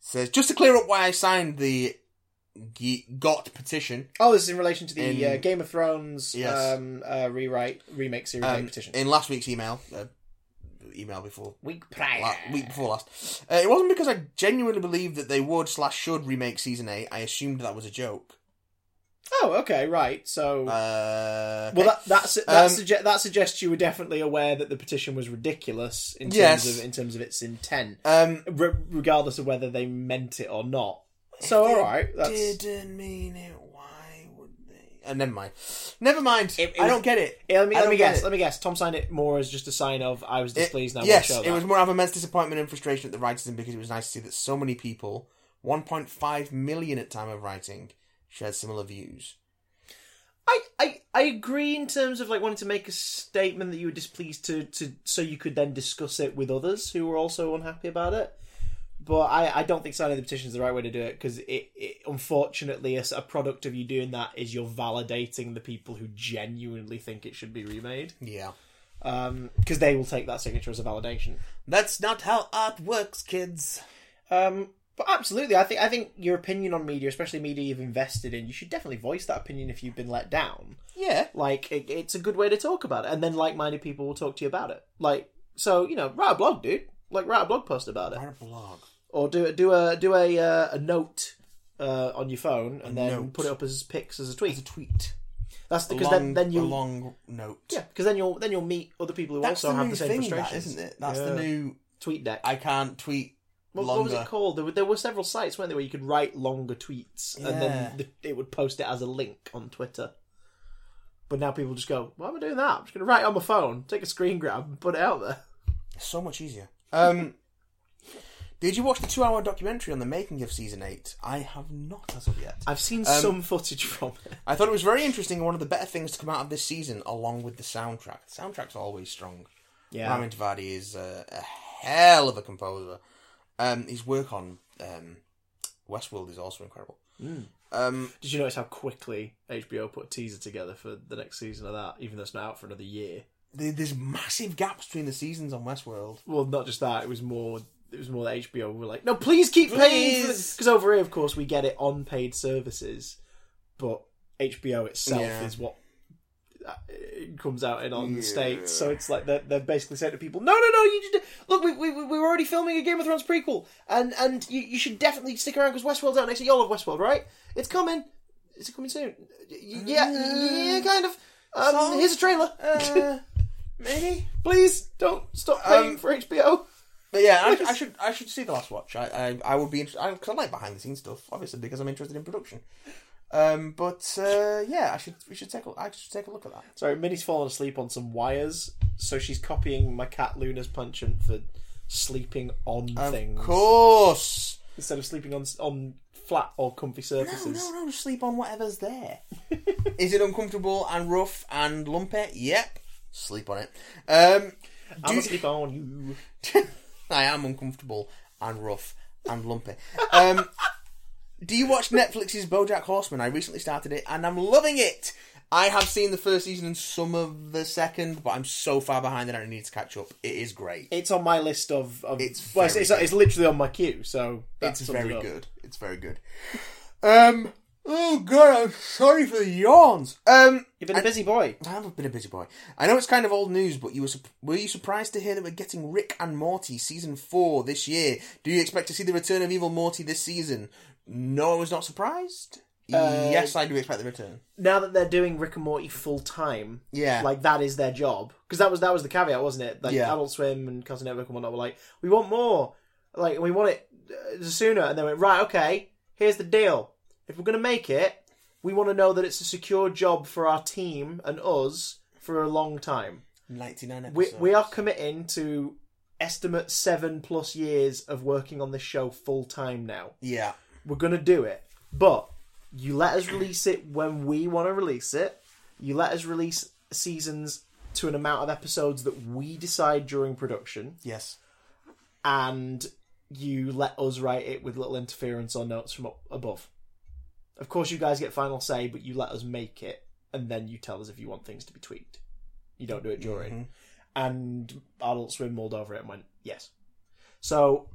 [SPEAKER 2] Says just to clear up why I signed the G- got petition
[SPEAKER 1] Oh, this is in relation to the
[SPEAKER 2] In-
[SPEAKER 1] uh, Game of Thrones
[SPEAKER 2] Yes.
[SPEAKER 1] um, uh, rewrite remake series
[SPEAKER 2] um,
[SPEAKER 1] game petition.
[SPEAKER 2] in last week's email. Uh, email before
[SPEAKER 1] Week prior.
[SPEAKER 2] la- week before last. Uh, it wasn't because I genuinely believed that they would slash should remake season eight. I assumed that was a joke.
[SPEAKER 1] Oh, okay, right. So, well,
[SPEAKER 2] Uh, okay.
[SPEAKER 1] that that's, that,
[SPEAKER 2] Um,
[SPEAKER 1] sugge- that suggests you were definitely aware that the petition was ridiculous in terms
[SPEAKER 2] Yes.
[SPEAKER 1] of in terms of its intent,
[SPEAKER 2] um,
[SPEAKER 1] re- regardless of whether they meant it or not. So, all right, that's
[SPEAKER 2] didn't mean it. Why would they? Uh, never mind. Never mind. I
[SPEAKER 1] was-
[SPEAKER 2] don't get it.
[SPEAKER 1] Yeah, let me,
[SPEAKER 2] I
[SPEAKER 1] let
[SPEAKER 2] don't
[SPEAKER 1] me
[SPEAKER 2] get
[SPEAKER 1] guess.
[SPEAKER 2] it.
[SPEAKER 1] Let me guess. Tom signed it more as just a sign of I was
[SPEAKER 2] It-
[SPEAKER 1] displeased. and I
[SPEAKER 2] yes,
[SPEAKER 1] won't show
[SPEAKER 2] it
[SPEAKER 1] that.
[SPEAKER 2] was more of immense disappointment and frustration at the writers, and because it was nice to see that so many people, 1.5 million at time of writing, shared similar views.
[SPEAKER 1] I, I I agree in terms of like wanting to make a statement that you were displeased to to so you could then discuss it with others who were also unhappy about it. But I, I don't think signing the petition is the right way to do it because it, it unfortunately a, s- a product of you doing that is you're validating the people who genuinely think it should be remade
[SPEAKER 2] Yeah.
[SPEAKER 1] because they will take that signature as a validation.
[SPEAKER 2] That's not how art works, kids.
[SPEAKER 1] Um, but absolutely, I think I think your opinion on media, especially media you've invested in, you should definitely voice that opinion if you've been let down.
[SPEAKER 2] Yeah.
[SPEAKER 1] Like it, it's a good way to talk about it, and then like-minded people will talk to you about it. Like so, you know, write a blog, dude. Like write a blog post about it,
[SPEAKER 2] Write a blog.
[SPEAKER 1] or do do a do a uh, a note uh, on your phone, and then
[SPEAKER 2] note.
[SPEAKER 1] put it up as pics as a tweet.
[SPEAKER 2] It's a tweet.
[SPEAKER 1] That's
[SPEAKER 2] A
[SPEAKER 1] because
[SPEAKER 2] long-
[SPEAKER 1] then then
[SPEAKER 2] a
[SPEAKER 1] you
[SPEAKER 2] long note.
[SPEAKER 1] yeah because then you'll then you'll meet other people who
[SPEAKER 2] That's
[SPEAKER 1] also
[SPEAKER 2] the
[SPEAKER 1] have
[SPEAKER 2] new
[SPEAKER 1] the same
[SPEAKER 2] thing,
[SPEAKER 1] frustrations,
[SPEAKER 2] that, isn't it? That's
[SPEAKER 1] Yeah.
[SPEAKER 2] the new.
[SPEAKER 1] tweet deck.
[SPEAKER 2] I can't tweet
[SPEAKER 1] What,
[SPEAKER 2] longer.
[SPEAKER 1] what was it called? There were, there were several sites, weren't there, where you could write longer tweets and
[SPEAKER 2] Yeah.
[SPEAKER 1] then the, it would post it as a link on Twitter. But now people just go, why am I doing that? I'm just going to write it on my phone, take a screen grab, and put it out there.
[SPEAKER 2] so much easier. Um, did you watch the two-hour documentary on the making of season eight? I have not as of yet.
[SPEAKER 1] I've seen
[SPEAKER 2] Um,
[SPEAKER 1] some footage from it.
[SPEAKER 2] I thought it was very interesting and one of the better things to come out of this season, along with the soundtrack. The soundtrack's always strong.
[SPEAKER 1] Yeah.
[SPEAKER 2] Ramin Javadi is a, a hell of a composer. Um, his work on um, Westworld is also incredible. Um,
[SPEAKER 1] Did you notice how quickly HBO put a teaser together for the next season of that, even though it's not out for another year?
[SPEAKER 2] there- there's massive gaps between the seasons on Westworld.
[SPEAKER 1] Well, not just that, it was more. It was more that HBO were like, no, please keep paying.
[SPEAKER 2] Please.
[SPEAKER 1] Because over here, of course, we get it on paid services, but HBO itself
[SPEAKER 2] Yeah.
[SPEAKER 1] is what uh, it comes out in on the States. So it's like they're, they're basically saying to people, no, no, no, you just, look, we, we, we were already filming a Game of Thrones prequel, and, and you, you should definitely stick around because Westworld's out next year. Y'all love Westworld, right? It's coming. It's coming soon. Y- Yeah,
[SPEAKER 2] Uh,
[SPEAKER 1] yeah, kind of. Um,
[SPEAKER 2] So-
[SPEAKER 1] here's a trailer.
[SPEAKER 2] Uh, maybe.
[SPEAKER 1] Please don't stop paying
[SPEAKER 2] Um,
[SPEAKER 1] for HBO.
[SPEAKER 2] But yeah, I, I should I should see the last watch. I I, I would be interested because I like behind the scenes stuff, obviously, because I'm interested in production. Um, but uh, yeah, I should we should take a, I should take a look at that.
[SPEAKER 1] Sorry, Minnie's fallen asleep on some wires, so she's copying my cat Luna's penchant for sleeping on things
[SPEAKER 2] Of course.
[SPEAKER 1] instead of sleeping on on flat or comfy surfaces.
[SPEAKER 2] No, no, no. Just sleep on whatever's there. Is it uncomfortable and rough and lumpy? Yep. Sleep on it. Um,
[SPEAKER 1] I'm
[SPEAKER 2] do-
[SPEAKER 1] gonna sleep on you.
[SPEAKER 2] I am uncomfortable and rough and lumpy. Um, do you watch Netflix's BoJack Horseman? I recently started it and I'm loving it. I have seen the first season and some of the second, but I'm so far behind that I need to catch up. It is great.
[SPEAKER 1] It's on my list of. of
[SPEAKER 2] It's
[SPEAKER 1] well, it's,
[SPEAKER 2] very
[SPEAKER 1] it's, it's literally on my queue, so that
[SPEAKER 2] It's
[SPEAKER 1] sums it
[SPEAKER 2] very
[SPEAKER 1] up.
[SPEAKER 2] good. It's very good. Um. Oh god, I'm sorry for the yawns. Um.
[SPEAKER 1] You've been a busy boy.
[SPEAKER 2] I've been a busy boy. I know it's kind of old news, but you were sup- were you surprised to hear that we're getting Rick and Morty season four this year? Do you expect to see the return of Evil Morty this season? No, I was not surprised. yes, I do expect the return.
[SPEAKER 1] Now that they're doing Rick and Morty full time,
[SPEAKER 2] Yeah.
[SPEAKER 1] like that is their job because that was that was the caveat, wasn't it? Like
[SPEAKER 2] Yeah.
[SPEAKER 1] Adult Swim and Cartoon Network and whatnot were like, we want more, like we want it uh, sooner, and they went right, okay, here's the deal: if we're gonna make it, we want to know that it's a secure job for our team and us for a long time.
[SPEAKER 2] Ninety nine
[SPEAKER 1] We
[SPEAKER 2] episodes.
[SPEAKER 1] we are committing to estimate seven plus years of working on this show full time now
[SPEAKER 2] Yeah.
[SPEAKER 1] we're gonna do it, but you let us release it when we want to release it. You let us release seasons to an amount of episodes that we decide during production,
[SPEAKER 2] Yes.
[SPEAKER 1] and you let us write it with little interference or notes from up above. Of course, you guys get final say, but you let us make it, and then you tell us if you want things to be tweaked. You don't do it during. And Adult Swim mulled over it and went, yes. So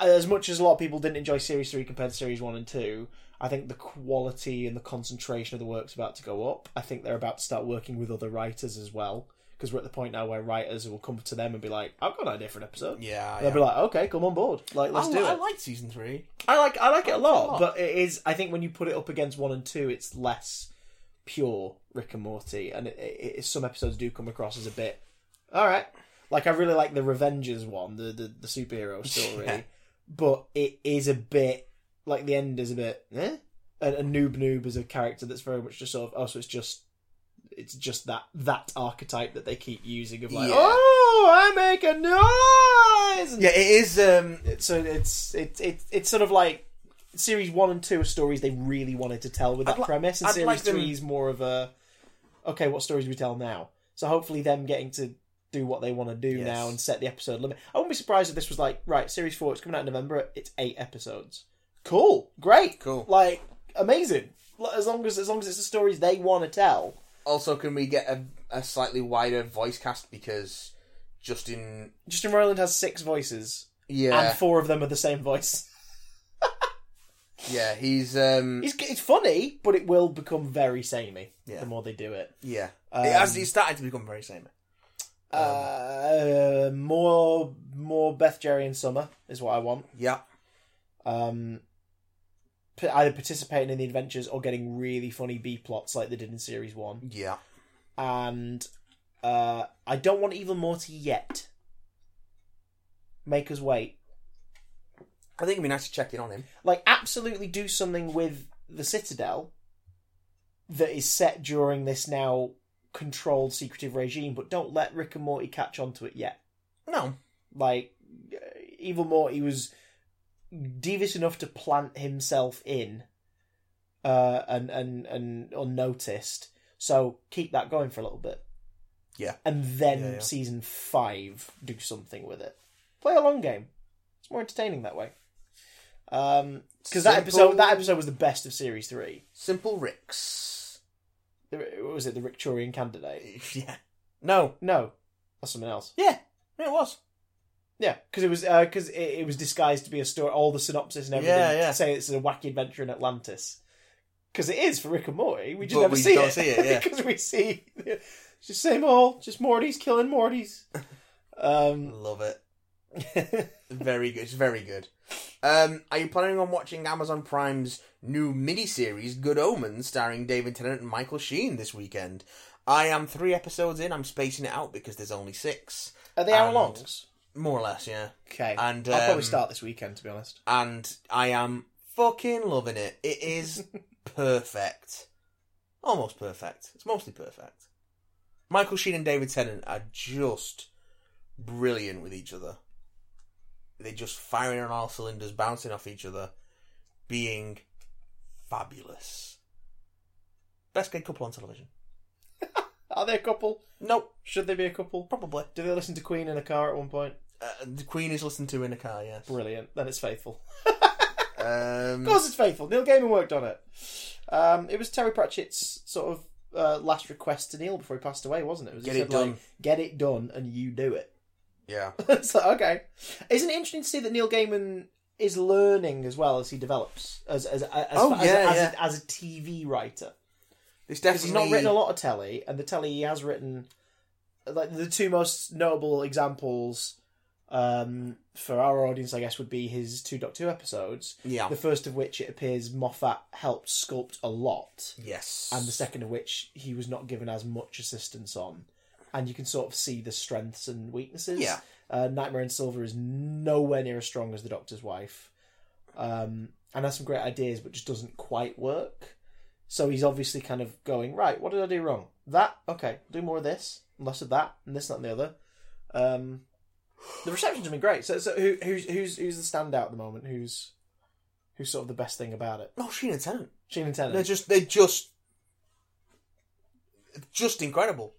[SPEAKER 1] as much as a lot of people didn't enjoy series three compared to series one and two, I think the quality and the concentration of the work's about to go up. I think they're about to start working with other writers as well because we're at the point now where writers will come to them and be like, "I've got an idea for an episode."
[SPEAKER 2] Yeah.
[SPEAKER 1] They'll
[SPEAKER 2] yeah.
[SPEAKER 1] be like, "Okay, come on board. Oh, Like, let's
[SPEAKER 2] I,
[SPEAKER 1] do
[SPEAKER 2] li- I
[SPEAKER 1] it."
[SPEAKER 2] like season three.
[SPEAKER 1] I like I like it a lot,
[SPEAKER 2] lot.
[SPEAKER 1] but it is. I think when you put it up against one and two, it's less pure Rick and Morty, and it, it, it- some episodes do come across as a bit. All right, like I really like the Revengers one, the the, the superhero story,
[SPEAKER 2] Yeah.
[SPEAKER 1] but it is a bit like the end is a bit. Eh? And, and Noob Noob is a character that's very much just sort of oh, so it's just it's just that that archetype that they keep using of like
[SPEAKER 2] Yeah.
[SPEAKER 1] oh, I make a noise. and
[SPEAKER 2] Yeah, it is. Um,
[SPEAKER 1] so it's it's it's it's sort of like series one and two are stories they really wanted to tell with that
[SPEAKER 2] I'd li-
[SPEAKER 1] premise, and
[SPEAKER 2] I'd
[SPEAKER 1] series
[SPEAKER 2] like them-
[SPEAKER 1] three is more of a okay, what stories do we tell now? So hopefully, them getting to do what they want to do
[SPEAKER 2] Yes.
[SPEAKER 1] now and set the episode limit. I wouldn't be surprised if this was like, right, series four, it's coming out in November, it's eight episodes. Cool, great,
[SPEAKER 2] Cool.
[SPEAKER 1] like amazing. Like, As long as as long as it's the stories they want to tell.
[SPEAKER 2] Also, can we get a, a slightly wider voice cast because Justin,
[SPEAKER 1] Justin Roiland has six voices,
[SPEAKER 2] yeah,
[SPEAKER 1] and four of them are the same voice.
[SPEAKER 2] yeah, he's um,
[SPEAKER 1] It's, it's funny, but it will become very samey
[SPEAKER 2] Yeah.
[SPEAKER 1] the more they do it.
[SPEAKER 2] yeah,
[SPEAKER 1] Um,
[SPEAKER 2] it has, um, he's started to become very same.
[SPEAKER 1] uh, more more Beth, Jerry, and Summer is what I want.
[SPEAKER 2] Yeah,
[SPEAKER 1] Um, p- either participating in the adventures or getting really funny B plots like they did in series one.
[SPEAKER 2] yeah,
[SPEAKER 1] And uh, I don't want Evil Morty yet. Make us wait.
[SPEAKER 2] I think it'd be nice to check in on him.
[SPEAKER 1] Like, absolutely do something with the Citadel that is set during this now controlled secretive regime, but don't let Rick and Morty catch onto it yet.
[SPEAKER 2] No,
[SPEAKER 1] like uh, evil morty was devious enough to plant himself in uh and and and unnoticed so keep that going for a little bit
[SPEAKER 2] Yeah.
[SPEAKER 1] and then
[SPEAKER 2] Yeah, yeah.
[SPEAKER 1] season five do something with it play a long game it's more entertaining that way um because that episode
[SPEAKER 2] Simple-
[SPEAKER 1] that episode was the best of series three
[SPEAKER 2] simple Ricks.
[SPEAKER 1] The- what was it the Ricturian candidate
[SPEAKER 2] Yeah, no,
[SPEAKER 1] no that's something else
[SPEAKER 2] yeah, it was.
[SPEAKER 1] Yeah, because it was because it, it was disguised to be a story. All the synopsis and everything
[SPEAKER 2] Yeah, yeah.
[SPEAKER 1] say it's a wacky adventure in Atlantis. Because it is for Rick and Morty. We just
[SPEAKER 2] But
[SPEAKER 1] never
[SPEAKER 2] we
[SPEAKER 1] see,
[SPEAKER 2] don't
[SPEAKER 1] it.
[SPEAKER 2] see it, yeah.
[SPEAKER 1] because we see it's just same old, just Morty's killing Morty's. Um,
[SPEAKER 2] Love it. Very good. It's very good. Um, are you planning on watching Amazon Prime's new miniseries, Good Omens, starring David Tennant and Michael Sheen this weekend? I am three episodes in. I'm spacing it out because there's only six,
[SPEAKER 1] are they hour
[SPEAKER 2] And-
[SPEAKER 1] longs?
[SPEAKER 2] more or less. Yeah,
[SPEAKER 1] Okay,
[SPEAKER 2] and,
[SPEAKER 1] I'll
[SPEAKER 2] um,
[SPEAKER 1] probably start this weekend. To be honest,
[SPEAKER 2] and I am fucking loving it. It is perfect, almost perfect. It's mostly perfect. Michael Sheen and David Tennant are just brilliant with each other. They're just firing on all cylinders, bouncing off each other, being fabulous. Best gay couple on television.
[SPEAKER 1] are they a couple?
[SPEAKER 2] Nope,
[SPEAKER 1] Should they be a couple?
[SPEAKER 2] probably.
[SPEAKER 1] Do they listen to Queen in a car at one point?
[SPEAKER 2] Uh, the Queen is listened to in a car. Yes.
[SPEAKER 1] Brilliant. Then it's faithful.
[SPEAKER 2] Um,
[SPEAKER 1] Of course, it's faithful. Neil Gaiman worked on it. Um, it was Terry Pratchett's sort of uh, last request to Neil before he passed away, wasn't it? it was
[SPEAKER 2] Get
[SPEAKER 1] he
[SPEAKER 2] it
[SPEAKER 1] said, like,
[SPEAKER 2] done.
[SPEAKER 1] get it done, and you do it.
[SPEAKER 2] yeah.
[SPEAKER 1] it's like, okay. Isn't it interesting to see that Neil Gaiman is learning as well as he develops as as as,
[SPEAKER 2] Oh,
[SPEAKER 1] as,
[SPEAKER 2] yeah,
[SPEAKER 1] as,
[SPEAKER 2] yeah.
[SPEAKER 1] as a TV writer?
[SPEAKER 2] It's
[SPEAKER 1] Because
[SPEAKER 2] definitely
[SPEAKER 1] he's not written a lot of telly, and the telly he has written, like the two most notable examples um, for our audience, I guess, would be his two Doctor Who episodes.
[SPEAKER 2] Yeah.
[SPEAKER 1] The first of which it appears Moffat helped sculpt a lot,
[SPEAKER 2] yes.
[SPEAKER 1] and the second of which he was not given as much assistance on. And you can sort of see the strengths and weaknesses.
[SPEAKER 2] Yeah.
[SPEAKER 1] Uh, Nightmare in Silver is nowhere near as strong as The Doctor's Wife. Um, and has some great ideas, but just doesn't quite work. So he's obviously kind of going, right, what did I do wrong? That, okay, do more of this, and less of that, and this, that, and the other. Um, the reception's been great. So, so who, who's, who's, who's the standout at the moment? Who's, who's sort of the best thing about it?
[SPEAKER 2] No, Sheen and Tennant.
[SPEAKER 1] Sheen and Tennant.
[SPEAKER 2] They're just they're just just incredible.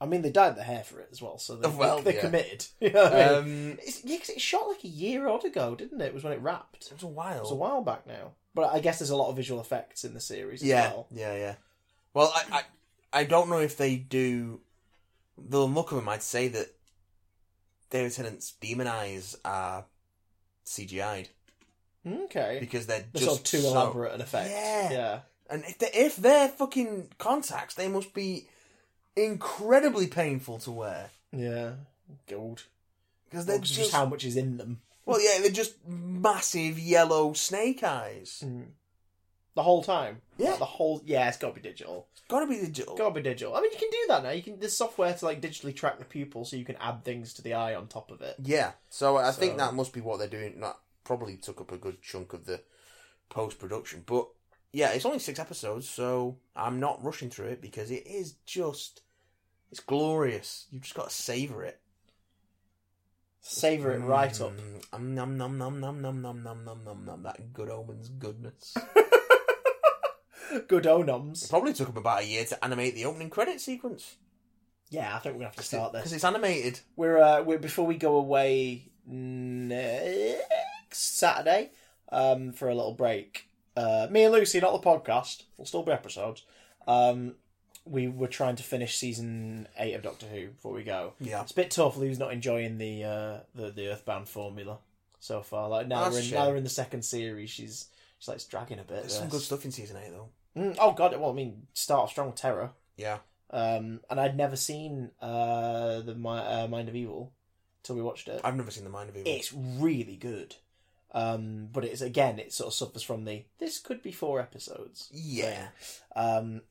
[SPEAKER 1] I mean, they dyed the hair for it as well, so they,
[SPEAKER 2] Well,
[SPEAKER 1] they, are
[SPEAKER 2] yeah.
[SPEAKER 1] committed. You know what I mean?
[SPEAKER 2] Um,
[SPEAKER 1] It's, yeah, 'cause it shot like a year odd ago, didn't it? It was when it wrapped. It
[SPEAKER 2] it's a while.
[SPEAKER 1] was a while back now. But I guess there's a lot of visual effects in the series
[SPEAKER 2] Yeah,
[SPEAKER 1] as well.
[SPEAKER 2] yeah, yeah. Well, I, I I don't know if they do. The look of them, I'd say that David Tennant's demon eyes are CGI'd
[SPEAKER 1] Okay.
[SPEAKER 2] because they're
[SPEAKER 1] They're
[SPEAKER 2] just
[SPEAKER 1] sort of too
[SPEAKER 2] so-
[SPEAKER 1] elaborate an effect.
[SPEAKER 2] Yeah.
[SPEAKER 1] yeah.
[SPEAKER 2] And if they if they're fucking contacts, they must be incredibly painful to wear
[SPEAKER 1] Yeah. Gold.
[SPEAKER 2] because they're
[SPEAKER 1] That's just, how much is in them.
[SPEAKER 2] well, yeah, they're just massive yellow snake eyes.
[SPEAKER 1] Hmm. The whole time.
[SPEAKER 2] Yeah.
[SPEAKER 1] Like the whole yeah, it's gotta be digital.
[SPEAKER 2] Gotta be digital.
[SPEAKER 1] Gotta be digital. I mean you can do that now. You can there's software to like digitally track the pupil so you can add things to the eye on top of it.
[SPEAKER 2] Yeah, so I think
[SPEAKER 1] So-
[SPEAKER 2] that must be what they're doing. That probably took up a good chunk of the post production, but yeah, it's only six episodes, so I'm not rushing through it because it is just it's glorious. You've just got to savor it.
[SPEAKER 1] Savour it right up.
[SPEAKER 2] Mm, um, nom nom nom nom nom nom nom nom nom nom. That good omens goodness.
[SPEAKER 1] Good
[SPEAKER 2] it
[SPEAKER 1] onoms.
[SPEAKER 2] probably took them about a year to animate the opening credit sequence.
[SPEAKER 1] Yeah, I think we're gonna have to start
[SPEAKER 2] Because
[SPEAKER 1] this.
[SPEAKER 2] it's animated.
[SPEAKER 1] We're uh, we're before we go away next Saturday um, for a little break. Uh, me and Lucy, not the podcast. There'll still be episodes. Um, we were trying to finish season eight of Doctor Who before we go.
[SPEAKER 2] Yeah.
[SPEAKER 1] It's a bit tough. Lou's not enjoying the uh, the the Earthbound formula so far. Like now
[SPEAKER 2] That's
[SPEAKER 1] we're in,
[SPEAKER 2] a
[SPEAKER 1] now
[SPEAKER 2] shame.
[SPEAKER 1] we're in the second series. She's she's like it's dragging a bit.
[SPEAKER 2] There's some
[SPEAKER 1] this.
[SPEAKER 2] good stuff in season 8, though.
[SPEAKER 1] Mm, oh god. Well, I mean, start off strong with Terror.
[SPEAKER 2] Yeah.
[SPEAKER 1] Um, and I'd never seen uh, the Mi- uh, Mind of Evil till we watched it.
[SPEAKER 2] I've never seen The Mind of Evil.
[SPEAKER 1] It's really good, um, but it's again it sort of suffers from the this could be four episodes.
[SPEAKER 2] yeah.
[SPEAKER 1] Um,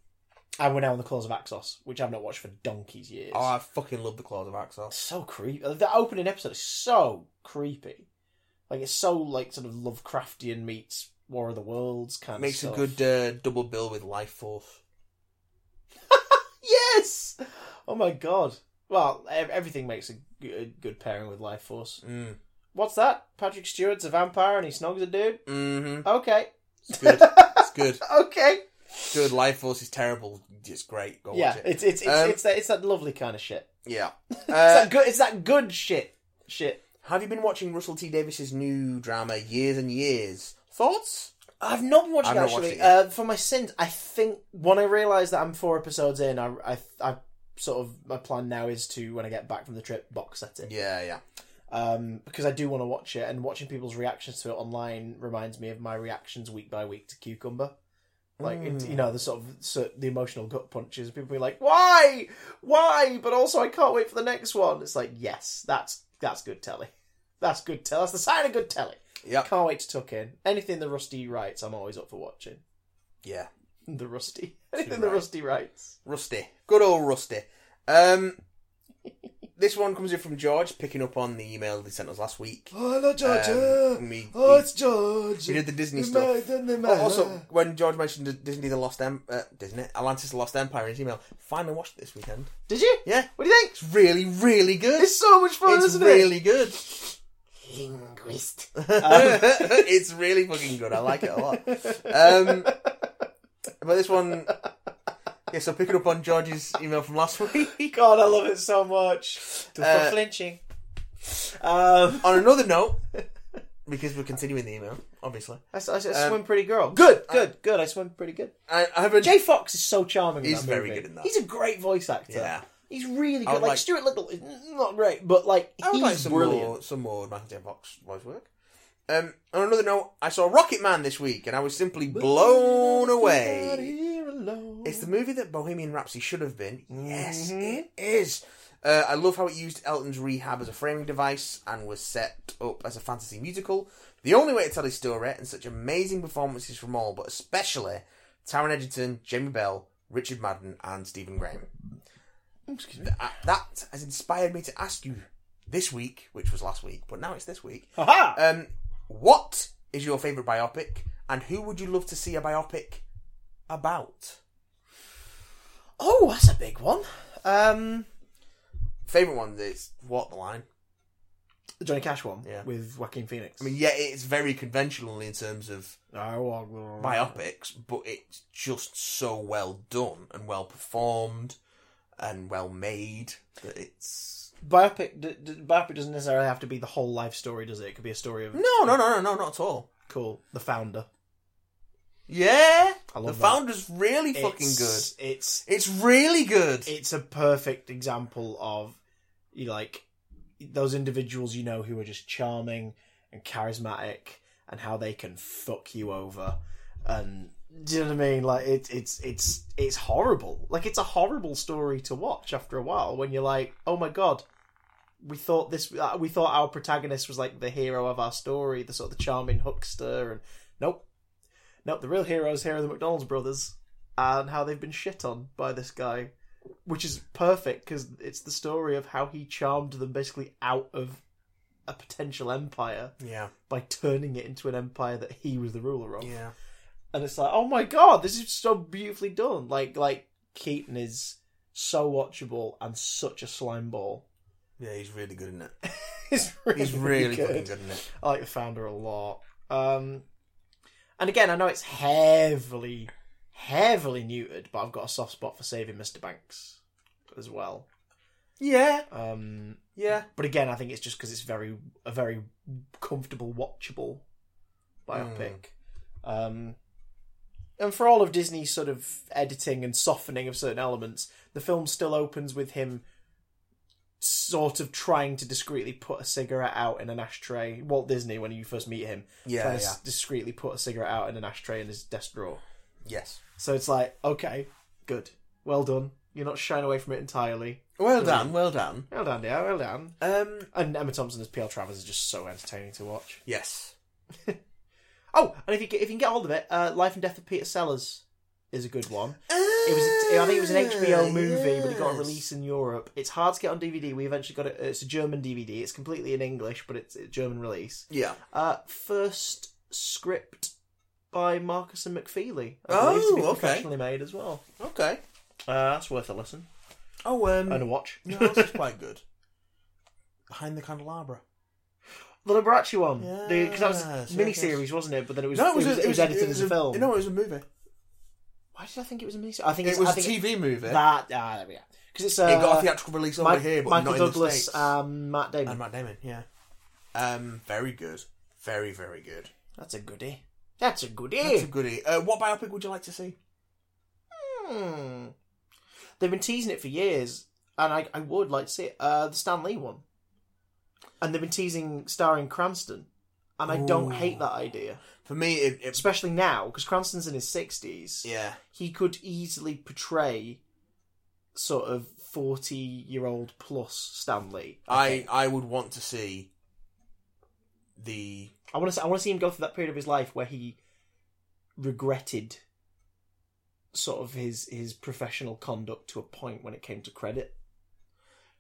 [SPEAKER 1] and we're now on the Claws of Axos, which I've not watched for donkey's years.
[SPEAKER 2] Oh, I fucking love The Claws of Axel.
[SPEAKER 1] so creepy. The opening episode is so creepy. Like it's so like sort of Lovecraftian meets War of the Worlds kind of
[SPEAKER 2] Makes a
[SPEAKER 1] stuff.
[SPEAKER 2] good uh, double bill with Life Force.
[SPEAKER 1] yes. Oh my god. Well, ev- everything makes a g- a good pairing with Life Force.
[SPEAKER 2] Mm.
[SPEAKER 1] What's that? Patrick Stewart's a vampire and he snogs a dude?
[SPEAKER 2] Mm-hmm.
[SPEAKER 1] Okay.
[SPEAKER 2] It's good. it's good.
[SPEAKER 1] Okay.
[SPEAKER 2] Good. Life Force is terrible. It's great. Go
[SPEAKER 1] yeah,
[SPEAKER 2] watch it.
[SPEAKER 1] it's it's it's,
[SPEAKER 2] Um,
[SPEAKER 1] it's that it's that lovely kind of shit.
[SPEAKER 2] Yeah.
[SPEAKER 1] It's
[SPEAKER 2] Uh,
[SPEAKER 1] that good it's that good shit. Shit.
[SPEAKER 2] have you been watching Russell T Davis's new drama, Years and Years? Thoughts?
[SPEAKER 1] I've not watched
[SPEAKER 2] I've
[SPEAKER 1] it
[SPEAKER 2] not
[SPEAKER 1] actually.
[SPEAKER 2] watched it yet.
[SPEAKER 1] uh, for my sins, I think when I realise that I'm four episodes in, I, I I sort of my plan now is to when I get back from the trip box set it.
[SPEAKER 2] Yeah, yeah.
[SPEAKER 1] Um, because I do want to watch it, and watching people's reactions to it online reminds me of my reactions week by week to Cucumber. Like it, you know the sort of so, the emotional gut punches. People be like, "Why, why?" But also, I can't wait for the next one. It's like, yes, that's that's good telly. That's good telly. That's the sign of good telly.
[SPEAKER 2] Yep.
[SPEAKER 1] Can't wait to tuck in anything the Rusty writes. I'm always up for watching
[SPEAKER 2] Yeah.
[SPEAKER 1] the Rusty. Anything the
[SPEAKER 2] right.
[SPEAKER 1] Rusty writes.
[SPEAKER 2] Rusty. Good old Rusty. Um, this one comes in from George, picking up on the email they sent us last week.
[SPEAKER 1] Oh, hello, George.
[SPEAKER 2] Um, we-
[SPEAKER 1] oh,
[SPEAKER 2] we-
[SPEAKER 1] it's George.
[SPEAKER 2] We did the Disney
[SPEAKER 1] The
[SPEAKER 2] stuff.
[SPEAKER 1] man- the- the man.
[SPEAKER 2] Oh, also, when George mentioned the- Disney the Lost Em- uh, Disney, Atlantis the Lost Empire in his email, finally watched it this weekend.
[SPEAKER 1] did you?
[SPEAKER 2] Yeah,
[SPEAKER 1] What do you think?
[SPEAKER 2] it's really, really good.
[SPEAKER 1] It's so much fun,
[SPEAKER 2] It's
[SPEAKER 1] isn't it?
[SPEAKER 2] really good. Um,
[SPEAKER 1] linguist.
[SPEAKER 2] it's really fucking good. I like it a lot. Um, but this one, yeah. So picking up on George's email from last week.
[SPEAKER 1] God, I love it so much.
[SPEAKER 2] Uh,
[SPEAKER 1] flinching. Um,
[SPEAKER 2] on another note, because we're continuing the email, obviously.
[SPEAKER 1] I, s- I s- I
[SPEAKER 2] Um,
[SPEAKER 1] swim pretty girl. Good, good, good. I swim pretty good.
[SPEAKER 2] I, I haven't.
[SPEAKER 1] Jay Fox is so charming. in
[SPEAKER 2] He's
[SPEAKER 1] that
[SPEAKER 2] very
[SPEAKER 1] movie.
[SPEAKER 2] good in that.
[SPEAKER 1] He's a great voice actor.
[SPEAKER 2] Yeah.
[SPEAKER 1] He's really good.
[SPEAKER 2] I would
[SPEAKER 1] Like,
[SPEAKER 2] like-
[SPEAKER 1] Stuart Little is n- not great, but like
[SPEAKER 2] I would
[SPEAKER 1] he's
[SPEAKER 2] like some
[SPEAKER 1] brilliant.
[SPEAKER 2] more, some more Michael J. Fox voice work. Um, on another note, I saw Rocket Man this week, and I was simply blown away. It's the movie that Bohemian Rhapsody should have been. Yes,
[SPEAKER 1] Mm-hmm.
[SPEAKER 2] it is. Uh, I love how it used Elton's rehab as a framing device and was set up as a fantasy musical. The only way to tell his story, and such amazing performances from all, but especially Taron Egerton, Jamie Bell, Richard Madden, and Stephen Graham.
[SPEAKER 1] Excuse me.
[SPEAKER 2] Uh, that has inspired me to ask you this week, which was last week, but now it's this week.
[SPEAKER 1] Aha!
[SPEAKER 2] Um, what is your favourite biopic, and who would you love to see a biopic about?
[SPEAKER 1] oh, that's a big one. Um,
[SPEAKER 2] Favourite one is What the Line.
[SPEAKER 1] the Johnny Cash one
[SPEAKER 2] Yeah.
[SPEAKER 1] with Joaquin Phoenix.
[SPEAKER 2] I mean, yeah, it's very conventional in terms of
[SPEAKER 1] I walk the line.
[SPEAKER 2] biopics, but it's just so well done and well performed and well made that it's.
[SPEAKER 1] Biopic, d- d- biopic doesn't necessarily have to be the whole life story, does it? It could be a story of
[SPEAKER 2] No, no, no, no, no, not at all.
[SPEAKER 1] cool the founder.
[SPEAKER 2] Yeah,
[SPEAKER 1] I love
[SPEAKER 2] the
[SPEAKER 1] that.
[SPEAKER 2] founder's really fucking good.
[SPEAKER 1] It's- It's
[SPEAKER 2] It's really good.
[SPEAKER 1] it's a perfect example of you like those individuals you know who are just charming and charismatic and how they can fuck you over and do you know what I mean? Like it's it's it's it's horrible. Like it's a horrible story to watch after a while when you're like, oh my god, we thought this uh, we thought our protagonist was like the hero of our story, the sort of the charming huckster, and nope, nope, the real heroes here are the McDonald's brothers and how they've been shit on by this guy, which is perfect because it's the story of how he charmed them basically out of a potential empire
[SPEAKER 2] yeah,
[SPEAKER 1] by turning it into an empire that he was the ruler of
[SPEAKER 2] yeah.
[SPEAKER 1] and it's like, oh my god, this is so beautifully done. Like, like Keaton is so watchable and such a slime ball.
[SPEAKER 2] Yeah, he's really good in it.
[SPEAKER 1] It's really,
[SPEAKER 2] He's really
[SPEAKER 1] good.
[SPEAKER 2] fucking good in it.
[SPEAKER 1] I like the founder a lot. Um, and again, I know it's heavily, heavily neutered, but I've got a soft spot for saving Mr. Banks as well.
[SPEAKER 2] Yeah,
[SPEAKER 1] Um,
[SPEAKER 2] yeah.
[SPEAKER 1] but again, I think it's just because it's very a very comfortable, watchable biopic. Um, and for all of Disney's sort of editing and softening of certain elements, the film still opens with him sort of trying to discreetly put a cigarette out in an ashtray. Walt Disney, when you first meet him,
[SPEAKER 2] Yeah,
[SPEAKER 1] trying to
[SPEAKER 2] yeah.
[SPEAKER 1] s- discreetly put a cigarette out in an ashtray in his desk drawer.
[SPEAKER 2] Yes.
[SPEAKER 1] So it's like, okay, good, well done. You're not shying away from it entirely.
[SPEAKER 2] Well done, well done.
[SPEAKER 1] Well done, dear. Well done.
[SPEAKER 2] Um,
[SPEAKER 1] And Emma Thompson as P.L. Travers is just so entertaining to watch.
[SPEAKER 2] yes.
[SPEAKER 1] Oh, and if you get, if you can get hold of it, uh, Life and Death of Peter Sellers is a good one.
[SPEAKER 2] ah,
[SPEAKER 1] It was a, I think it was an HBO movie, but it got a
[SPEAKER 2] Yes.
[SPEAKER 1] release in Europe. It's hard to get on DVD. We eventually got it. uh, It's a German DVD. It's completely in English, but it's a German release.
[SPEAKER 2] Yeah.
[SPEAKER 1] Uh, first script by Marcus and McFeely. I
[SPEAKER 2] Oh,
[SPEAKER 1] believe, to be
[SPEAKER 2] okay.
[SPEAKER 1] professionally made as well.
[SPEAKER 2] Okay.
[SPEAKER 1] Uh, that's worth a listen
[SPEAKER 2] Oh, um,
[SPEAKER 1] and a watch.
[SPEAKER 2] you know what else is quite good? Behind the Candelabra.
[SPEAKER 1] The Liberace one, because that was
[SPEAKER 2] Yes,
[SPEAKER 1] mini
[SPEAKER 2] yes,
[SPEAKER 1] series, wasn't it? But then it was
[SPEAKER 2] No, it was,
[SPEAKER 1] it was,
[SPEAKER 2] a,
[SPEAKER 1] it was edited as a film.
[SPEAKER 2] No, it was a movie.
[SPEAKER 1] Why did I think it was a mini? I think
[SPEAKER 2] It
[SPEAKER 1] it's,
[SPEAKER 2] was
[SPEAKER 1] I
[SPEAKER 2] a
[SPEAKER 1] think it-
[SPEAKER 2] TV movie.
[SPEAKER 1] That ah, there we go. Because it's uh,
[SPEAKER 2] it got a theatrical release over
[SPEAKER 1] Mi-
[SPEAKER 2] here, but
[SPEAKER 1] Michael
[SPEAKER 2] not in the
[SPEAKER 1] Douglas,
[SPEAKER 2] States.
[SPEAKER 1] um, Matt Damon.
[SPEAKER 2] and Matt Damon, yeah. Um, very good. Very, very good.
[SPEAKER 1] That's a goodie. That's a goodie.
[SPEAKER 2] That's a goodie. Uh, what biopic would you like to see?
[SPEAKER 1] Hmm. They've been teasing it for years, and I, I would like to see it. Uh, the Stan Lee one, and they've been teasing starring Cranston, and I don't
[SPEAKER 2] Ooh.
[SPEAKER 1] hate that idea,
[SPEAKER 2] For me, it, it
[SPEAKER 1] especially now because Cranston's in his sixties.
[SPEAKER 2] yeah,
[SPEAKER 1] he could easily portray sort of 40 year old plus Stanley.
[SPEAKER 2] I I would want to see the
[SPEAKER 1] I want to I want to see him go through that period of his life where he regretted sort of his his professional conduct to a point when it came to credit.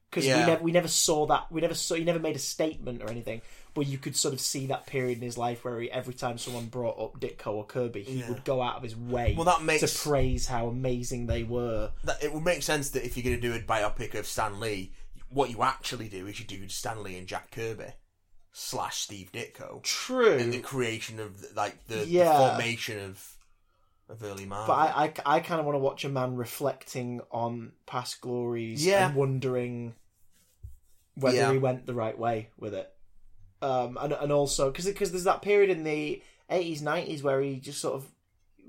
[SPEAKER 1] Because
[SPEAKER 2] Yeah.
[SPEAKER 1] we never we never saw that we never saw he never made a statement or anything, but you could sort of see that period in his life where he, every time someone brought up Ditko or Kirby, he
[SPEAKER 2] Yeah.
[SPEAKER 1] would go out of his way
[SPEAKER 2] Well, that makes-
[SPEAKER 1] to praise how amazing they were.
[SPEAKER 2] that it would make sense that if you're going to do a biopic of Stan Lee, what you actually do is you do Stan Lee and Jack Kirby slash Steve Ditko
[SPEAKER 1] True,
[SPEAKER 2] and the creation of like the, the
[SPEAKER 1] Yeah.
[SPEAKER 2] formation of of early Marvel.
[SPEAKER 1] But I, I, kind of want to watch a man reflecting on past glories
[SPEAKER 2] Yeah.
[SPEAKER 1] and wondering whether
[SPEAKER 2] Yeah.
[SPEAKER 1] he went the right way with it. Um, and and also because there's that period in the eighties, nineties where he just sort of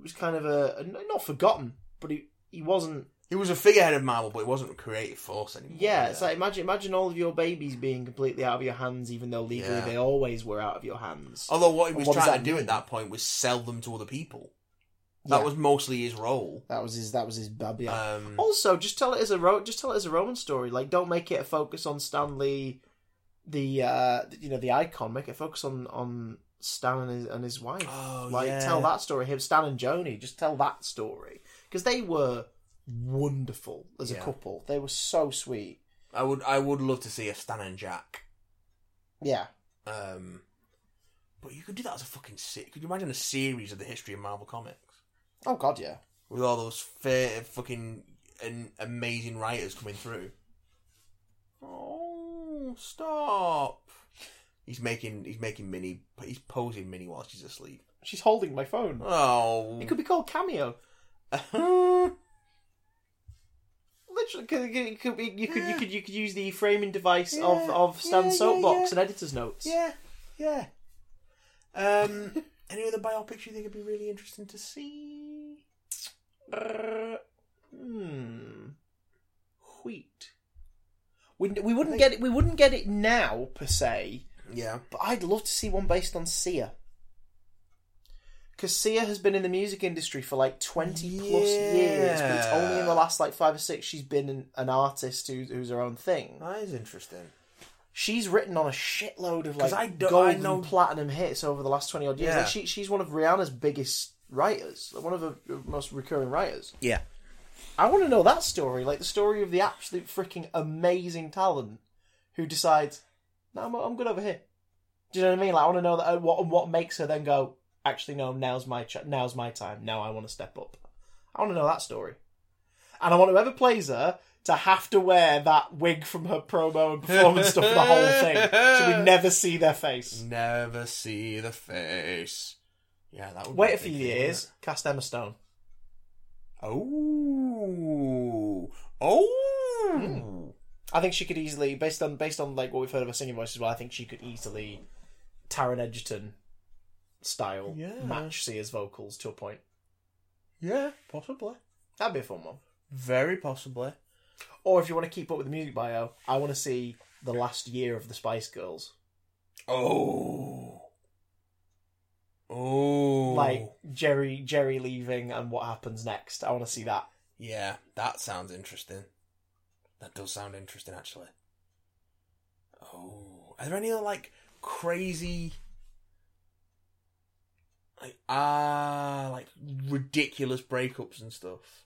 [SPEAKER 1] was kind of a, a- not forgotten, but he he wasn't.
[SPEAKER 2] he was a figurehead of Marvel, but he wasn't a creative force anymore.
[SPEAKER 1] Yeah, it's like imagine imagine all of your babies being completely out of your hands, even though legally
[SPEAKER 2] Yeah. Oh.
[SPEAKER 1] they always were out of your hands.
[SPEAKER 2] although what
[SPEAKER 1] And
[SPEAKER 2] he was
[SPEAKER 1] what does
[SPEAKER 2] trying to
[SPEAKER 1] that
[SPEAKER 2] do
[SPEAKER 1] mean?
[SPEAKER 2] at that point was sell them to other people. That
[SPEAKER 1] Yeah.
[SPEAKER 2] was mostly his role.
[SPEAKER 1] that was his that was his bub. Yeah.
[SPEAKER 2] Um,
[SPEAKER 1] Also, just tell it as a ro- just tell it as a Roman story. Like, don't make it a focus on Stanley, the uh, you know the icon. Make it focus on on Stan and his, and his wife.
[SPEAKER 2] Oh,
[SPEAKER 1] like,
[SPEAKER 2] yeah.
[SPEAKER 1] tell that story. Him, Stan and Joni. Just tell that story because they were wonderful as a
[SPEAKER 2] Yeah.
[SPEAKER 1] couple. They were so sweet.
[SPEAKER 2] I would I would love to see a Stan and Jack.
[SPEAKER 1] Yeah,
[SPEAKER 2] Um, but you could do that as a fucking se- Could you imagine a series of the history of Marvel comics
[SPEAKER 1] Oh God, yeah.
[SPEAKER 2] with all those fair fucking and amazing writers coming through? Oh, stop! He's making he's making Minnie. He's posing Minnie while she's asleep.
[SPEAKER 1] She's holding my phone.
[SPEAKER 2] Oh,
[SPEAKER 1] It could be called cameo. Literally, 'cause it could be you could you could you could use the framing device of
[SPEAKER 2] Yeah.
[SPEAKER 1] of Stan's
[SPEAKER 2] Yeah, yeah,
[SPEAKER 1] soapbox
[SPEAKER 2] yeah.
[SPEAKER 1] and editor's notes.
[SPEAKER 2] yeah, yeah. Um, any other biopics you think would be really interesting to see?
[SPEAKER 1] Hmm. Wheat. We, we wouldn't get it. We wouldn't get it now per se,
[SPEAKER 2] Yeah.
[SPEAKER 1] but I'd love to see one based on Sia. Because Sia has been in the music industry for like twenty plus years, but it's only in
[SPEAKER 2] Yeah.
[SPEAKER 1] the last like five or six she's been an, an artist who, who's her own thing.
[SPEAKER 2] That is interesting.
[SPEAKER 1] She's written on a shitload of
[SPEAKER 2] 'Cause
[SPEAKER 1] like
[SPEAKER 2] I do- I
[SPEAKER 1] gold
[SPEAKER 2] know-
[SPEAKER 1] and platinum hits over the last twenty odd years.
[SPEAKER 2] Yeah.
[SPEAKER 1] Like she, she's one of Rihanna's biggest writers, one of her most recurring writers.
[SPEAKER 2] Yeah.
[SPEAKER 1] I want to know that story, like the story of the absolute freaking amazing talent who decides, no, I'm, I'm good over here. Do you know what I mean? Like, I want to know that uh, what what makes her then go, actually, no, now's my ch- now's my time. Now I want to step up. I want to know that story, and I want whoever plays her to have to wear that wig from her promo and performance stuff for the whole thing, so we never see their face.
[SPEAKER 2] Never see the face. Yeah, that would be
[SPEAKER 1] Wait a few
[SPEAKER 2] big thing,
[SPEAKER 1] years, cast Emma Stone. Hmm.
[SPEAKER 2] wouldn't it? Oh, oh.
[SPEAKER 1] I think she could easily, based on based on like what we've heard of her singing voice as well, I think she could easily Taron Egerton style
[SPEAKER 5] Yeah.
[SPEAKER 1] match Sia's vocals to a point.
[SPEAKER 5] Yeah, possibly.
[SPEAKER 1] That'd be a fun one.
[SPEAKER 5] Very possibly.
[SPEAKER 1] Or if you want to keep up with the music bio, I want to see the last year of the Spice Girls,
[SPEAKER 2] Oh. Oh.
[SPEAKER 1] like Jerry Jerry leaving and what happens next. I want to see that.
[SPEAKER 2] Yeah, that sounds interesting. That does sound interesting, actually. Oh, are there any other like crazy, like ah, like ridiculous breakups and stuff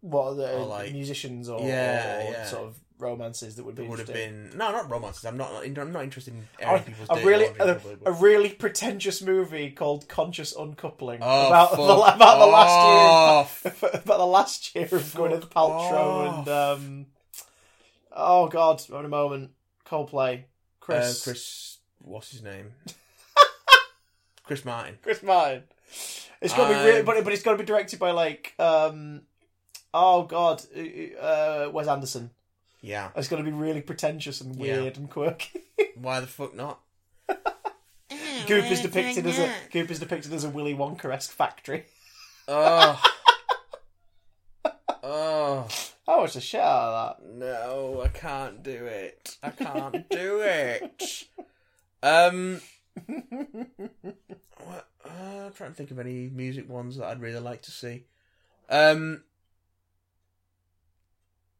[SPEAKER 1] What are the
[SPEAKER 2] Or, like-
[SPEAKER 1] musicians or,
[SPEAKER 2] Yeah,
[SPEAKER 1] or
[SPEAKER 2] yeah.
[SPEAKER 1] sort of romances that would be
[SPEAKER 2] that would have
[SPEAKER 1] interesting?
[SPEAKER 2] been no, not romances. I'm not. I'm not interested in airing
[SPEAKER 1] A,
[SPEAKER 2] people's
[SPEAKER 1] a
[SPEAKER 2] dirty
[SPEAKER 1] really uh,
[SPEAKER 2] laundry
[SPEAKER 1] a,
[SPEAKER 2] publicly,
[SPEAKER 1] a
[SPEAKER 2] but-
[SPEAKER 1] really pretentious movie called Conscious Uncoupling
[SPEAKER 2] Oh,
[SPEAKER 1] about the
[SPEAKER 2] fuck
[SPEAKER 1] about the last year of
[SPEAKER 2] off.
[SPEAKER 1] about the last year of Gwyneth
[SPEAKER 2] Fuck
[SPEAKER 1] Paltrow
[SPEAKER 2] off.
[SPEAKER 1] and um, oh god, in a moment, Coldplay, Chris, Chris,
[SPEAKER 2] Uh, Chris, what's his name? Chris Martin.
[SPEAKER 1] Chris Martin. It's gonna be really,
[SPEAKER 2] Um,
[SPEAKER 1] but, but it's gonna be directed by like um, oh god, uh, Wes Anderson.
[SPEAKER 2] Yeah.
[SPEAKER 1] It's gonna be really pretentious and
[SPEAKER 2] Yeah.
[SPEAKER 1] weird and quirky.
[SPEAKER 2] Why the fuck not?
[SPEAKER 1] Goop is depicted as a Goop is depicted as a Willy Wonka esque factory.
[SPEAKER 2] Oh. oh.
[SPEAKER 1] I watched the shit out of that.
[SPEAKER 2] No, I can't do it. I can't do it. Um. what- uh, I'm trying to think of any music ones that I'd really like to see. Um.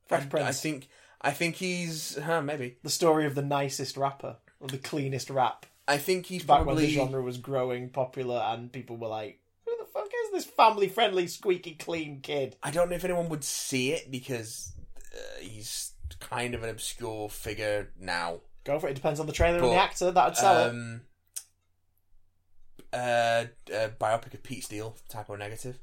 [SPEAKER 1] Fresh
[SPEAKER 2] I-
[SPEAKER 1] Prince.
[SPEAKER 2] I think. I think he's huh, maybe.
[SPEAKER 1] The story of the nicest rapper or the cleanest rap.
[SPEAKER 2] I think he's
[SPEAKER 1] back when the
[SPEAKER 2] probably.
[SPEAKER 1] genre was growing popular and people were like, who the fuck is this family friendly, squeaky clean kid?
[SPEAKER 2] I don't know if anyone would see it because uh, he's kind of an obscure figure now.
[SPEAKER 1] Go for it. It depends on the trailer
[SPEAKER 2] But,
[SPEAKER 1] and the actor. That'd sell it.
[SPEAKER 2] Um, uh, uh, biopic of Pete Steele, typo negative.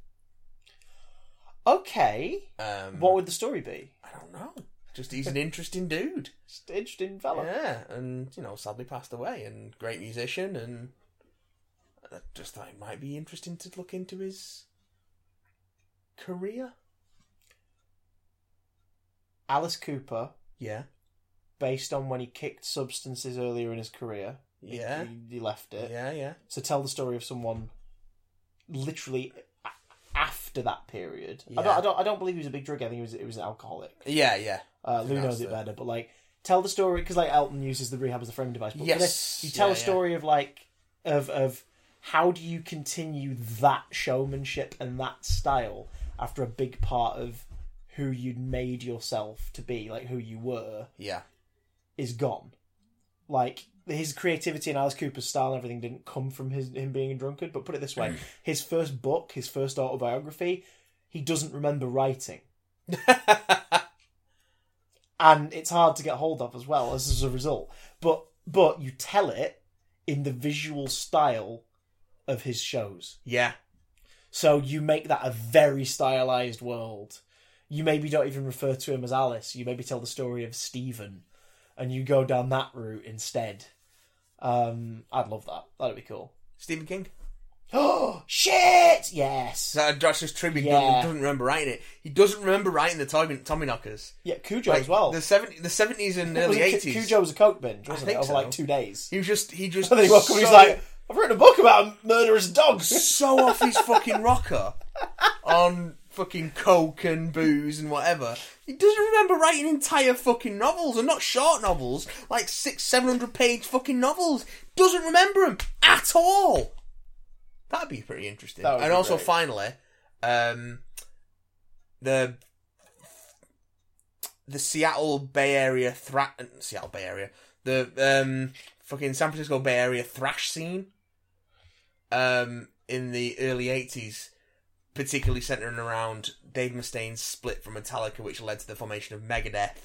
[SPEAKER 1] Okay.
[SPEAKER 2] Um,
[SPEAKER 1] What would the story be?
[SPEAKER 2] I don't know. Just he's an interesting dude.
[SPEAKER 1] Just interesting fella.
[SPEAKER 2] Yeah, and you know, sadly passed away, and great musician, and I just thought it might be interesting to look into his career.
[SPEAKER 1] Alice Cooper,
[SPEAKER 2] Yeah,
[SPEAKER 1] based on when he kicked substances earlier in his career. He-
[SPEAKER 2] Yeah.
[SPEAKER 1] He, he left it.
[SPEAKER 2] yeah, yeah.
[SPEAKER 1] So tell the story of someone literally a- after that period. I, don't,
[SPEAKER 2] Yeah.
[SPEAKER 1] I don't I don't believe he was a big drug. I think he was, he was an alcoholic.
[SPEAKER 2] Yeah, yeah.
[SPEAKER 1] Uh, Lou
[SPEAKER 2] That's
[SPEAKER 1] knows it
[SPEAKER 2] the-
[SPEAKER 1] better, but like, tell the story because like Elton uses the rehab as a framing device. But for
[SPEAKER 2] Yes.
[SPEAKER 1] this, you tell
[SPEAKER 2] Yeah,
[SPEAKER 1] a
[SPEAKER 2] yeah.
[SPEAKER 1] story of like of of how do you continue that showmanship and that style after a big part of who you'd made yourself to be, like who you were,
[SPEAKER 2] Yeah.
[SPEAKER 1] is gone. Like his creativity and Alice Cooper's style and everything didn't come from his him being a drunkard. But put it this way,
[SPEAKER 2] Mm.
[SPEAKER 1] his first book, his first autobiography, he doesn't remember writing and it's hard to get hold of as well as, as a result. But but you tell it in the visual style of his shows.
[SPEAKER 2] yeah.
[SPEAKER 1] So you make that a very stylized world. You maybe don't even refer to him as Alice. You maybe tell the story of Stephen, and you go down that route instead. Um, I'd love that. That'd be cool.
[SPEAKER 2] Stephen King.
[SPEAKER 1] Oh shit! Yes.
[SPEAKER 2] So that's just true. He
[SPEAKER 1] Yeah.
[SPEAKER 2] doesn't, doesn't remember writing it. He doesn't remember writing the Tommy Tommy Knockers.
[SPEAKER 1] Yeah, Cujo as well.
[SPEAKER 2] The seventy, the seventies and
[SPEAKER 1] Wasn't
[SPEAKER 2] early
[SPEAKER 1] Cu-
[SPEAKER 2] eighties.
[SPEAKER 1] Cujo was a coke binge,
[SPEAKER 2] I
[SPEAKER 1] wasn't it?
[SPEAKER 2] think
[SPEAKER 1] Over
[SPEAKER 2] so.
[SPEAKER 1] like two days.
[SPEAKER 2] He was just he just
[SPEAKER 1] And then he woke up and he's
[SPEAKER 2] so-
[SPEAKER 1] like, I've written a book about a murderous dog.
[SPEAKER 2] so off his fucking rocker on fucking coke and booze and whatever. He doesn't remember writing entire fucking novels and not short novels, like six, seven hundred page fucking novels. Doesn't remember them at all. That'd be pretty interesting.
[SPEAKER 1] That would
[SPEAKER 2] And
[SPEAKER 1] be
[SPEAKER 2] also,
[SPEAKER 1] great.
[SPEAKER 2] finally, um, the the Seattle Bay Area thrash Seattle Bay Area the um fucking San Francisco Bay Area thrash scene um in the early eighties, particularly centering around Dave Mustaine's split from Metallica, which led to the formation of Megadeth,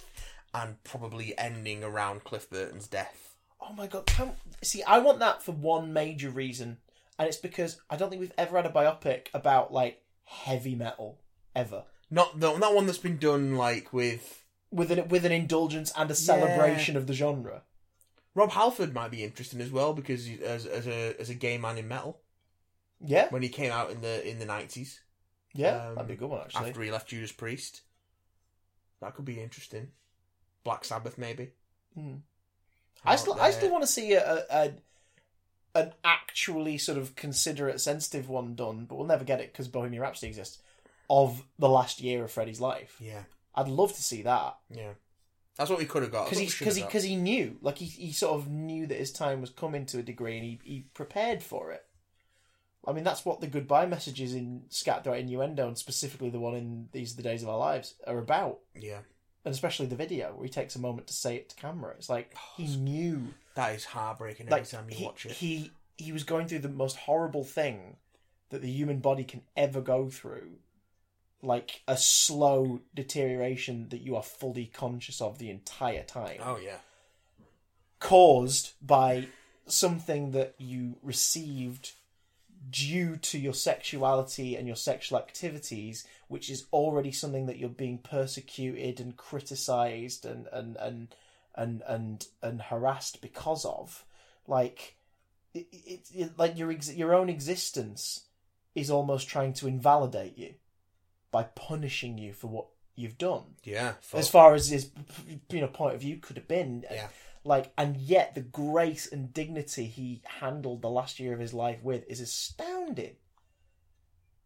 [SPEAKER 2] and probably ending around Cliff Burton's death.
[SPEAKER 1] Oh my god! Can, see, I want that for one major reason, and it's because I don't think we've ever had a biopic about like heavy metal ever,
[SPEAKER 2] Not the not one that's been done like with
[SPEAKER 1] with an with an indulgence and a celebration of the genre.
[SPEAKER 2] Rob Halford might be interesting as well because he, as as a as a gay man in metal
[SPEAKER 1] Yeah,
[SPEAKER 2] when he came out in the in the nineties
[SPEAKER 1] yeah,
[SPEAKER 2] um,
[SPEAKER 1] that'd be a good one actually.
[SPEAKER 2] after he left Judas Priest. That could be interesting. Black Sabbath, maybe.
[SPEAKER 1] Hmm. I still, I still want to see a, a, a an actually sort of considerate, sensitive one done, but we'll never get it because Bohemian Rhapsody exists. Of the last year of Freddie's life,
[SPEAKER 2] Yeah,
[SPEAKER 1] I'd love to see that
[SPEAKER 2] yeah. That's what we could have got.
[SPEAKER 1] because he
[SPEAKER 2] That's what
[SPEAKER 1] because he
[SPEAKER 2] we should have
[SPEAKER 1] because he knew, like he, he sort of knew that his time was coming to a degree, and he, he prepared for it. I mean, that's what the goodbye messages in Scat Throughout Innuendo, and specifically the one in These Are the Days of Our Lives, are about.
[SPEAKER 2] got. Yeah,
[SPEAKER 1] And especially the video, where he takes a moment to say it to camera. It's like he knew
[SPEAKER 2] that is heartbreaking Oh, every
[SPEAKER 1] like
[SPEAKER 2] time you
[SPEAKER 1] he,
[SPEAKER 2] watch it.
[SPEAKER 1] he he was going through the most horrible thing that the human body can ever go through like a slow deterioration that you are fully conscious of the entire time
[SPEAKER 2] oh yeah,
[SPEAKER 1] caused by something that you received due to your sexuality and your sexual activities which is already something that you're being persecuted and criticized and and and and and, and harassed because of like it, it, it- like your ex- your own existence is almost trying to invalidate you by punishing you for what you've done
[SPEAKER 2] yeah.
[SPEAKER 1] as
[SPEAKER 2] fuck.
[SPEAKER 1] far as his you know point of view could have been
[SPEAKER 2] Yeah.
[SPEAKER 1] like and yet the grace and dignity he handled the last year of his life with is astounding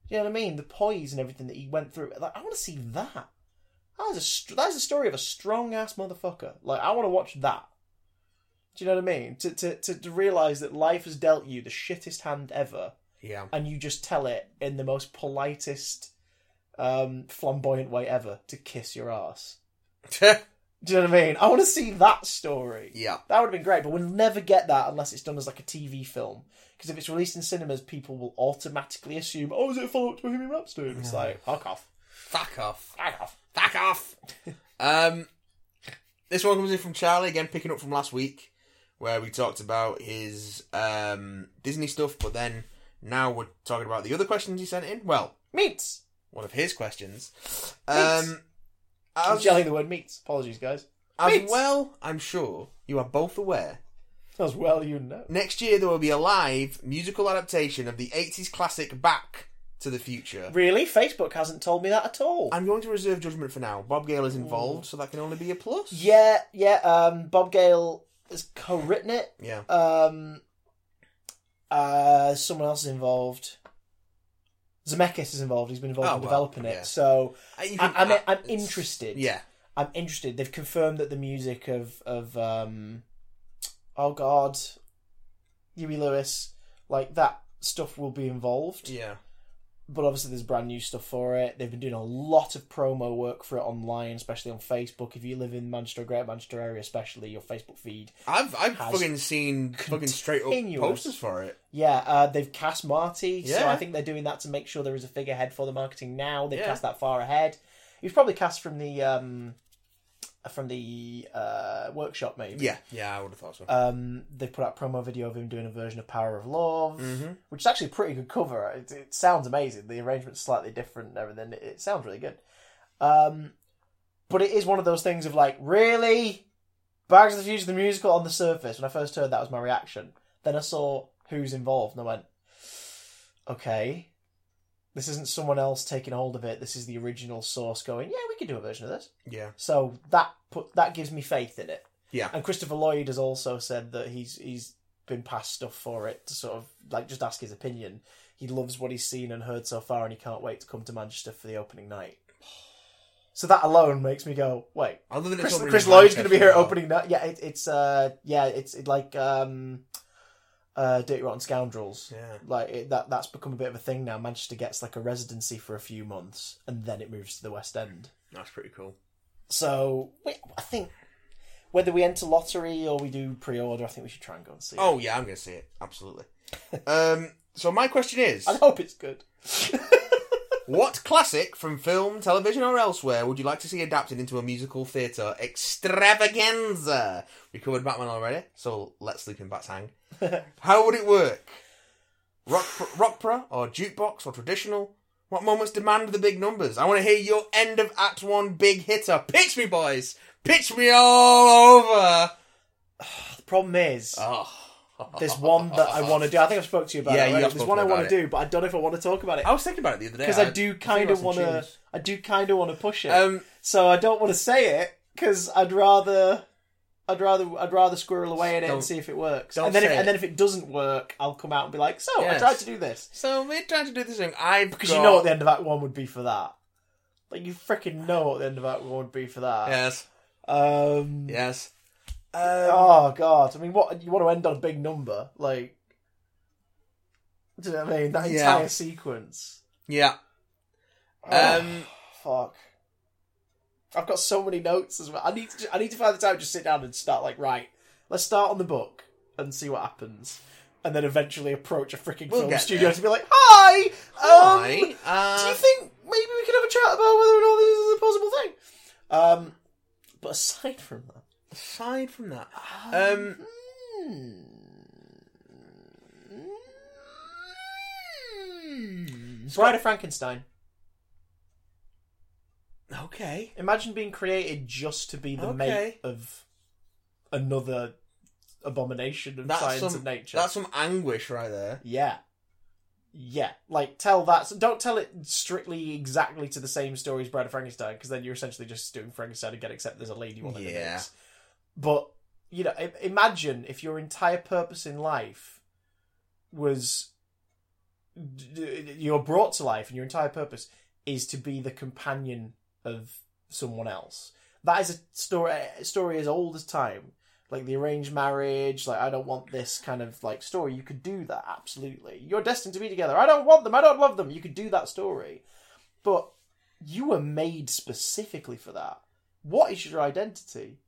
[SPEAKER 1] you know what i mean the poise and everything that he went through like i want to see that that is a str- that is a story of a strong ass motherfucker like i want to watch that do you know what i mean to, to to to realize that life has dealt you the shittest hand ever
[SPEAKER 2] yeah,
[SPEAKER 1] and you just tell it in the most politest um flamboyant way ever to kiss your ass do you know what I mean? I want to see that story.
[SPEAKER 2] yeah.
[SPEAKER 1] That would have been great, but we'll never get that unless it's done as like a TV film. Because if it's released in cinemas, people will automatically assume, "Oh, is it a follow up to Bohemian Rhapsody?" And it's like, fuck off,
[SPEAKER 2] Fuck off.
[SPEAKER 1] fuck off.
[SPEAKER 2] Fuck off. um, this one comes in from Charlie again, picking up from last week, where we talked about his um, Disney stuff, but then now we're talking about the other questions he sent in. Well,
[SPEAKER 1] Meats.
[SPEAKER 2] one of his questions.
[SPEAKER 1] Meats.
[SPEAKER 2] Um,
[SPEAKER 1] I was
[SPEAKER 2] as,
[SPEAKER 1] yelling the word meats. Apologies, guys.
[SPEAKER 2] as
[SPEAKER 1] meats.
[SPEAKER 2] well, I'm sure you are both aware.
[SPEAKER 1] As well, you know.
[SPEAKER 2] Next year there will be a live musical adaptation of the 80s classic Back to the Future.
[SPEAKER 1] Really, Facebook hasn't told me that at all.
[SPEAKER 2] I'm going to reserve judgment for now. Bob Gale is involved, so that can only be a plus.
[SPEAKER 1] Yeah, yeah. Um, Bob Gale has co-written it.
[SPEAKER 2] Yeah.
[SPEAKER 1] Um, uh, someone else is involved. Zemeckis is involved. He's been involved
[SPEAKER 2] Oh,
[SPEAKER 1] in
[SPEAKER 2] well,
[SPEAKER 1] developing
[SPEAKER 2] yeah.
[SPEAKER 1] it. So
[SPEAKER 2] I- you
[SPEAKER 1] I,
[SPEAKER 2] can-
[SPEAKER 1] I'm,
[SPEAKER 2] I-
[SPEAKER 1] I'm
[SPEAKER 2] it's-
[SPEAKER 1] interested.
[SPEAKER 2] Yeah.
[SPEAKER 1] I'm interested. They've confirmed that the music of of um, oh god, Huey Lewis, like that stuff will be involved.
[SPEAKER 2] Yeah.
[SPEAKER 1] But obviously, there's brand new stuff for it. They've been doing a lot of promo work for it online, especially on Facebook. If you live in Manchester, Great Manchester area, especially your Facebook feed.
[SPEAKER 2] I've I've
[SPEAKER 1] has
[SPEAKER 2] fucking seen fucking straight up
[SPEAKER 1] continuous-
[SPEAKER 2] posters for it.
[SPEAKER 1] Yeah, uh, they've cast Marty, so
[SPEAKER 2] Yeah.
[SPEAKER 1] I think they're doing that to make sure there is a figurehead for the marketing now. They've
[SPEAKER 2] Yeah.
[SPEAKER 1] cast that far ahead. He was probably cast from the um, from the uh, workshop, maybe.
[SPEAKER 2] Yeah, yeah, I would have thought so.
[SPEAKER 1] Um, they put out a promo video of him doing a version of Power of Love, which is actually a pretty good cover. It, it sounds amazing. The arrangement's slightly different and everything. It, it sounds really good. Um, but it is one of those things of like, really? Back to the Future, the musical on the surface. When I first heard that was my reaction. Then I saw who's involved and I went, okay, this isn't someone else taking hold of it. This is the original source going, yeah, we could do a version of this.
[SPEAKER 2] yeah,
[SPEAKER 1] So that put that gives me faith in it.
[SPEAKER 2] yeah,
[SPEAKER 1] And Christopher Lloyd has also said that he's he's been passed stuff for it to sort of like just ask his opinion. He loves what he's seen and heard so far, and he can't wait to come to Manchester for the opening night. So that alone makes me go, wait,
[SPEAKER 2] Other than it's
[SPEAKER 1] Chris,
[SPEAKER 2] not really
[SPEAKER 1] Chris Lloyd's going to be here at
[SPEAKER 2] Manchester,
[SPEAKER 1] opening night. Yeah, it, it's uh, yeah, it's it like um, uh, Dirty Rotten Scoundrels.
[SPEAKER 2] Yeah.
[SPEAKER 1] like it, that that's become a bit of a thing now. Manchester gets like a residency for a few months, and then it moves to the West End.
[SPEAKER 2] That's pretty cool.
[SPEAKER 1] So we, I think whether we enter lottery or we do pre-order, I think we should try and go and see. it.
[SPEAKER 2] Oh yeah, I'm going to see it absolutely. um, so my question is,
[SPEAKER 1] I hope it's good.
[SPEAKER 2] what classic from film, television, or elsewhere would you like to see adapted into a musical theatre extravaganza? We covered Batman already, so let Sleeping Bats hang. How would it work? Rock, rockpera or jukebox or traditional? What moments demand the big numbers? I want to hear your end of Act One big hitter. Pitch me, boys. Pitch me all over.
[SPEAKER 1] The problem is,
[SPEAKER 2] Oh,
[SPEAKER 1] there's one that I want to do. I think I've spoke to you about.
[SPEAKER 2] uh, Yeah,
[SPEAKER 1] it
[SPEAKER 2] you
[SPEAKER 1] already.
[SPEAKER 2] have
[SPEAKER 1] There's
[SPEAKER 2] spoken
[SPEAKER 1] one I
[SPEAKER 2] about
[SPEAKER 1] want
[SPEAKER 2] it.
[SPEAKER 1] to do, but I don't know if I want to talk about it
[SPEAKER 2] I was thinking about it the other day
[SPEAKER 1] because I do
[SPEAKER 2] think
[SPEAKER 1] kind
[SPEAKER 2] about
[SPEAKER 1] of
[SPEAKER 2] some
[SPEAKER 1] want to.
[SPEAKER 2] tunes.
[SPEAKER 1] I do kind of want to push it.
[SPEAKER 2] Um,
[SPEAKER 1] so I don't want to say it because I'd rather, I'd rather, I'd rather squirrel away at it
[SPEAKER 5] Don't-
[SPEAKER 1] and see if it works.
[SPEAKER 5] don't
[SPEAKER 1] And then, if,
[SPEAKER 5] say it.
[SPEAKER 1] and then if it doesn't work, I'll come out and be like, "So I
[SPEAKER 2] Yes.
[SPEAKER 1] tried to do this,"
[SPEAKER 2] So we're trying to do this thing. I've
[SPEAKER 1] because you know what the end of Act One would be for that. Like you freaking know what the end of Act One would be for that.
[SPEAKER 2] Yes.
[SPEAKER 1] Um.
[SPEAKER 2] Yes.
[SPEAKER 1] Oh god! I mean, what you want to end on a big number, like? Do you know what I mean? That
[SPEAKER 2] Yeah.
[SPEAKER 1] entire sequence.
[SPEAKER 2] Yeah.
[SPEAKER 1] Oh,
[SPEAKER 2] Um.
[SPEAKER 1] fuck. I've got so many notes as well. I need to. ju- I need to find the time to just sit down and start. Like, right, let's start on the book and see what happens, and then eventually approach a freaking
[SPEAKER 2] We'll
[SPEAKER 1] film
[SPEAKER 2] get
[SPEAKER 1] studio
[SPEAKER 2] there.
[SPEAKER 1] to be like, "Hi, um,
[SPEAKER 2] Hi.
[SPEAKER 1] do
[SPEAKER 2] Uh,
[SPEAKER 1] you think maybe we could have a chat about whether or not this is a possible thing?" Um, but aside from that,
[SPEAKER 2] aside from that, um, hmm.
[SPEAKER 1] Bride of Frankenstein.
[SPEAKER 2] uh, okay.
[SPEAKER 1] Imagine being created just to be the
[SPEAKER 2] Okay.
[SPEAKER 1] mate of another abomination of
[SPEAKER 2] That's
[SPEAKER 1] science
[SPEAKER 2] some
[SPEAKER 1] and nature.
[SPEAKER 2] that's some anguish right there.
[SPEAKER 1] Yeah. Yeah. Like, tell that. Don't tell it strictly exactly to the same story as Bride of Frankenstein, because then you're essentially just doing Frankenstein again, except there's a lady one in the
[SPEAKER 2] Yeah.
[SPEAKER 1] mix. But, you know, i- imagine if your entire purpose in life was. d- d- You're brought to life, and your entire purpose is to be the companion of someone else. That is a story, a story as old as time like the arranged marriage, like I don't want this kind of like story. You could do that absolutely. You're destined to be together. I don't want them. I don't love them. You could do that story, but you were made specifically for that. What is your identity?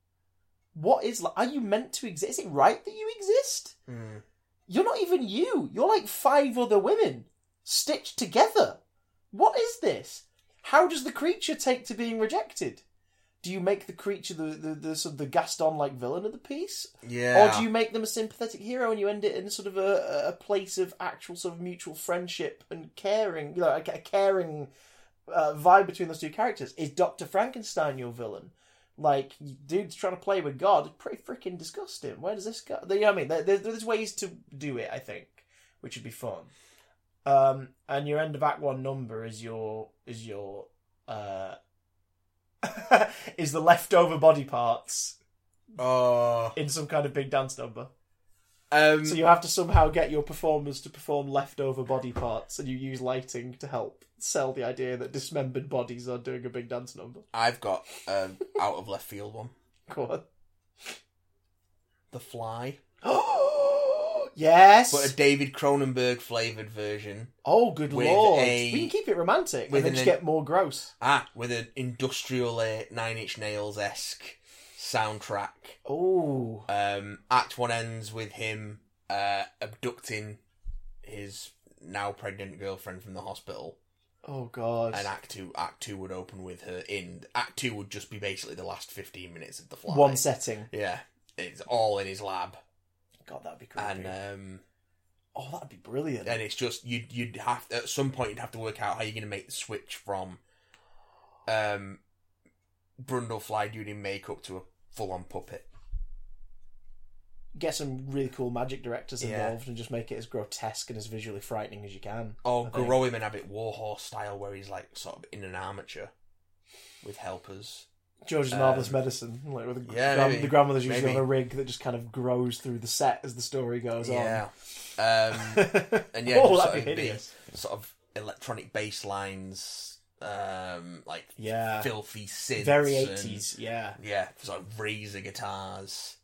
[SPEAKER 1] What is like? Are you meant to exist? Is it right that you exist?
[SPEAKER 2] Mm.
[SPEAKER 1] You're not even you. You're like five other women stitched together. What is this? How does the creature take to being rejected? Do you make the creature the the, the sort of the Gaston like villain of the piece,
[SPEAKER 2] Yeah.
[SPEAKER 1] or do you make them a sympathetic hero and you end it in sort of a, a place of actual sort of mutual friendship and caring, you know, a, a caring uh, vibe between those two characters? Is Dr. Frankenstein your villain? Like, you- dude's trying to play with God. Pretty freaking disgusting. Where does this go? You know what I mean? There, there- there's ways to do it, I think, which would be fun. Um, and your end of act one number is your is your uh, is the leftover body parts
[SPEAKER 2] Oh.
[SPEAKER 1] in some kind of big dance number.
[SPEAKER 2] Um.
[SPEAKER 1] So you have to somehow get your performers to perform leftover body parts, and you use lighting to help sell the idea that dismembered bodies are doing a big dance number.
[SPEAKER 2] I've got um out of left field one.
[SPEAKER 1] Go
[SPEAKER 2] The Fly,
[SPEAKER 1] on. yes.
[SPEAKER 2] but a David Cronenberg flavored version.
[SPEAKER 1] oh, good
[SPEAKER 2] with
[SPEAKER 1] lord.
[SPEAKER 2] a-
[SPEAKER 1] We can keep it romantic,
[SPEAKER 2] with
[SPEAKER 1] and then
[SPEAKER 2] an
[SPEAKER 1] just
[SPEAKER 2] in-
[SPEAKER 1] get more gross.
[SPEAKER 2] Ah, with an industrial uh, Nine Inch Nails esque soundtrack.
[SPEAKER 1] Oh,
[SPEAKER 2] Um, Act One ends with him uh, abducting his now pregnant girlfriend from the hospital,
[SPEAKER 1] oh god.
[SPEAKER 2] and Act Two Act Two would open with her in. Act Two would just be basically the last fifteen minutes of the fly.
[SPEAKER 1] One setting.
[SPEAKER 2] yeah, it's all in his lab,
[SPEAKER 1] God, that'd be creepy.
[SPEAKER 2] and um,
[SPEAKER 1] oh, that'd be brilliant.
[SPEAKER 2] and it's just you would you'd have at some point you'd have to work out how you're going to make the switch from um Brundlefly dude in makeup to a full on puppet.
[SPEAKER 1] get some really cool magic directors
[SPEAKER 2] Yeah.
[SPEAKER 1] involved, and just make it as grotesque and as visually frightening as you can.
[SPEAKER 2] Or
[SPEAKER 1] I think.
[SPEAKER 2] Oh, grow him and have it warhorse style where he's like sort of in an armature with helpers.
[SPEAKER 1] George's
[SPEAKER 2] Um,
[SPEAKER 1] Marvelous Medicine, like with the,
[SPEAKER 2] yeah,
[SPEAKER 1] gran-
[SPEAKER 2] maybe.
[SPEAKER 1] the grandmother's usually
[SPEAKER 2] Maybe.
[SPEAKER 1] on a rig that just kind of grows through the set as the story goes
[SPEAKER 2] Yeah. Um
[SPEAKER 1] on.
[SPEAKER 2] and yeah,
[SPEAKER 1] oh,
[SPEAKER 2] just
[SPEAKER 1] that'd be
[SPEAKER 2] sort of be-
[SPEAKER 1] hideous.
[SPEAKER 2] sort of electronic bass lines, um like
[SPEAKER 1] Yeah,
[SPEAKER 2] filthy synths.
[SPEAKER 1] very
[SPEAKER 2] and-
[SPEAKER 1] eighties. Yeah,
[SPEAKER 2] Yeah, sort of razor guitars.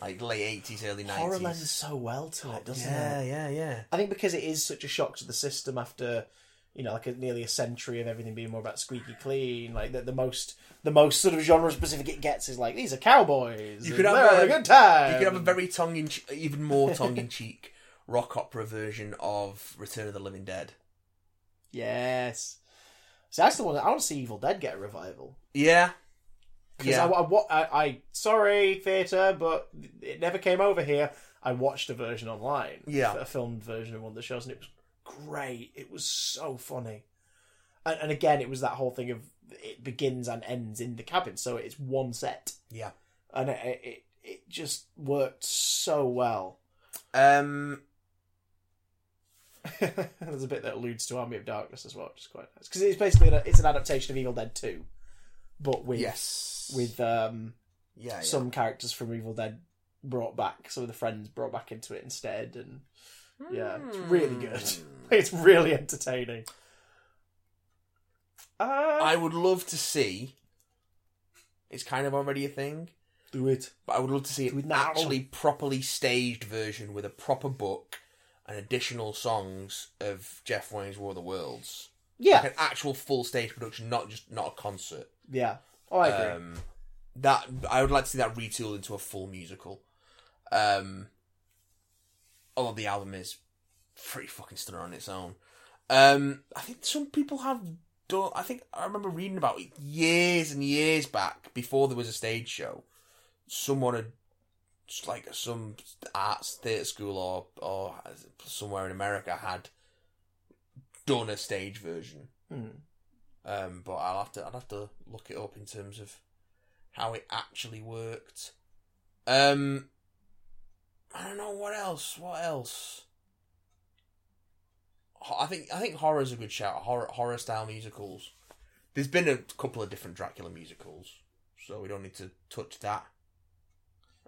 [SPEAKER 2] Like late eighties, early
[SPEAKER 1] horror lends
[SPEAKER 2] nineties.
[SPEAKER 1] so well to it, doesn't
[SPEAKER 2] Yeah,
[SPEAKER 1] it?
[SPEAKER 2] yeah, yeah.
[SPEAKER 1] I think because it is such a shock to the system after you know like a, nearly a century of everything being more about squeaky clean. Like the, the most the most sort of genre specific it gets is like these are cowboys.
[SPEAKER 2] You
[SPEAKER 1] and
[SPEAKER 2] could have
[SPEAKER 1] they're
[SPEAKER 2] a-
[SPEAKER 1] having a good time.
[SPEAKER 2] You could have a very tongue in, even more tongue in cheek rock opera version of Return of the Living Dead.
[SPEAKER 1] yes. See, I still want. I want to see Evil Dead get a revival.
[SPEAKER 2] Yeah,
[SPEAKER 1] Because
[SPEAKER 2] yeah.
[SPEAKER 1] I, I, wa- I, I, sorry, theatre, but it never came over here. I watched a version online,
[SPEAKER 2] Yeah.
[SPEAKER 1] a filmed version of one of the shows, and it was great. It was so funny, and, and again, it was that whole thing of it begins and ends in the cabin, so it's one set,
[SPEAKER 2] Yeah.
[SPEAKER 1] and it it, it- it just worked so well.
[SPEAKER 2] um,
[SPEAKER 1] There's a bit that alludes to Army of Darkness as well, which is quite nice because it's basically an, it's an adaptation of Evil Dead Two, but with
[SPEAKER 2] yes.
[SPEAKER 1] with um,
[SPEAKER 2] yeah, yeah.
[SPEAKER 1] some characters from Evil Dead brought back, some of the friends brought back into it instead, and yeah, it's really good.
[SPEAKER 2] Hmm.
[SPEAKER 1] It's really entertaining. Uh,
[SPEAKER 2] I would love to see. It's kind of already a thing,
[SPEAKER 1] do it.
[SPEAKER 2] but I would love to see
[SPEAKER 1] With
[SPEAKER 2] an
[SPEAKER 1] now.
[SPEAKER 2] actually properly staged version with a proper book and additional songs of Jeff Wayne's War of the Worlds.
[SPEAKER 1] Yeah,
[SPEAKER 2] Like an actual full stage production, not just not a concert.
[SPEAKER 1] yeah. Oh, I agree.
[SPEAKER 2] Um, that I would like to see that retooled into a full musical. Um, although the album is pretty fucking stunning on its own. Um, I think some people have done. I think I remember reading about it years and years back before there was a stage show. Someone had just like some arts theatre school or or somewhere in America had done a stage version.
[SPEAKER 1] Hmm.
[SPEAKER 2] Um, but I'll have to I'd have to look it up in terms of how it actually worked. Um, I don't know what else. What else? Ho- I think I think horror's a good shout. Horror horror style musicals. There's been a couple of different Dracula musicals, so we don't need to touch that.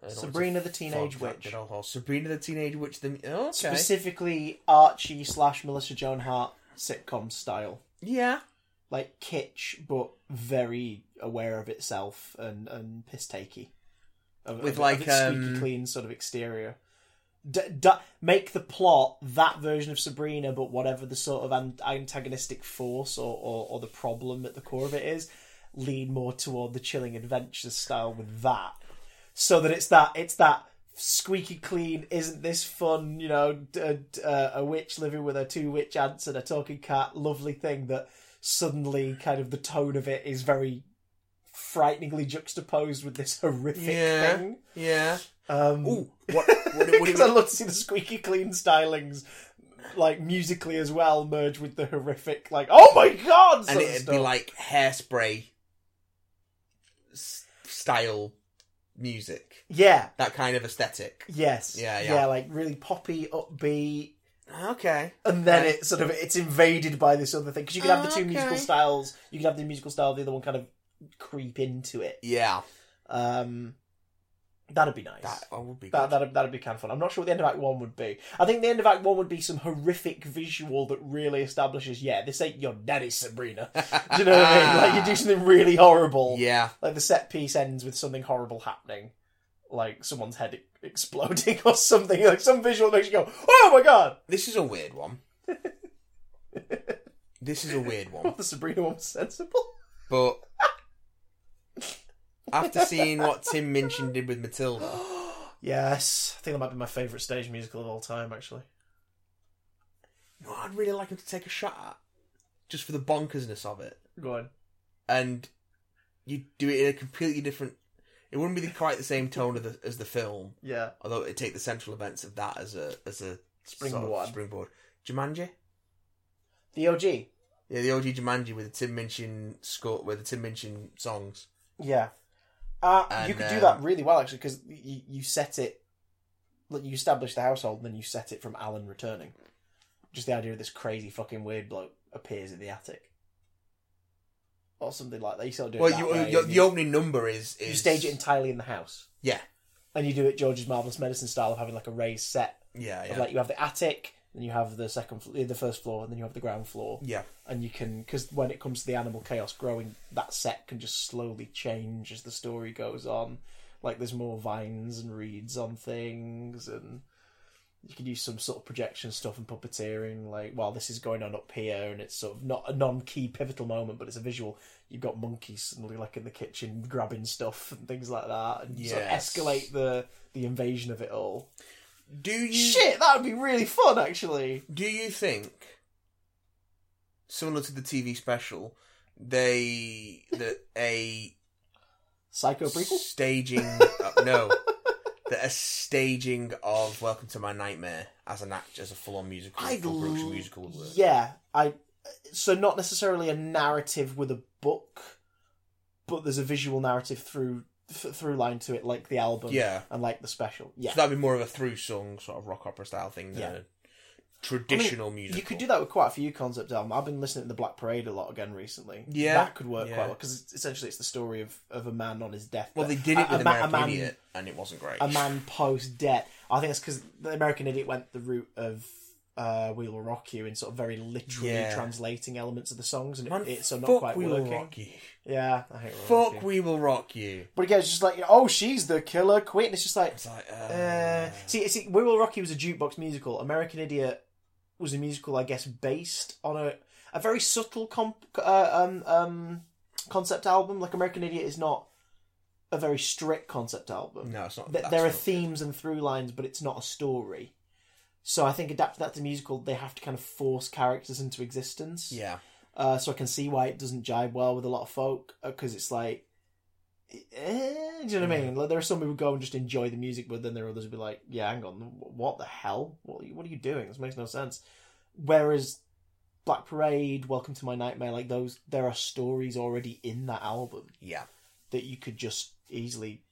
[SPEAKER 2] I don't want to
[SPEAKER 1] Sabrina the Teenage
[SPEAKER 2] fog that
[SPEAKER 1] Witch.
[SPEAKER 2] bit at all. Sabrina the Teenage Witch. The okay.
[SPEAKER 1] Specifically, Archie slash Melissa Joan Hart sitcom style,
[SPEAKER 2] yeah.
[SPEAKER 1] like kitsch, but very aware of itself and and piss takey. Of,
[SPEAKER 2] With
[SPEAKER 1] of-
[SPEAKER 2] like,
[SPEAKER 1] of its squeaky
[SPEAKER 2] um,
[SPEAKER 1] clean sort of exterior. D- d- make the plot that version of Sabrina, but whatever the sort of an- antagonistic force or, or, or the problem at the core of it is, lean more toward the chilling adventures style with that. so that it's that it's that squeaky clean isn't this fun you know d- uh, d- uh, a witch living with her two witch ants and a talking cat lovely thing that suddenly kind of the tone of it is very frighteningly juxtaposed with this horrific
[SPEAKER 2] Yeah.
[SPEAKER 1] thing
[SPEAKER 2] Yeah.
[SPEAKER 1] um
[SPEAKER 2] Ooh, what? What? what, what,
[SPEAKER 1] because i love to see the squeaky clean stylings like musically as well merge with the horrific like oh my god sort
[SPEAKER 2] and
[SPEAKER 1] of
[SPEAKER 2] it'd be
[SPEAKER 1] stuff.
[SPEAKER 2] like hairspray s- style music,
[SPEAKER 1] yeah
[SPEAKER 2] that kind of aesthetic.
[SPEAKER 1] yes
[SPEAKER 2] Yeah, yeah.
[SPEAKER 1] yeah like really poppy upbeat
[SPEAKER 2] Okay.
[SPEAKER 1] and then
[SPEAKER 2] Right.
[SPEAKER 1] it sort of it's invaded by this other thing because you can have the two
[SPEAKER 2] Okay.
[SPEAKER 1] musical styles you can have the musical style the other one kind of creep into it
[SPEAKER 2] Yeah,
[SPEAKER 1] um that'd be nice
[SPEAKER 2] that I would be.
[SPEAKER 1] that,
[SPEAKER 2] good.
[SPEAKER 1] that'd, that'd be kind of fun i'm not sure what the end of act one would be i think the end of act one would be some horrific visual that really establishes yeah this ain't your daddy sabrina do you know what i mean like you do something really horrible
[SPEAKER 2] Yeah,
[SPEAKER 1] like the set piece ends with something horrible happening like someone's head e- exploding or something like some visual makes you go oh my god
[SPEAKER 2] this is a weird one. this is a weird one,
[SPEAKER 1] the sabrina one was sensible
[SPEAKER 2] but after seeing what Tim Minchin did with Matilda,
[SPEAKER 1] Yes, I think that might be my favourite stage musical of all time. Actually,
[SPEAKER 2] you know what I'd really like him to take a shot at, just for the bonkersness of it.
[SPEAKER 1] go on.
[SPEAKER 2] and you do it in a completely different. It wouldn't be the- quite the same tone of the, as the film,
[SPEAKER 1] Yeah,
[SPEAKER 2] although it'd take the central events of that as a as a sort of
[SPEAKER 1] Springboard.
[SPEAKER 2] springboard. Jumanji,
[SPEAKER 1] the OG.
[SPEAKER 2] yeah, the OG Jumanji with the Tim Minchin score, with the Tim Minchin songs.
[SPEAKER 1] Yeah, uh, you
[SPEAKER 2] And,
[SPEAKER 1] could do
[SPEAKER 2] um,
[SPEAKER 1] that really well actually because you, you set it, like you establish the household, and then you set it from Alan returning. Just the idea of this crazy fucking weird bloke appears in the attic, or something like that. You sort of do it
[SPEAKER 2] Well,
[SPEAKER 1] that
[SPEAKER 2] you, uh,
[SPEAKER 1] way,
[SPEAKER 2] you,
[SPEAKER 1] and
[SPEAKER 2] the opening number is, is
[SPEAKER 1] you stage it entirely in the house,
[SPEAKER 2] Yeah,
[SPEAKER 1] and you do it George's marvelous medicine style of having like a raised set.
[SPEAKER 2] yeah,
[SPEAKER 1] Of
[SPEAKER 2] yeah,
[SPEAKER 1] like you have the attic, then you have the second, fl- the first floor, and then you have the ground floor.
[SPEAKER 2] yeah.
[SPEAKER 1] and you can because when it comes to the animal chaos growing that set can just slowly change as the story goes on like there's more vines and reeds on things and you can use some sort of projection stuff and puppeteering like while this is going on up here and it's sort of not a non-key pivotal moment but it's a visual you've got monkeys suddenly like in the kitchen grabbing stuff and things like that and sort of
[SPEAKER 2] Yes.
[SPEAKER 1] escalate the the invasion of it all
[SPEAKER 2] Do you
[SPEAKER 1] shit that would be really fun actually
[SPEAKER 2] Do you think, similar to the TV special, they that a
[SPEAKER 1] psycho prequel
[SPEAKER 2] staging uh, no that a staging of welcome to my nightmare as an act as a full-on musical
[SPEAKER 1] I
[SPEAKER 2] full production
[SPEAKER 1] l-
[SPEAKER 2] musical would work.
[SPEAKER 1] Yeah, I. So not necessarily a narrative with a book, but there's a visual narrative through th- through line to it, like the album,
[SPEAKER 2] Yeah.
[SPEAKER 1] and like the special. Yeah,
[SPEAKER 2] so that'd be more of a through song sort of rock opera style thing than
[SPEAKER 1] Yeah.
[SPEAKER 2] a traditional music.
[SPEAKER 1] You could do that with quite a few concept albums. I've been listening to the Black Parade a lot again recently.
[SPEAKER 2] Yeah.
[SPEAKER 1] that could work
[SPEAKER 2] Yeah.
[SPEAKER 1] quite well because essentially it's the story of, of a man on his deathbed.
[SPEAKER 2] Well, they did it
[SPEAKER 1] A-
[SPEAKER 2] with
[SPEAKER 1] a, ma-
[SPEAKER 2] American
[SPEAKER 1] a man,
[SPEAKER 2] Idiot, and it wasn't great.
[SPEAKER 1] A man post death. I think it's because the American Idiot went the route of uh, "We Will Rock You" in sort of very literally
[SPEAKER 2] Yeah.
[SPEAKER 1] translating elements of the songs, and
[SPEAKER 2] Man,
[SPEAKER 1] it, it's so not
[SPEAKER 2] fuck
[SPEAKER 1] quite
[SPEAKER 2] we
[SPEAKER 1] working.
[SPEAKER 2] will rock you.
[SPEAKER 1] Yeah, I hate Will Rock
[SPEAKER 2] Fuck,
[SPEAKER 1] You.
[SPEAKER 2] we will rock you.
[SPEAKER 1] But again, it's just like you know, oh, she's the killer queen. It's just like
[SPEAKER 2] It's like, uh,
[SPEAKER 1] Uh, see, see, We Will Rock You was a jukebox musical. American Idiot was a musical, I guess, based on a a very subtle comp, uh, um, um, concept album. Like American Idiot is not a very strict concept album.
[SPEAKER 2] no, it's not.
[SPEAKER 1] Th-
[SPEAKER 2] that's
[SPEAKER 1] there are
[SPEAKER 2] not good.
[SPEAKER 1] themes and through lines, but it's not a story. So I think adapting that to musical, they have to kind of force characters into existence.
[SPEAKER 2] Yeah,
[SPEAKER 1] Uh, so I can see why it doesn't jibe well with a lot of folk because it's like, eh, do you know what I mean? Like there are some who go and just enjoy the music, but then there are others who be like, yeah, hang on, what the hell? What are you, what are you doing? This makes no sense. Whereas Black Parade, Welcome to My Nightmare, like those, there are stories already in that album
[SPEAKER 2] yeah.
[SPEAKER 1] that you could just easily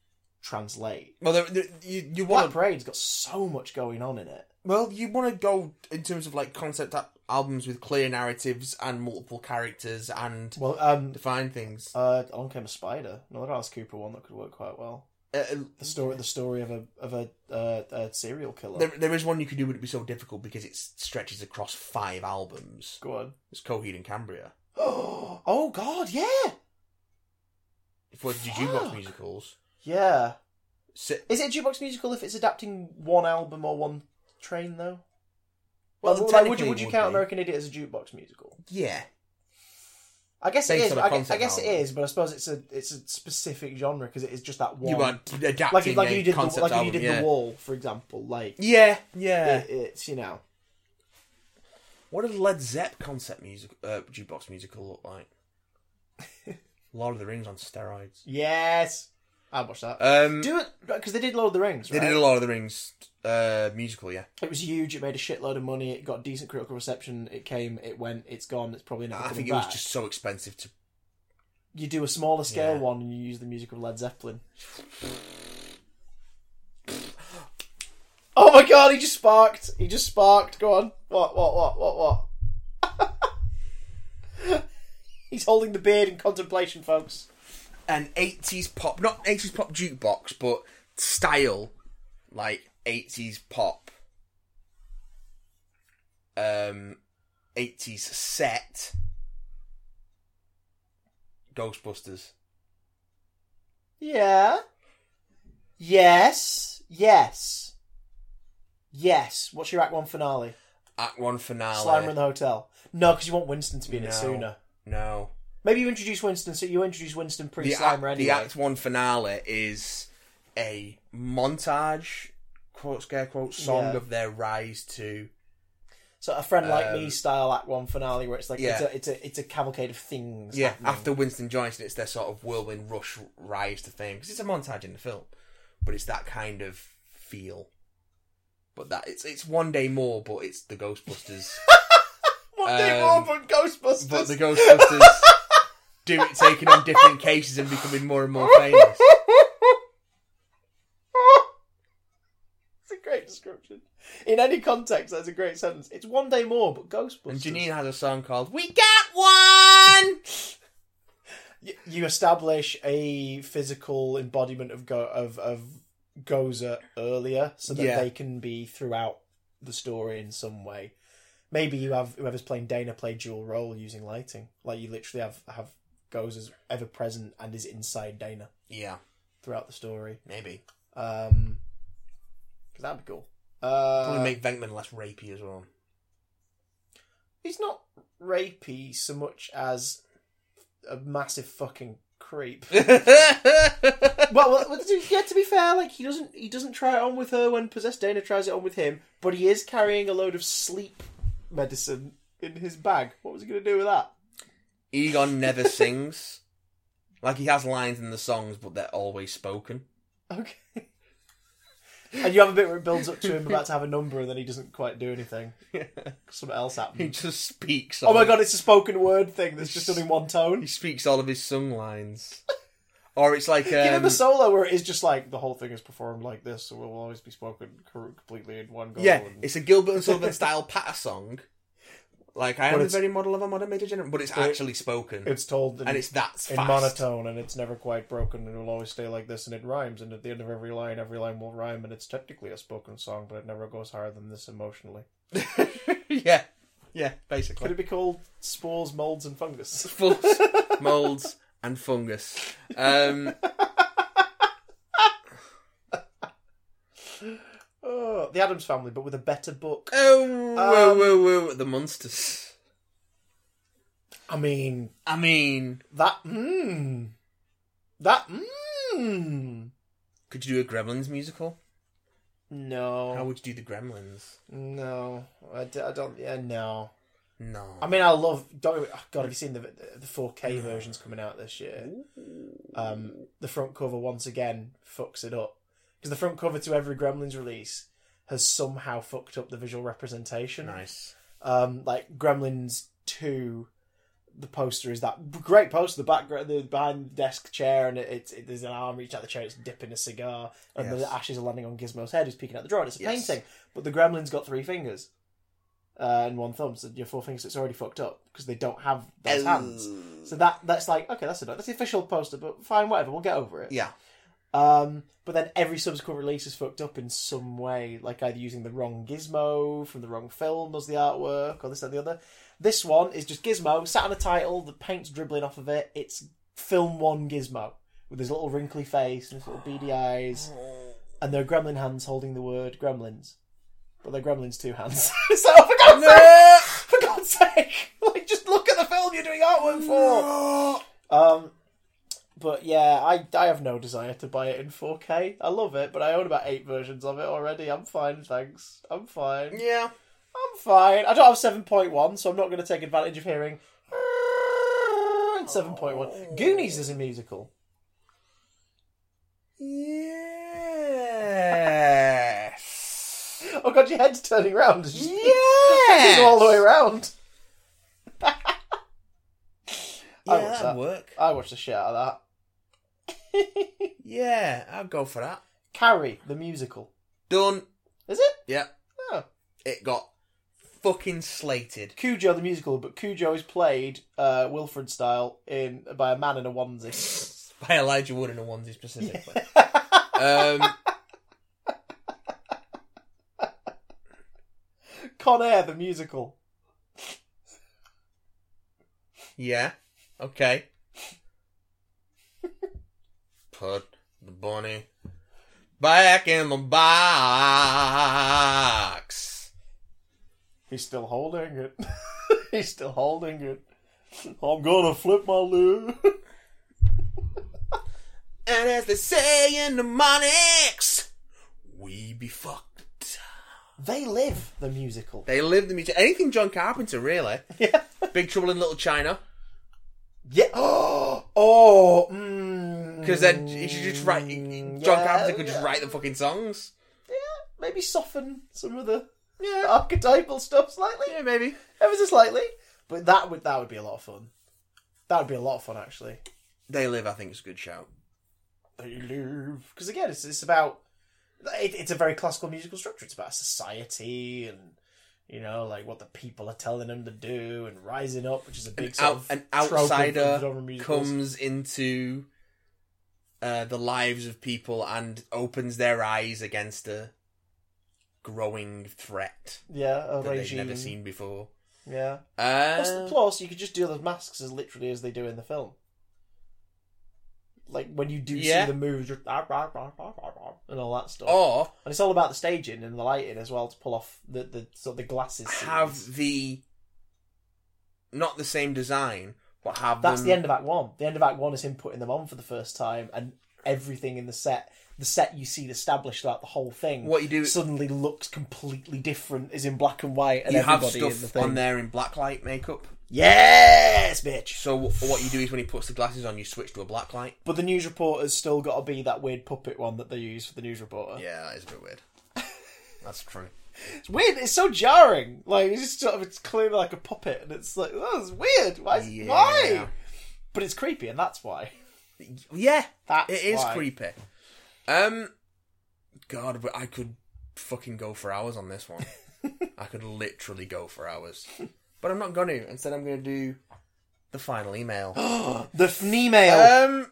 [SPEAKER 1] translate.
[SPEAKER 2] Well, there, there, you you
[SPEAKER 1] Black
[SPEAKER 2] want to
[SPEAKER 1] Parade's got so much going on in it.
[SPEAKER 2] well you want to go in terms of like concept al- albums with clear narratives and multiple characters and
[SPEAKER 1] Well, um,
[SPEAKER 2] define things.
[SPEAKER 1] uh, Along Came a Spider, another Alice Cooper one that could work quite well.
[SPEAKER 2] Uh,
[SPEAKER 1] the story the story of a of a, uh, a serial killer.
[SPEAKER 2] there, there is one you could do, but it'd be so difficult because it stretches across five albums.
[SPEAKER 1] Go on.
[SPEAKER 2] It's Coheed and Cambria.
[SPEAKER 1] Oh, oh God, yeah,
[SPEAKER 2] If we're to do jukebox
[SPEAKER 1] Fuck.
[SPEAKER 2] musicals,
[SPEAKER 1] yeah.
[SPEAKER 2] sit,
[SPEAKER 1] Is it a jukebox musical if it's adapting one album or one train though? Well,
[SPEAKER 2] Well,
[SPEAKER 1] like, would
[SPEAKER 2] technically
[SPEAKER 1] you
[SPEAKER 2] it
[SPEAKER 1] would you
[SPEAKER 2] would
[SPEAKER 1] count
[SPEAKER 2] be.
[SPEAKER 1] American Idiot as a jukebox musical?
[SPEAKER 2] yeah,
[SPEAKER 1] I guess it
[SPEAKER 2] Based
[SPEAKER 1] is.
[SPEAKER 2] on a
[SPEAKER 1] I, gue- I
[SPEAKER 2] concept
[SPEAKER 1] guess it
[SPEAKER 2] album.
[SPEAKER 1] is, but I suppose it's a it's a specific genre because it is just that one.
[SPEAKER 2] you are adapting
[SPEAKER 1] like if- like
[SPEAKER 2] a
[SPEAKER 1] if you did the,
[SPEAKER 2] concept
[SPEAKER 1] like if
[SPEAKER 2] album.
[SPEAKER 1] you did
[SPEAKER 2] yeah.
[SPEAKER 1] the Wall, for example. Like
[SPEAKER 2] yeah, yeah.
[SPEAKER 1] it- it's you know
[SPEAKER 2] What did Led Zepp concept music uh, jukebox musical look like? Lord of the Rings on steroids.
[SPEAKER 1] yes, I watched that.
[SPEAKER 2] Um,
[SPEAKER 1] Do it because they did Lord of the Rings.
[SPEAKER 2] they
[SPEAKER 1] Right?
[SPEAKER 2] did a Lord of the Rings uh, musical, yeah.
[SPEAKER 1] It was huge. It made a shitload of money. It got decent critical reception. It came. It went. It's gone. It's probably never
[SPEAKER 2] I
[SPEAKER 1] coming
[SPEAKER 2] think it
[SPEAKER 1] back.
[SPEAKER 2] was just so expensive to.
[SPEAKER 1] You do a smaller scale
[SPEAKER 2] Yeah.
[SPEAKER 1] one and you use the music of Led Zeppelin. oh my god! He just sparked. He just sparked. Go on. What? What? What? What? What? He's holding the beard in contemplation, folks.
[SPEAKER 2] An eighties pop, not eighties pop jukebox, but style like eighties pop. Um, eighties set. Ghostbusters.
[SPEAKER 1] Yeah. Yes. Yes. Yes. What's your Act One finale?
[SPEAKER 2] Act one finale.
[SPEAKER 1] Slimer in the hotel. No, because you want Winston to be in
[SPEAKER 2] No.
[SPEAKER 1] it sooner.
[SPEAKER 2] no.
[SPEAKER 1] Maybe you introduce Winston. So you introduce Winston pre
[SPEAKER 2] the act,
[SPEAKER 1] Slimer
[SPEAKER 2] the
[SPEAKER 1] anyway.
[SPEAKER 2] act one finale is a montage quote scare quote song
[SPEAKER 1] Yeah.
[SPEAKER 2] of their rise to
[SPEAKER 1] so a friend like
[SPEAKER 2] um,
[SPEAKER 1] me style Act One finale, where it's like it's,
[SPEAKER 2] Yeah.
[SPEAKER 1] a, it's a it's a cavalcade of things.
[SPEAKER 2] yeah
[SPEAKER 1] happening.
[SPEAKER 2] after winston johnson it's their sort of whirlwind rush rise to fame because it's a montage in the film but it's that kind of feel but that it's it's one day more but it's the ghostbusters
[SPEAKER 1] one day
[SPEAKER 2] um,
[SPEAKER 1] more but Ghostbusters.
[SPEAKER 2] but the ghostbusters do it taking on different cases and becoming more and more famous
[SPEAKER 1] it's a great description. In any context, that's a great sentence. It's one day more, but Ghostbusters.
[SPEAKER 2] and janine has a song called we got one
[SPEAKER 1] Y- you establish a physical embodiment of go of of Goza earlier, so that
[SPEAKER 2] Yeah.
[SPEAKER 1] they can be throughout the story in some way. Maybe you have whoever's playing Dana play dual role using lighting, like you literally have have Goza's ever present and is inside Dana
[SPEAKER 2] yeah
[SPEAKER 1] throughout the story.
[SPEAKER 2] maybe
[SPEAKER 1] Um, 'cause that'd be cool.
[SPEAKER 2] probably
[SPEAKER 1] Uh,
[SPEAKER 2] make venkman less rapey as well
[SPEAKER 1] he's not rapey so much as a massive fucking creep. well, well, well, to- yeah. To be fair, like he doesn't he doesn't try it on with her when possessed Dana tries it on with him, but he is carrying a load of sleep medicine in his bag. What was he going to do with that?
[SPEAKER 2] Egon never sings. Like he has lines in the songs, but they're always spoken.
[SPEAKER 1] Okay. and you have a bit where it builds up to him about to have a number, and then he doesn't quite do anything. Something else
[SPEAKER 2] He
[SPEAKER 1] happens.
[SPEAKER 2] just speaks.
[SPEAKER 1] Oh my
[SPEAKER 2] all-
[SPEAKER 1] god, it's a spoken word thing that's just done in one
[SPEAKER 2] He
[SPEAKER 1] tone.
[SPEAKER 2] speaks all of his sung lines. Or it's like
[SPEAKER 1] Give him
[SPEAKER 2] um,
[SPEAKER 1] a solo where it is just like the whole thing is performed like this, so we'll always be spoken cor- completely in one go.
[SPEAKER 2] yeah,
[SPEAKER 1] and-
[SPEAKER 2] it's a Gilbert and Sullivan style patter song. Like I
[SPEAKER 1] But
[SPEAKER 2] am the
[SPEAKER 1] it's-
[SPEAKER 2] very model of a modern major general, but it's actually spoken
[SPEAKER 1] it's told in,
[SPEAKER 2] and it's that
[SPEAKER 1] in
[SPEAKER 2] fast.
[SPEAKER 1] monotone and it's never quite broken and it will always stay like this and it rhymes and at the end of every line, every line will rhyme and it's technically a spoken song, but it never goes higher than this emotionally.
[SPEAKER 2] yeah, yeah,
[SPEAKER 1] Could
[SPEAKER 2] basically.
[SPEAKER 1] it be called spores, molds, and fungus?
[SPEAKER 2] False molds and fungus. Um,
[SPEAKER 1] Oh, the Adams Family, but with a better book.
[SPEAKER 2] oh, whoa,
[SPEAKER 1] Um,
[SPEAKER 2] whoa, whoa! The monsters.
[SPEAKER 1] I mean,
[SPEAKER 2] I mean,
[SPEAKER 1] that. Mmm. That. Mmm.
[SPEAKER 2] could you do a Gremlins musical?
[SPEAKER 1] No.
[SPEAKER 2] How would you do the Gremlins?
[SPEAKER 1] No, I, d- I don't. Yeah, no.
[SPEAKER 2] No.
[SPEAKER 1] I mean, I love. Don't, oh God, have you seen the the 4K versions coming out this year? Um, the front cover once again fucks it up because the front cover to every Gremlins release has somehow fucked up the visual representation.
[SPEAKER 2] nice.
[SPEAKER 1] Um, like Gremlins Two, the poster is that great poster. The back, the behind the desk chair, and it, it's it, there's an arm reaching out the chair. It's dipping a cigar, and
[SPEAKER 2] Yes.
[SPEAKER 1] the ashes are landing on Gizmo's head, who's peeking out the drawer. And it's a
[SPEAKER 2] Yes.
[SPEAKER 1] painting, but the Gremlin's got three fingers uh, and one thumb, so your four fingers. It's already fucked up because they don't have those hands. So that that's like okay, that's enough. That's the official poster, but fine, whatever. We'll get over it.
[SPEAKER 2] Yeah.
[SPEAKER 1] Um, but then every subsequent release is fucked up in some way, like either using the wrong gizmo from the wrong film as the artwork, or this and the other. This one is just gizmo sat on a title, the paint's dribbling off of it. It's film one gizmo with his little wrinkly face and his little beady eyes, and there are gremlin hands holding the word gremlins, but they're gremlins two hands. so for God's sake, for God's sake, like just look at the film you're doing artwork for. Um, but yeah, I I have no desire to buy it in 4K. I love it, but I own about eight versions of it already. I'm fine, thanks. I'm fine.
[SPEAKER 2] Yeah.
[SPEAKER 1] I'm fine. I don't have 7.1, so I'm not going to take advantage of hearing. "Ah, and
[SPEAKER 2] Oh.
[SPEAKER 1] 7.1. Goonies is a musical.
[SPEAKER 2] Yes.
[SPEAKER 1] Oh god, your head's turning round. It's just
[SPEAKER 2] yes.
[SPEAKER 1] all the way around.
[SPEAKER 2] Yeah,
[SPEAKER 1] I watched that.
[SPEAKER 2] that'd work.
[SPEAKER 1] I watched the shit out of that.
[SPEAKER 2] Yeah, I'll go for that.
[SPEAKER 1] Carrie, the musical.
[SPEAKER 2] Done.
[SPEAKER 1] Is it?
[SPEAKER 2] Yeah.
[SPEAKER 1] Oh.
[SPEAKER 2] It got fucking slated.
[SPEAKER 1] Cujo the musical, but Cujo is played uh, Wilfred style in by a man in a onesie.
[SPEAKER 2] By Elijah Wood in a onesie specifically. um,
[SPEAKER 1] Con Air the musical.
[SPEAKER 2] yeah. Okay. Put the bunny back in the box.
[SPEAKER 1] He's still holding it. He's still holding it. I'm gonna flip my loo.
[SPEAKER 2] And as they say in the monics, we be fucked.
[SPEAKER 1] they live the musical.
[SPEAKER 2] They live the music. Anything John Carpenter, really.
[SPEAKER 1] Yeah.
[SPEAKER 2] Big Trouble in Little China.
[SPEAKER 1] Yeah. Oh. Oh. mm.
[SPEAKER 2] Because then he should just write. John
[SPEAKER 1] Yeah,
[SPEAKER 2] Carpenter could just
[SPEAKER 1] yeah.
[SPEAKER 2] write the fucking songs.
[SPEAKER 1] maybe soften some of the yeah. archetypal stuff slightly,
[SPEAKER 2] Yeah, maybe.
[SPEAKER 1] ever so slightly. But that would that would be a lot of fun. That would be a lot of fun actually.
[SPEAKER 2] They Live, I think, is a good shout.
[SPEAKER 1] They live because again, it's it's about it, it's a very classical musical structure. It's about society and you know like what the people are telling them to do and rising up, which is a big
[SPEAKER 2] An,
[SPEAKER 1] sort
[SPEAKER 2] out,
[SPEAKER 1] of
[SPEAKER 2] an
[SPEAKER 1] trope of- of
[SPEAKER 2] outsider
[SPEAKER 1] genre musicals.
[SPEAKER 2] comes into uh, the lives of people and opens their eyes against a growing threat
[SPEAKER 1] yeah, a
[SPEAKER 2] that
[SPEAKER 1] regime.
[SPEAKER 2] they've never seen before.
[SPEAKER 1] Yeah. Plus,
[SPEAKER 2] Uh,
[SPEAKER 1] plus, you could just do those masks as literally as they do in the film. Like when you do
[SPEAKER 2] Yeah. Oh.
[SPEAKER 1] see the moves, you're "Ah, rah, rah, rah, rah, rah," and all that stuff.
[SPEAKER 2] or
[SPEAKER 1] And it's all about the staging and the lighting as well to pull off the the sort of the glasses. scenes.
[SPEAKER 2] have the not the same design, but have
[SPEAKER 1] That's
[SPEAKER 2] them,
[SPEAKER 1] the end of Act One. The end of Act One is him putting them on for the first time, and everything in the set, the set you see established throughout the whole thing,
[SPEAKER 2] What you do-
[SPEAKER 1] suddenly looks completely different. Is in black and white, and
[SPEAKER 2] You have
[SPEAKER 1] everybody in the
[SPEAKER 2] stuff
[SPEAKER 1] thing.
[SPEAKER 2] on there in black light makeup.
[SPEAKER 1] Yes, bitch.
[SPEAKER 2] So wh- what you do is when he puts the glasses on, you switch to a black light.
[SPEAKER 1] But the news reporter's still got to be that weird puppet one that they use for the news reporter.
[SPEAKER 2] Yeah, that is a bit weird. That's true.
[SPEAKER 1] It's weird. It's so jarring. Like it's just sort of it's clearly like a puppet, and it's like oh, it's weird. Why? is-
[SPEAKER 2] Yeah.
[SPEAKER 1] Why? But it's creepy, and that's why.
[SPEAKER 2] Yeah,
[SPEAKER 1] That's
[SPEAKER 2] it is
[SPEAKER 1] why.
[SPEAKER 2] creepy. Um, God, but I could fucking go for hours on this one. I could literally go for hours, but I'm not going to. Instead, I'm going to do the final email.
[SPEAKER 1] The Fnemail.
[SPEAKER 2] um,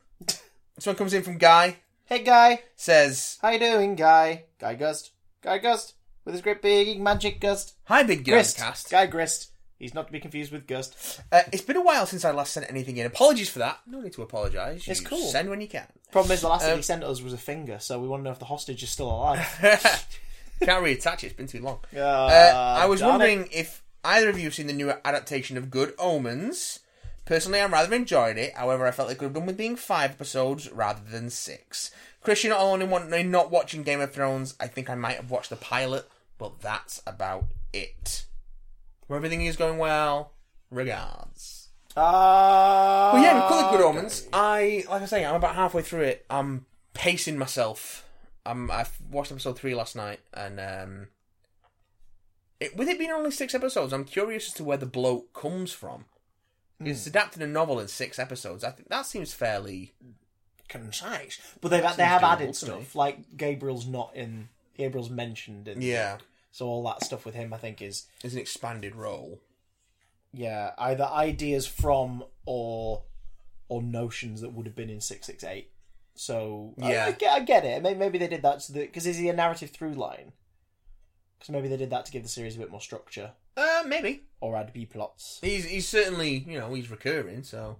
[SPEAKER 2] this one comes in from Guy.
[SPEAKER 1] hey, guy.
[SPEAKER 2] Says,
[SPEAKER 1] How you doing, guy? Guy Gust. Guy Gust. With his great big magic gust.
[SPEAKER 2] "Hi, big guys
[SPEAKER 1] Grist.
[SPEAKER 2] cast.
[SPEAKER 1] Guy Grist. He's not to be confused with Gust.
[SPEAKER 2] Uh, it's been a while since I last sent anything in. Apologies for that. No need to apologise. You
[SPEAKER 1] It's cool.
[SPEAKER 2] Send when you can.
[SPEAKER 1] Problem is, the last thing
[SPEAKER 2] Um,
[SPEAKER 1] he sent us was a finger, so we want to know if the hostage is still alive.
[SPEAKER 2] Can't reattach it. It's been too long.
[SPEAKER 1] Uh,
[SPEAKER 2] Uh, I was
[SPEAKER 1] darn it.
[SPEAKER 2] wondering if either of you have seen the new adaptation of Good Omens. Personally, I rather enjoyed it. However, I felt it could have done with being five episodes rather than six. Christian, not only one, in not watching Game of Thrones, I think I might have watched the pilot, but that's about it. Hope everything is going well. Regards.
[SPEAKER 1] Uh, Ah.
[SPEAKER 2] Well, yeah, we call it Good Omens. I, like I say, I'm about halfway through it. I'm pacing myself. Um, I watched episode three last night, and um, it, with it being only six episodes, I'm curious as to where the bloat comes from. It's adapting a novel in six episodes. I think that seems fairly.
[SPEAKER 1] concise. But they've they
[SPEAKER 2] Seems
[SPEAKER 1] have
[SPEAKER 2] doable
[SPEAKER 1] added
[SPEAKER 2] to me.
[SPEAKER 1] stuff like Gabriel's not in. Gabriel's mentioned in. the
[SPEAKER 2] Yeah.
[SPEAKER 1] book. So all that stuff with him, I think, is
[SPEAKER 2] It's an expanded role.
[SPEAKER 1] yeah either ideas from or or notions that would have been in six six eight. So I-
[SPEAKER 2] Yeah.
[SPEAKER 1] I, get, I get it. May- Maybe they did that so because is he a narrative through line? Because maybe they did that to give the series a bit more structure
[SPEAKER 2] Uh, maybe
[SPEAKER 1] or add B plots.
[SPEAKER 2] he's he's certainly you know he's recurring so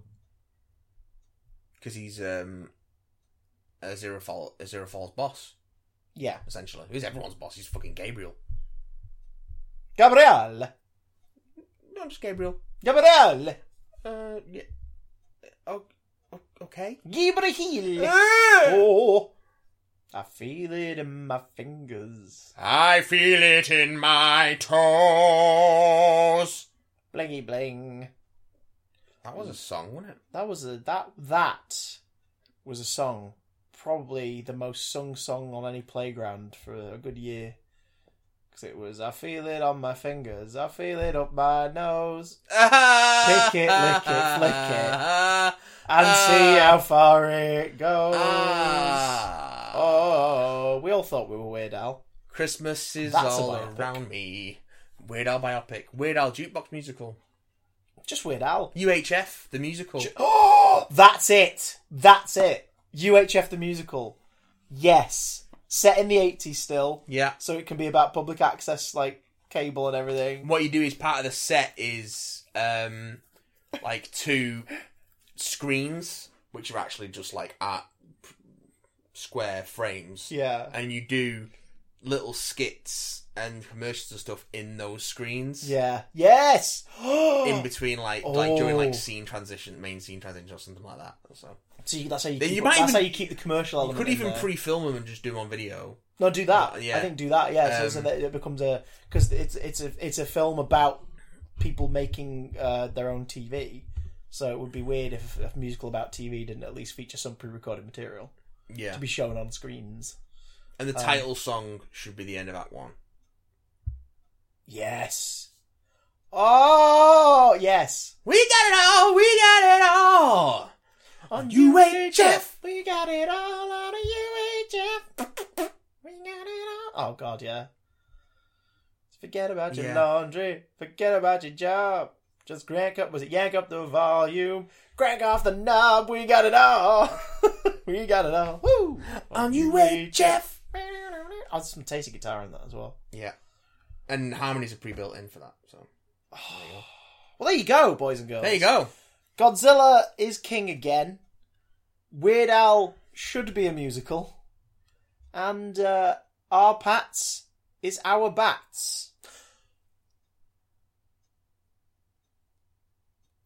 [SPEAKER 2] because he's um a zero fall a zero falls boss
[SPEAKER 1] Yeah,
[SPEAKER 2] essentially. Who's everyone's boss? He's fucking Gabriel.
[SPEAKER 1] Gabriel,
[SPEAKER 2] Not just Gabriel.
[SPEAKER 1] Gabriel,
[SPEAKER 2] Uh, yeah. Oh, o- okay.
[SPEAKER 1] Gabriel.
[SPEAKER 2] I
[SPEAKER 1] Oh, I feel it in my fingers.
[SPEAKER 2] feel it in my toes.
[SPEAKER 1] Blingy bling.
[SPEAKER 2] That was a song, wasn't it?
[SPEAKER 1] That was a that that was a song, probably the most sung song on any playground for a good year. Because it was, I feel it on my fingers, I feel it up my nose,
[SPEAKER 2] Lick
[SPEAKER 1] it, lick it, flick it. and see
[SPEAKER 2] Ah.
[SPEAKER 1] how far it goes.
[SPEAKER 2] Ah.
[SPEAKER 1] Oh, we all thought we were Weird Al.
[SPEAKER 2] Christmas is
[SPEAKER 1] That's a
[SPEAKER 2] all
[SPEAKER 1] biopic.
[SPEAKER 2] around me. Weird Al biopic. Weird Al jukebox musical.
[SPEAKER 1] Just Weird Al.
[SPEAKER 2] UHF the musical.
[SPEAKER 1] Oh, that's it. That's it. UHF the musical. Yes, set in the eighties still.
[SPEAKER 2] yeah.
[SPEAKER 1] so it can be about public access like cable and everything.
[SPEAKER 2] what you do is part of the set is um like two screens which are actually just like art square frames
[SPEAKER 1] Yeah.
[SPEAKER 2] and you do little skits and commercials and stuff in those screens
[SPEAKER 1] Yeah. Yes.
[SPEAKER 2] in between like like during
[SPEAKER 1] Oh.
[SPEAKER 2] like scene transition main scene transition or something like that so
[SPEAKER 1] so you, that's how you.
[SPEAKER 2] Then
[SPEAKER 1] Keep,
[SPEAKER 2] you might
[SPEAKER 1] that's
[SPEAKER 2] even-
[SPEAKER 1] how you keep the commercial
[SPEAKER 2] you
[SPEAKER 1] element.
[SPEAKER 2] could
[SPEAKER 1] in
[SPEAKER 2] even
[SPEAKER 1] there.
[SPEAKER 2] pre-film them and just do them on video
[SPEAKER 1] No, do that.
[SPEAKER 2] Yeah.
[SPEAKER 1] I think do that. Yeah. so, so
[SPEAKER 2] Um,
[SPEAKER 1] that it becomes a because it's it's a it's a film about people making uh, their own TV. So it would be weird if, if a musical about TV didn't at least feature some pre-recorded material
[SPEAKER 2] yeah
[SPEAKER 1] to be shown on screens.
[SPEAKER 2] and the title song should be the end of that one
[SPEAKER 1] Yes. Oh yes.
[SPEAKER 2] we got it all we got it all
[SPEAKER 1] On
[SPEAKER 2] UHF.
[SPEAKER 1] we got it all on UHF. We got it all. Oh God, yeah. Forget about your
[SPEAKER 2] Yeah.
[SPEAKER 1] laundry. Forget about your job. Just crank up. Was it yank up the volume? Crank off the knob. We got it all. we got it all. Woo!
[SPEAKER 2] on UHF.
[SPEAKER 1] I'll some tasty guitar in that as well.
[SPEAKER 2] Yeah. And harmonies are pre-built in for that. So
[SPEAKER 1] Well, there you go, boys and girls.
[SPEAKER 2] there you go.
[SPEAKER 1] Godzilla is king again. Weird Al should be a musical. And uh, our Pats is our Bats.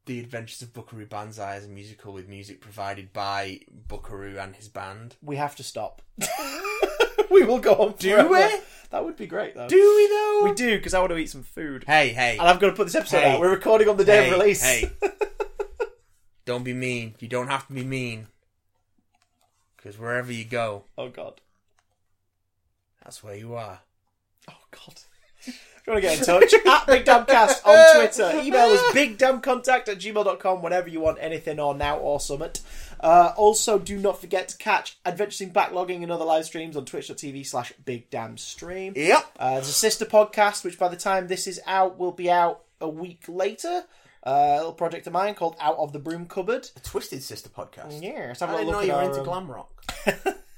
[SPEAKER 2] The Adventures of Buckaroo Banzai is a musical with music provided by Buckaroo and his band.
[SPEAKER 1] We have to stop. we will go on.
[SPEAKER 2] Do
[SPEAKER 1] forever.
[SPEAKER 2] we?
[SPEAKER 1] That would be great, though.
[SPEAKER 2] Do we though?
[SPEAKER 1] we do because I want to eat some food.
[SPEAKER 2] Hey, hey,
[SPEAKER 1] And I've got to put this episode
[SPEAKER 2] Hey.
[SPEAKER 1] out. We're recording on the day
[SPEAKER 2] hey,
[SPEAKER 1] of release.
[SPEAKER 2] Hey, don't be mean. You don't have to be mean. Because wherever you go,
[SPEAKER 1] Oh God.
[SPEAKER 2] that's where you are.
[SPEAKER 1] Oh God. If you want to get in touch, at Big Damn Cast on Twitter. Email us bigdamcontact at gmail.com whenever you want anything or now or summit. Uh, also, do not forget to catch Adventures in Backlogging and other live streams on twitch.tv slash bigdamstream.
[SPEAKER 2] Yep.
[SPEAKER 1] Uh, there's a sister podcast, which by the time this is out, will be out a week later. Uh, a little project of mine called Out of the Broom Cupboard.
[SPEAKER 2] The Twisted Sister podcast.
[SPEAKER 1] Yeah, let's
[SPEAKER 2] I
[SPEAKER 1] have a
[SPEAKER 2] didn't
[SPEAKER 1] little
[SPEAKER 2] know
[SPEAKER 1] look
[SPEAKER 2] you
[SPEAKER 1] at
[SPEAKER 2] were
[SPEAKER 1] our,
[SPEAKER 2] into
[SPEAKER 1] um,
[SPEAKER 2] glam rock.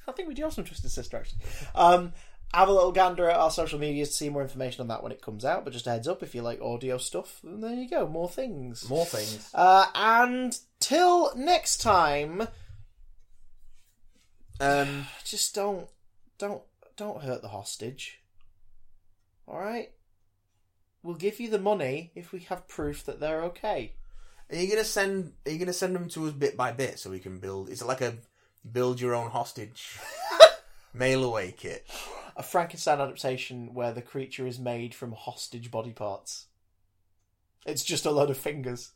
[SPEAKER 1] I think we do have some Twisted Sister actually. Um, have a little gander at our social medias to see more information on that when it comes out. But just a heads up, if you like audio stuff, then there you go, more things.
[SPEAKER 2] More things.
[SPEAKER 1] Uh, and till next time,
[SPEAKER 2] Um,
[SPEAKER 1] just don't, don't, don't hurt the hostage. All right, we'll give you the money if we have proof that they're okay.
[SPEAKER 2] are you gonna send? Are you gonna send them to us bit by bit so we can build? Is it like a build your own hostage mail away kit?
[SPEAKER 1] A Frankenstein adaptation where the creature is made from hostage body parts. It's just a load of fingers.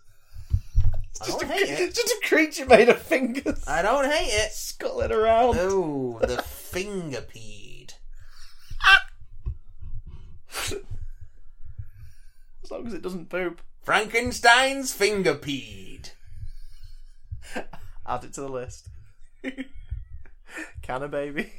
[SPEAKER 2] I don't hate it.
[SPEAKER 1] Just a creature made of fingers
[SPEAKER 2] I don't hate it.
[SPEAKER 1] scuttling around.
[SPEAKER 2] Oh, the finger peed.
[SPEAKER 1] As long as it doesn't poop.
[SPEAKER 2] Frankenstein's finger peed.
[SPEAKER 1] Add it to the list. Can a baby?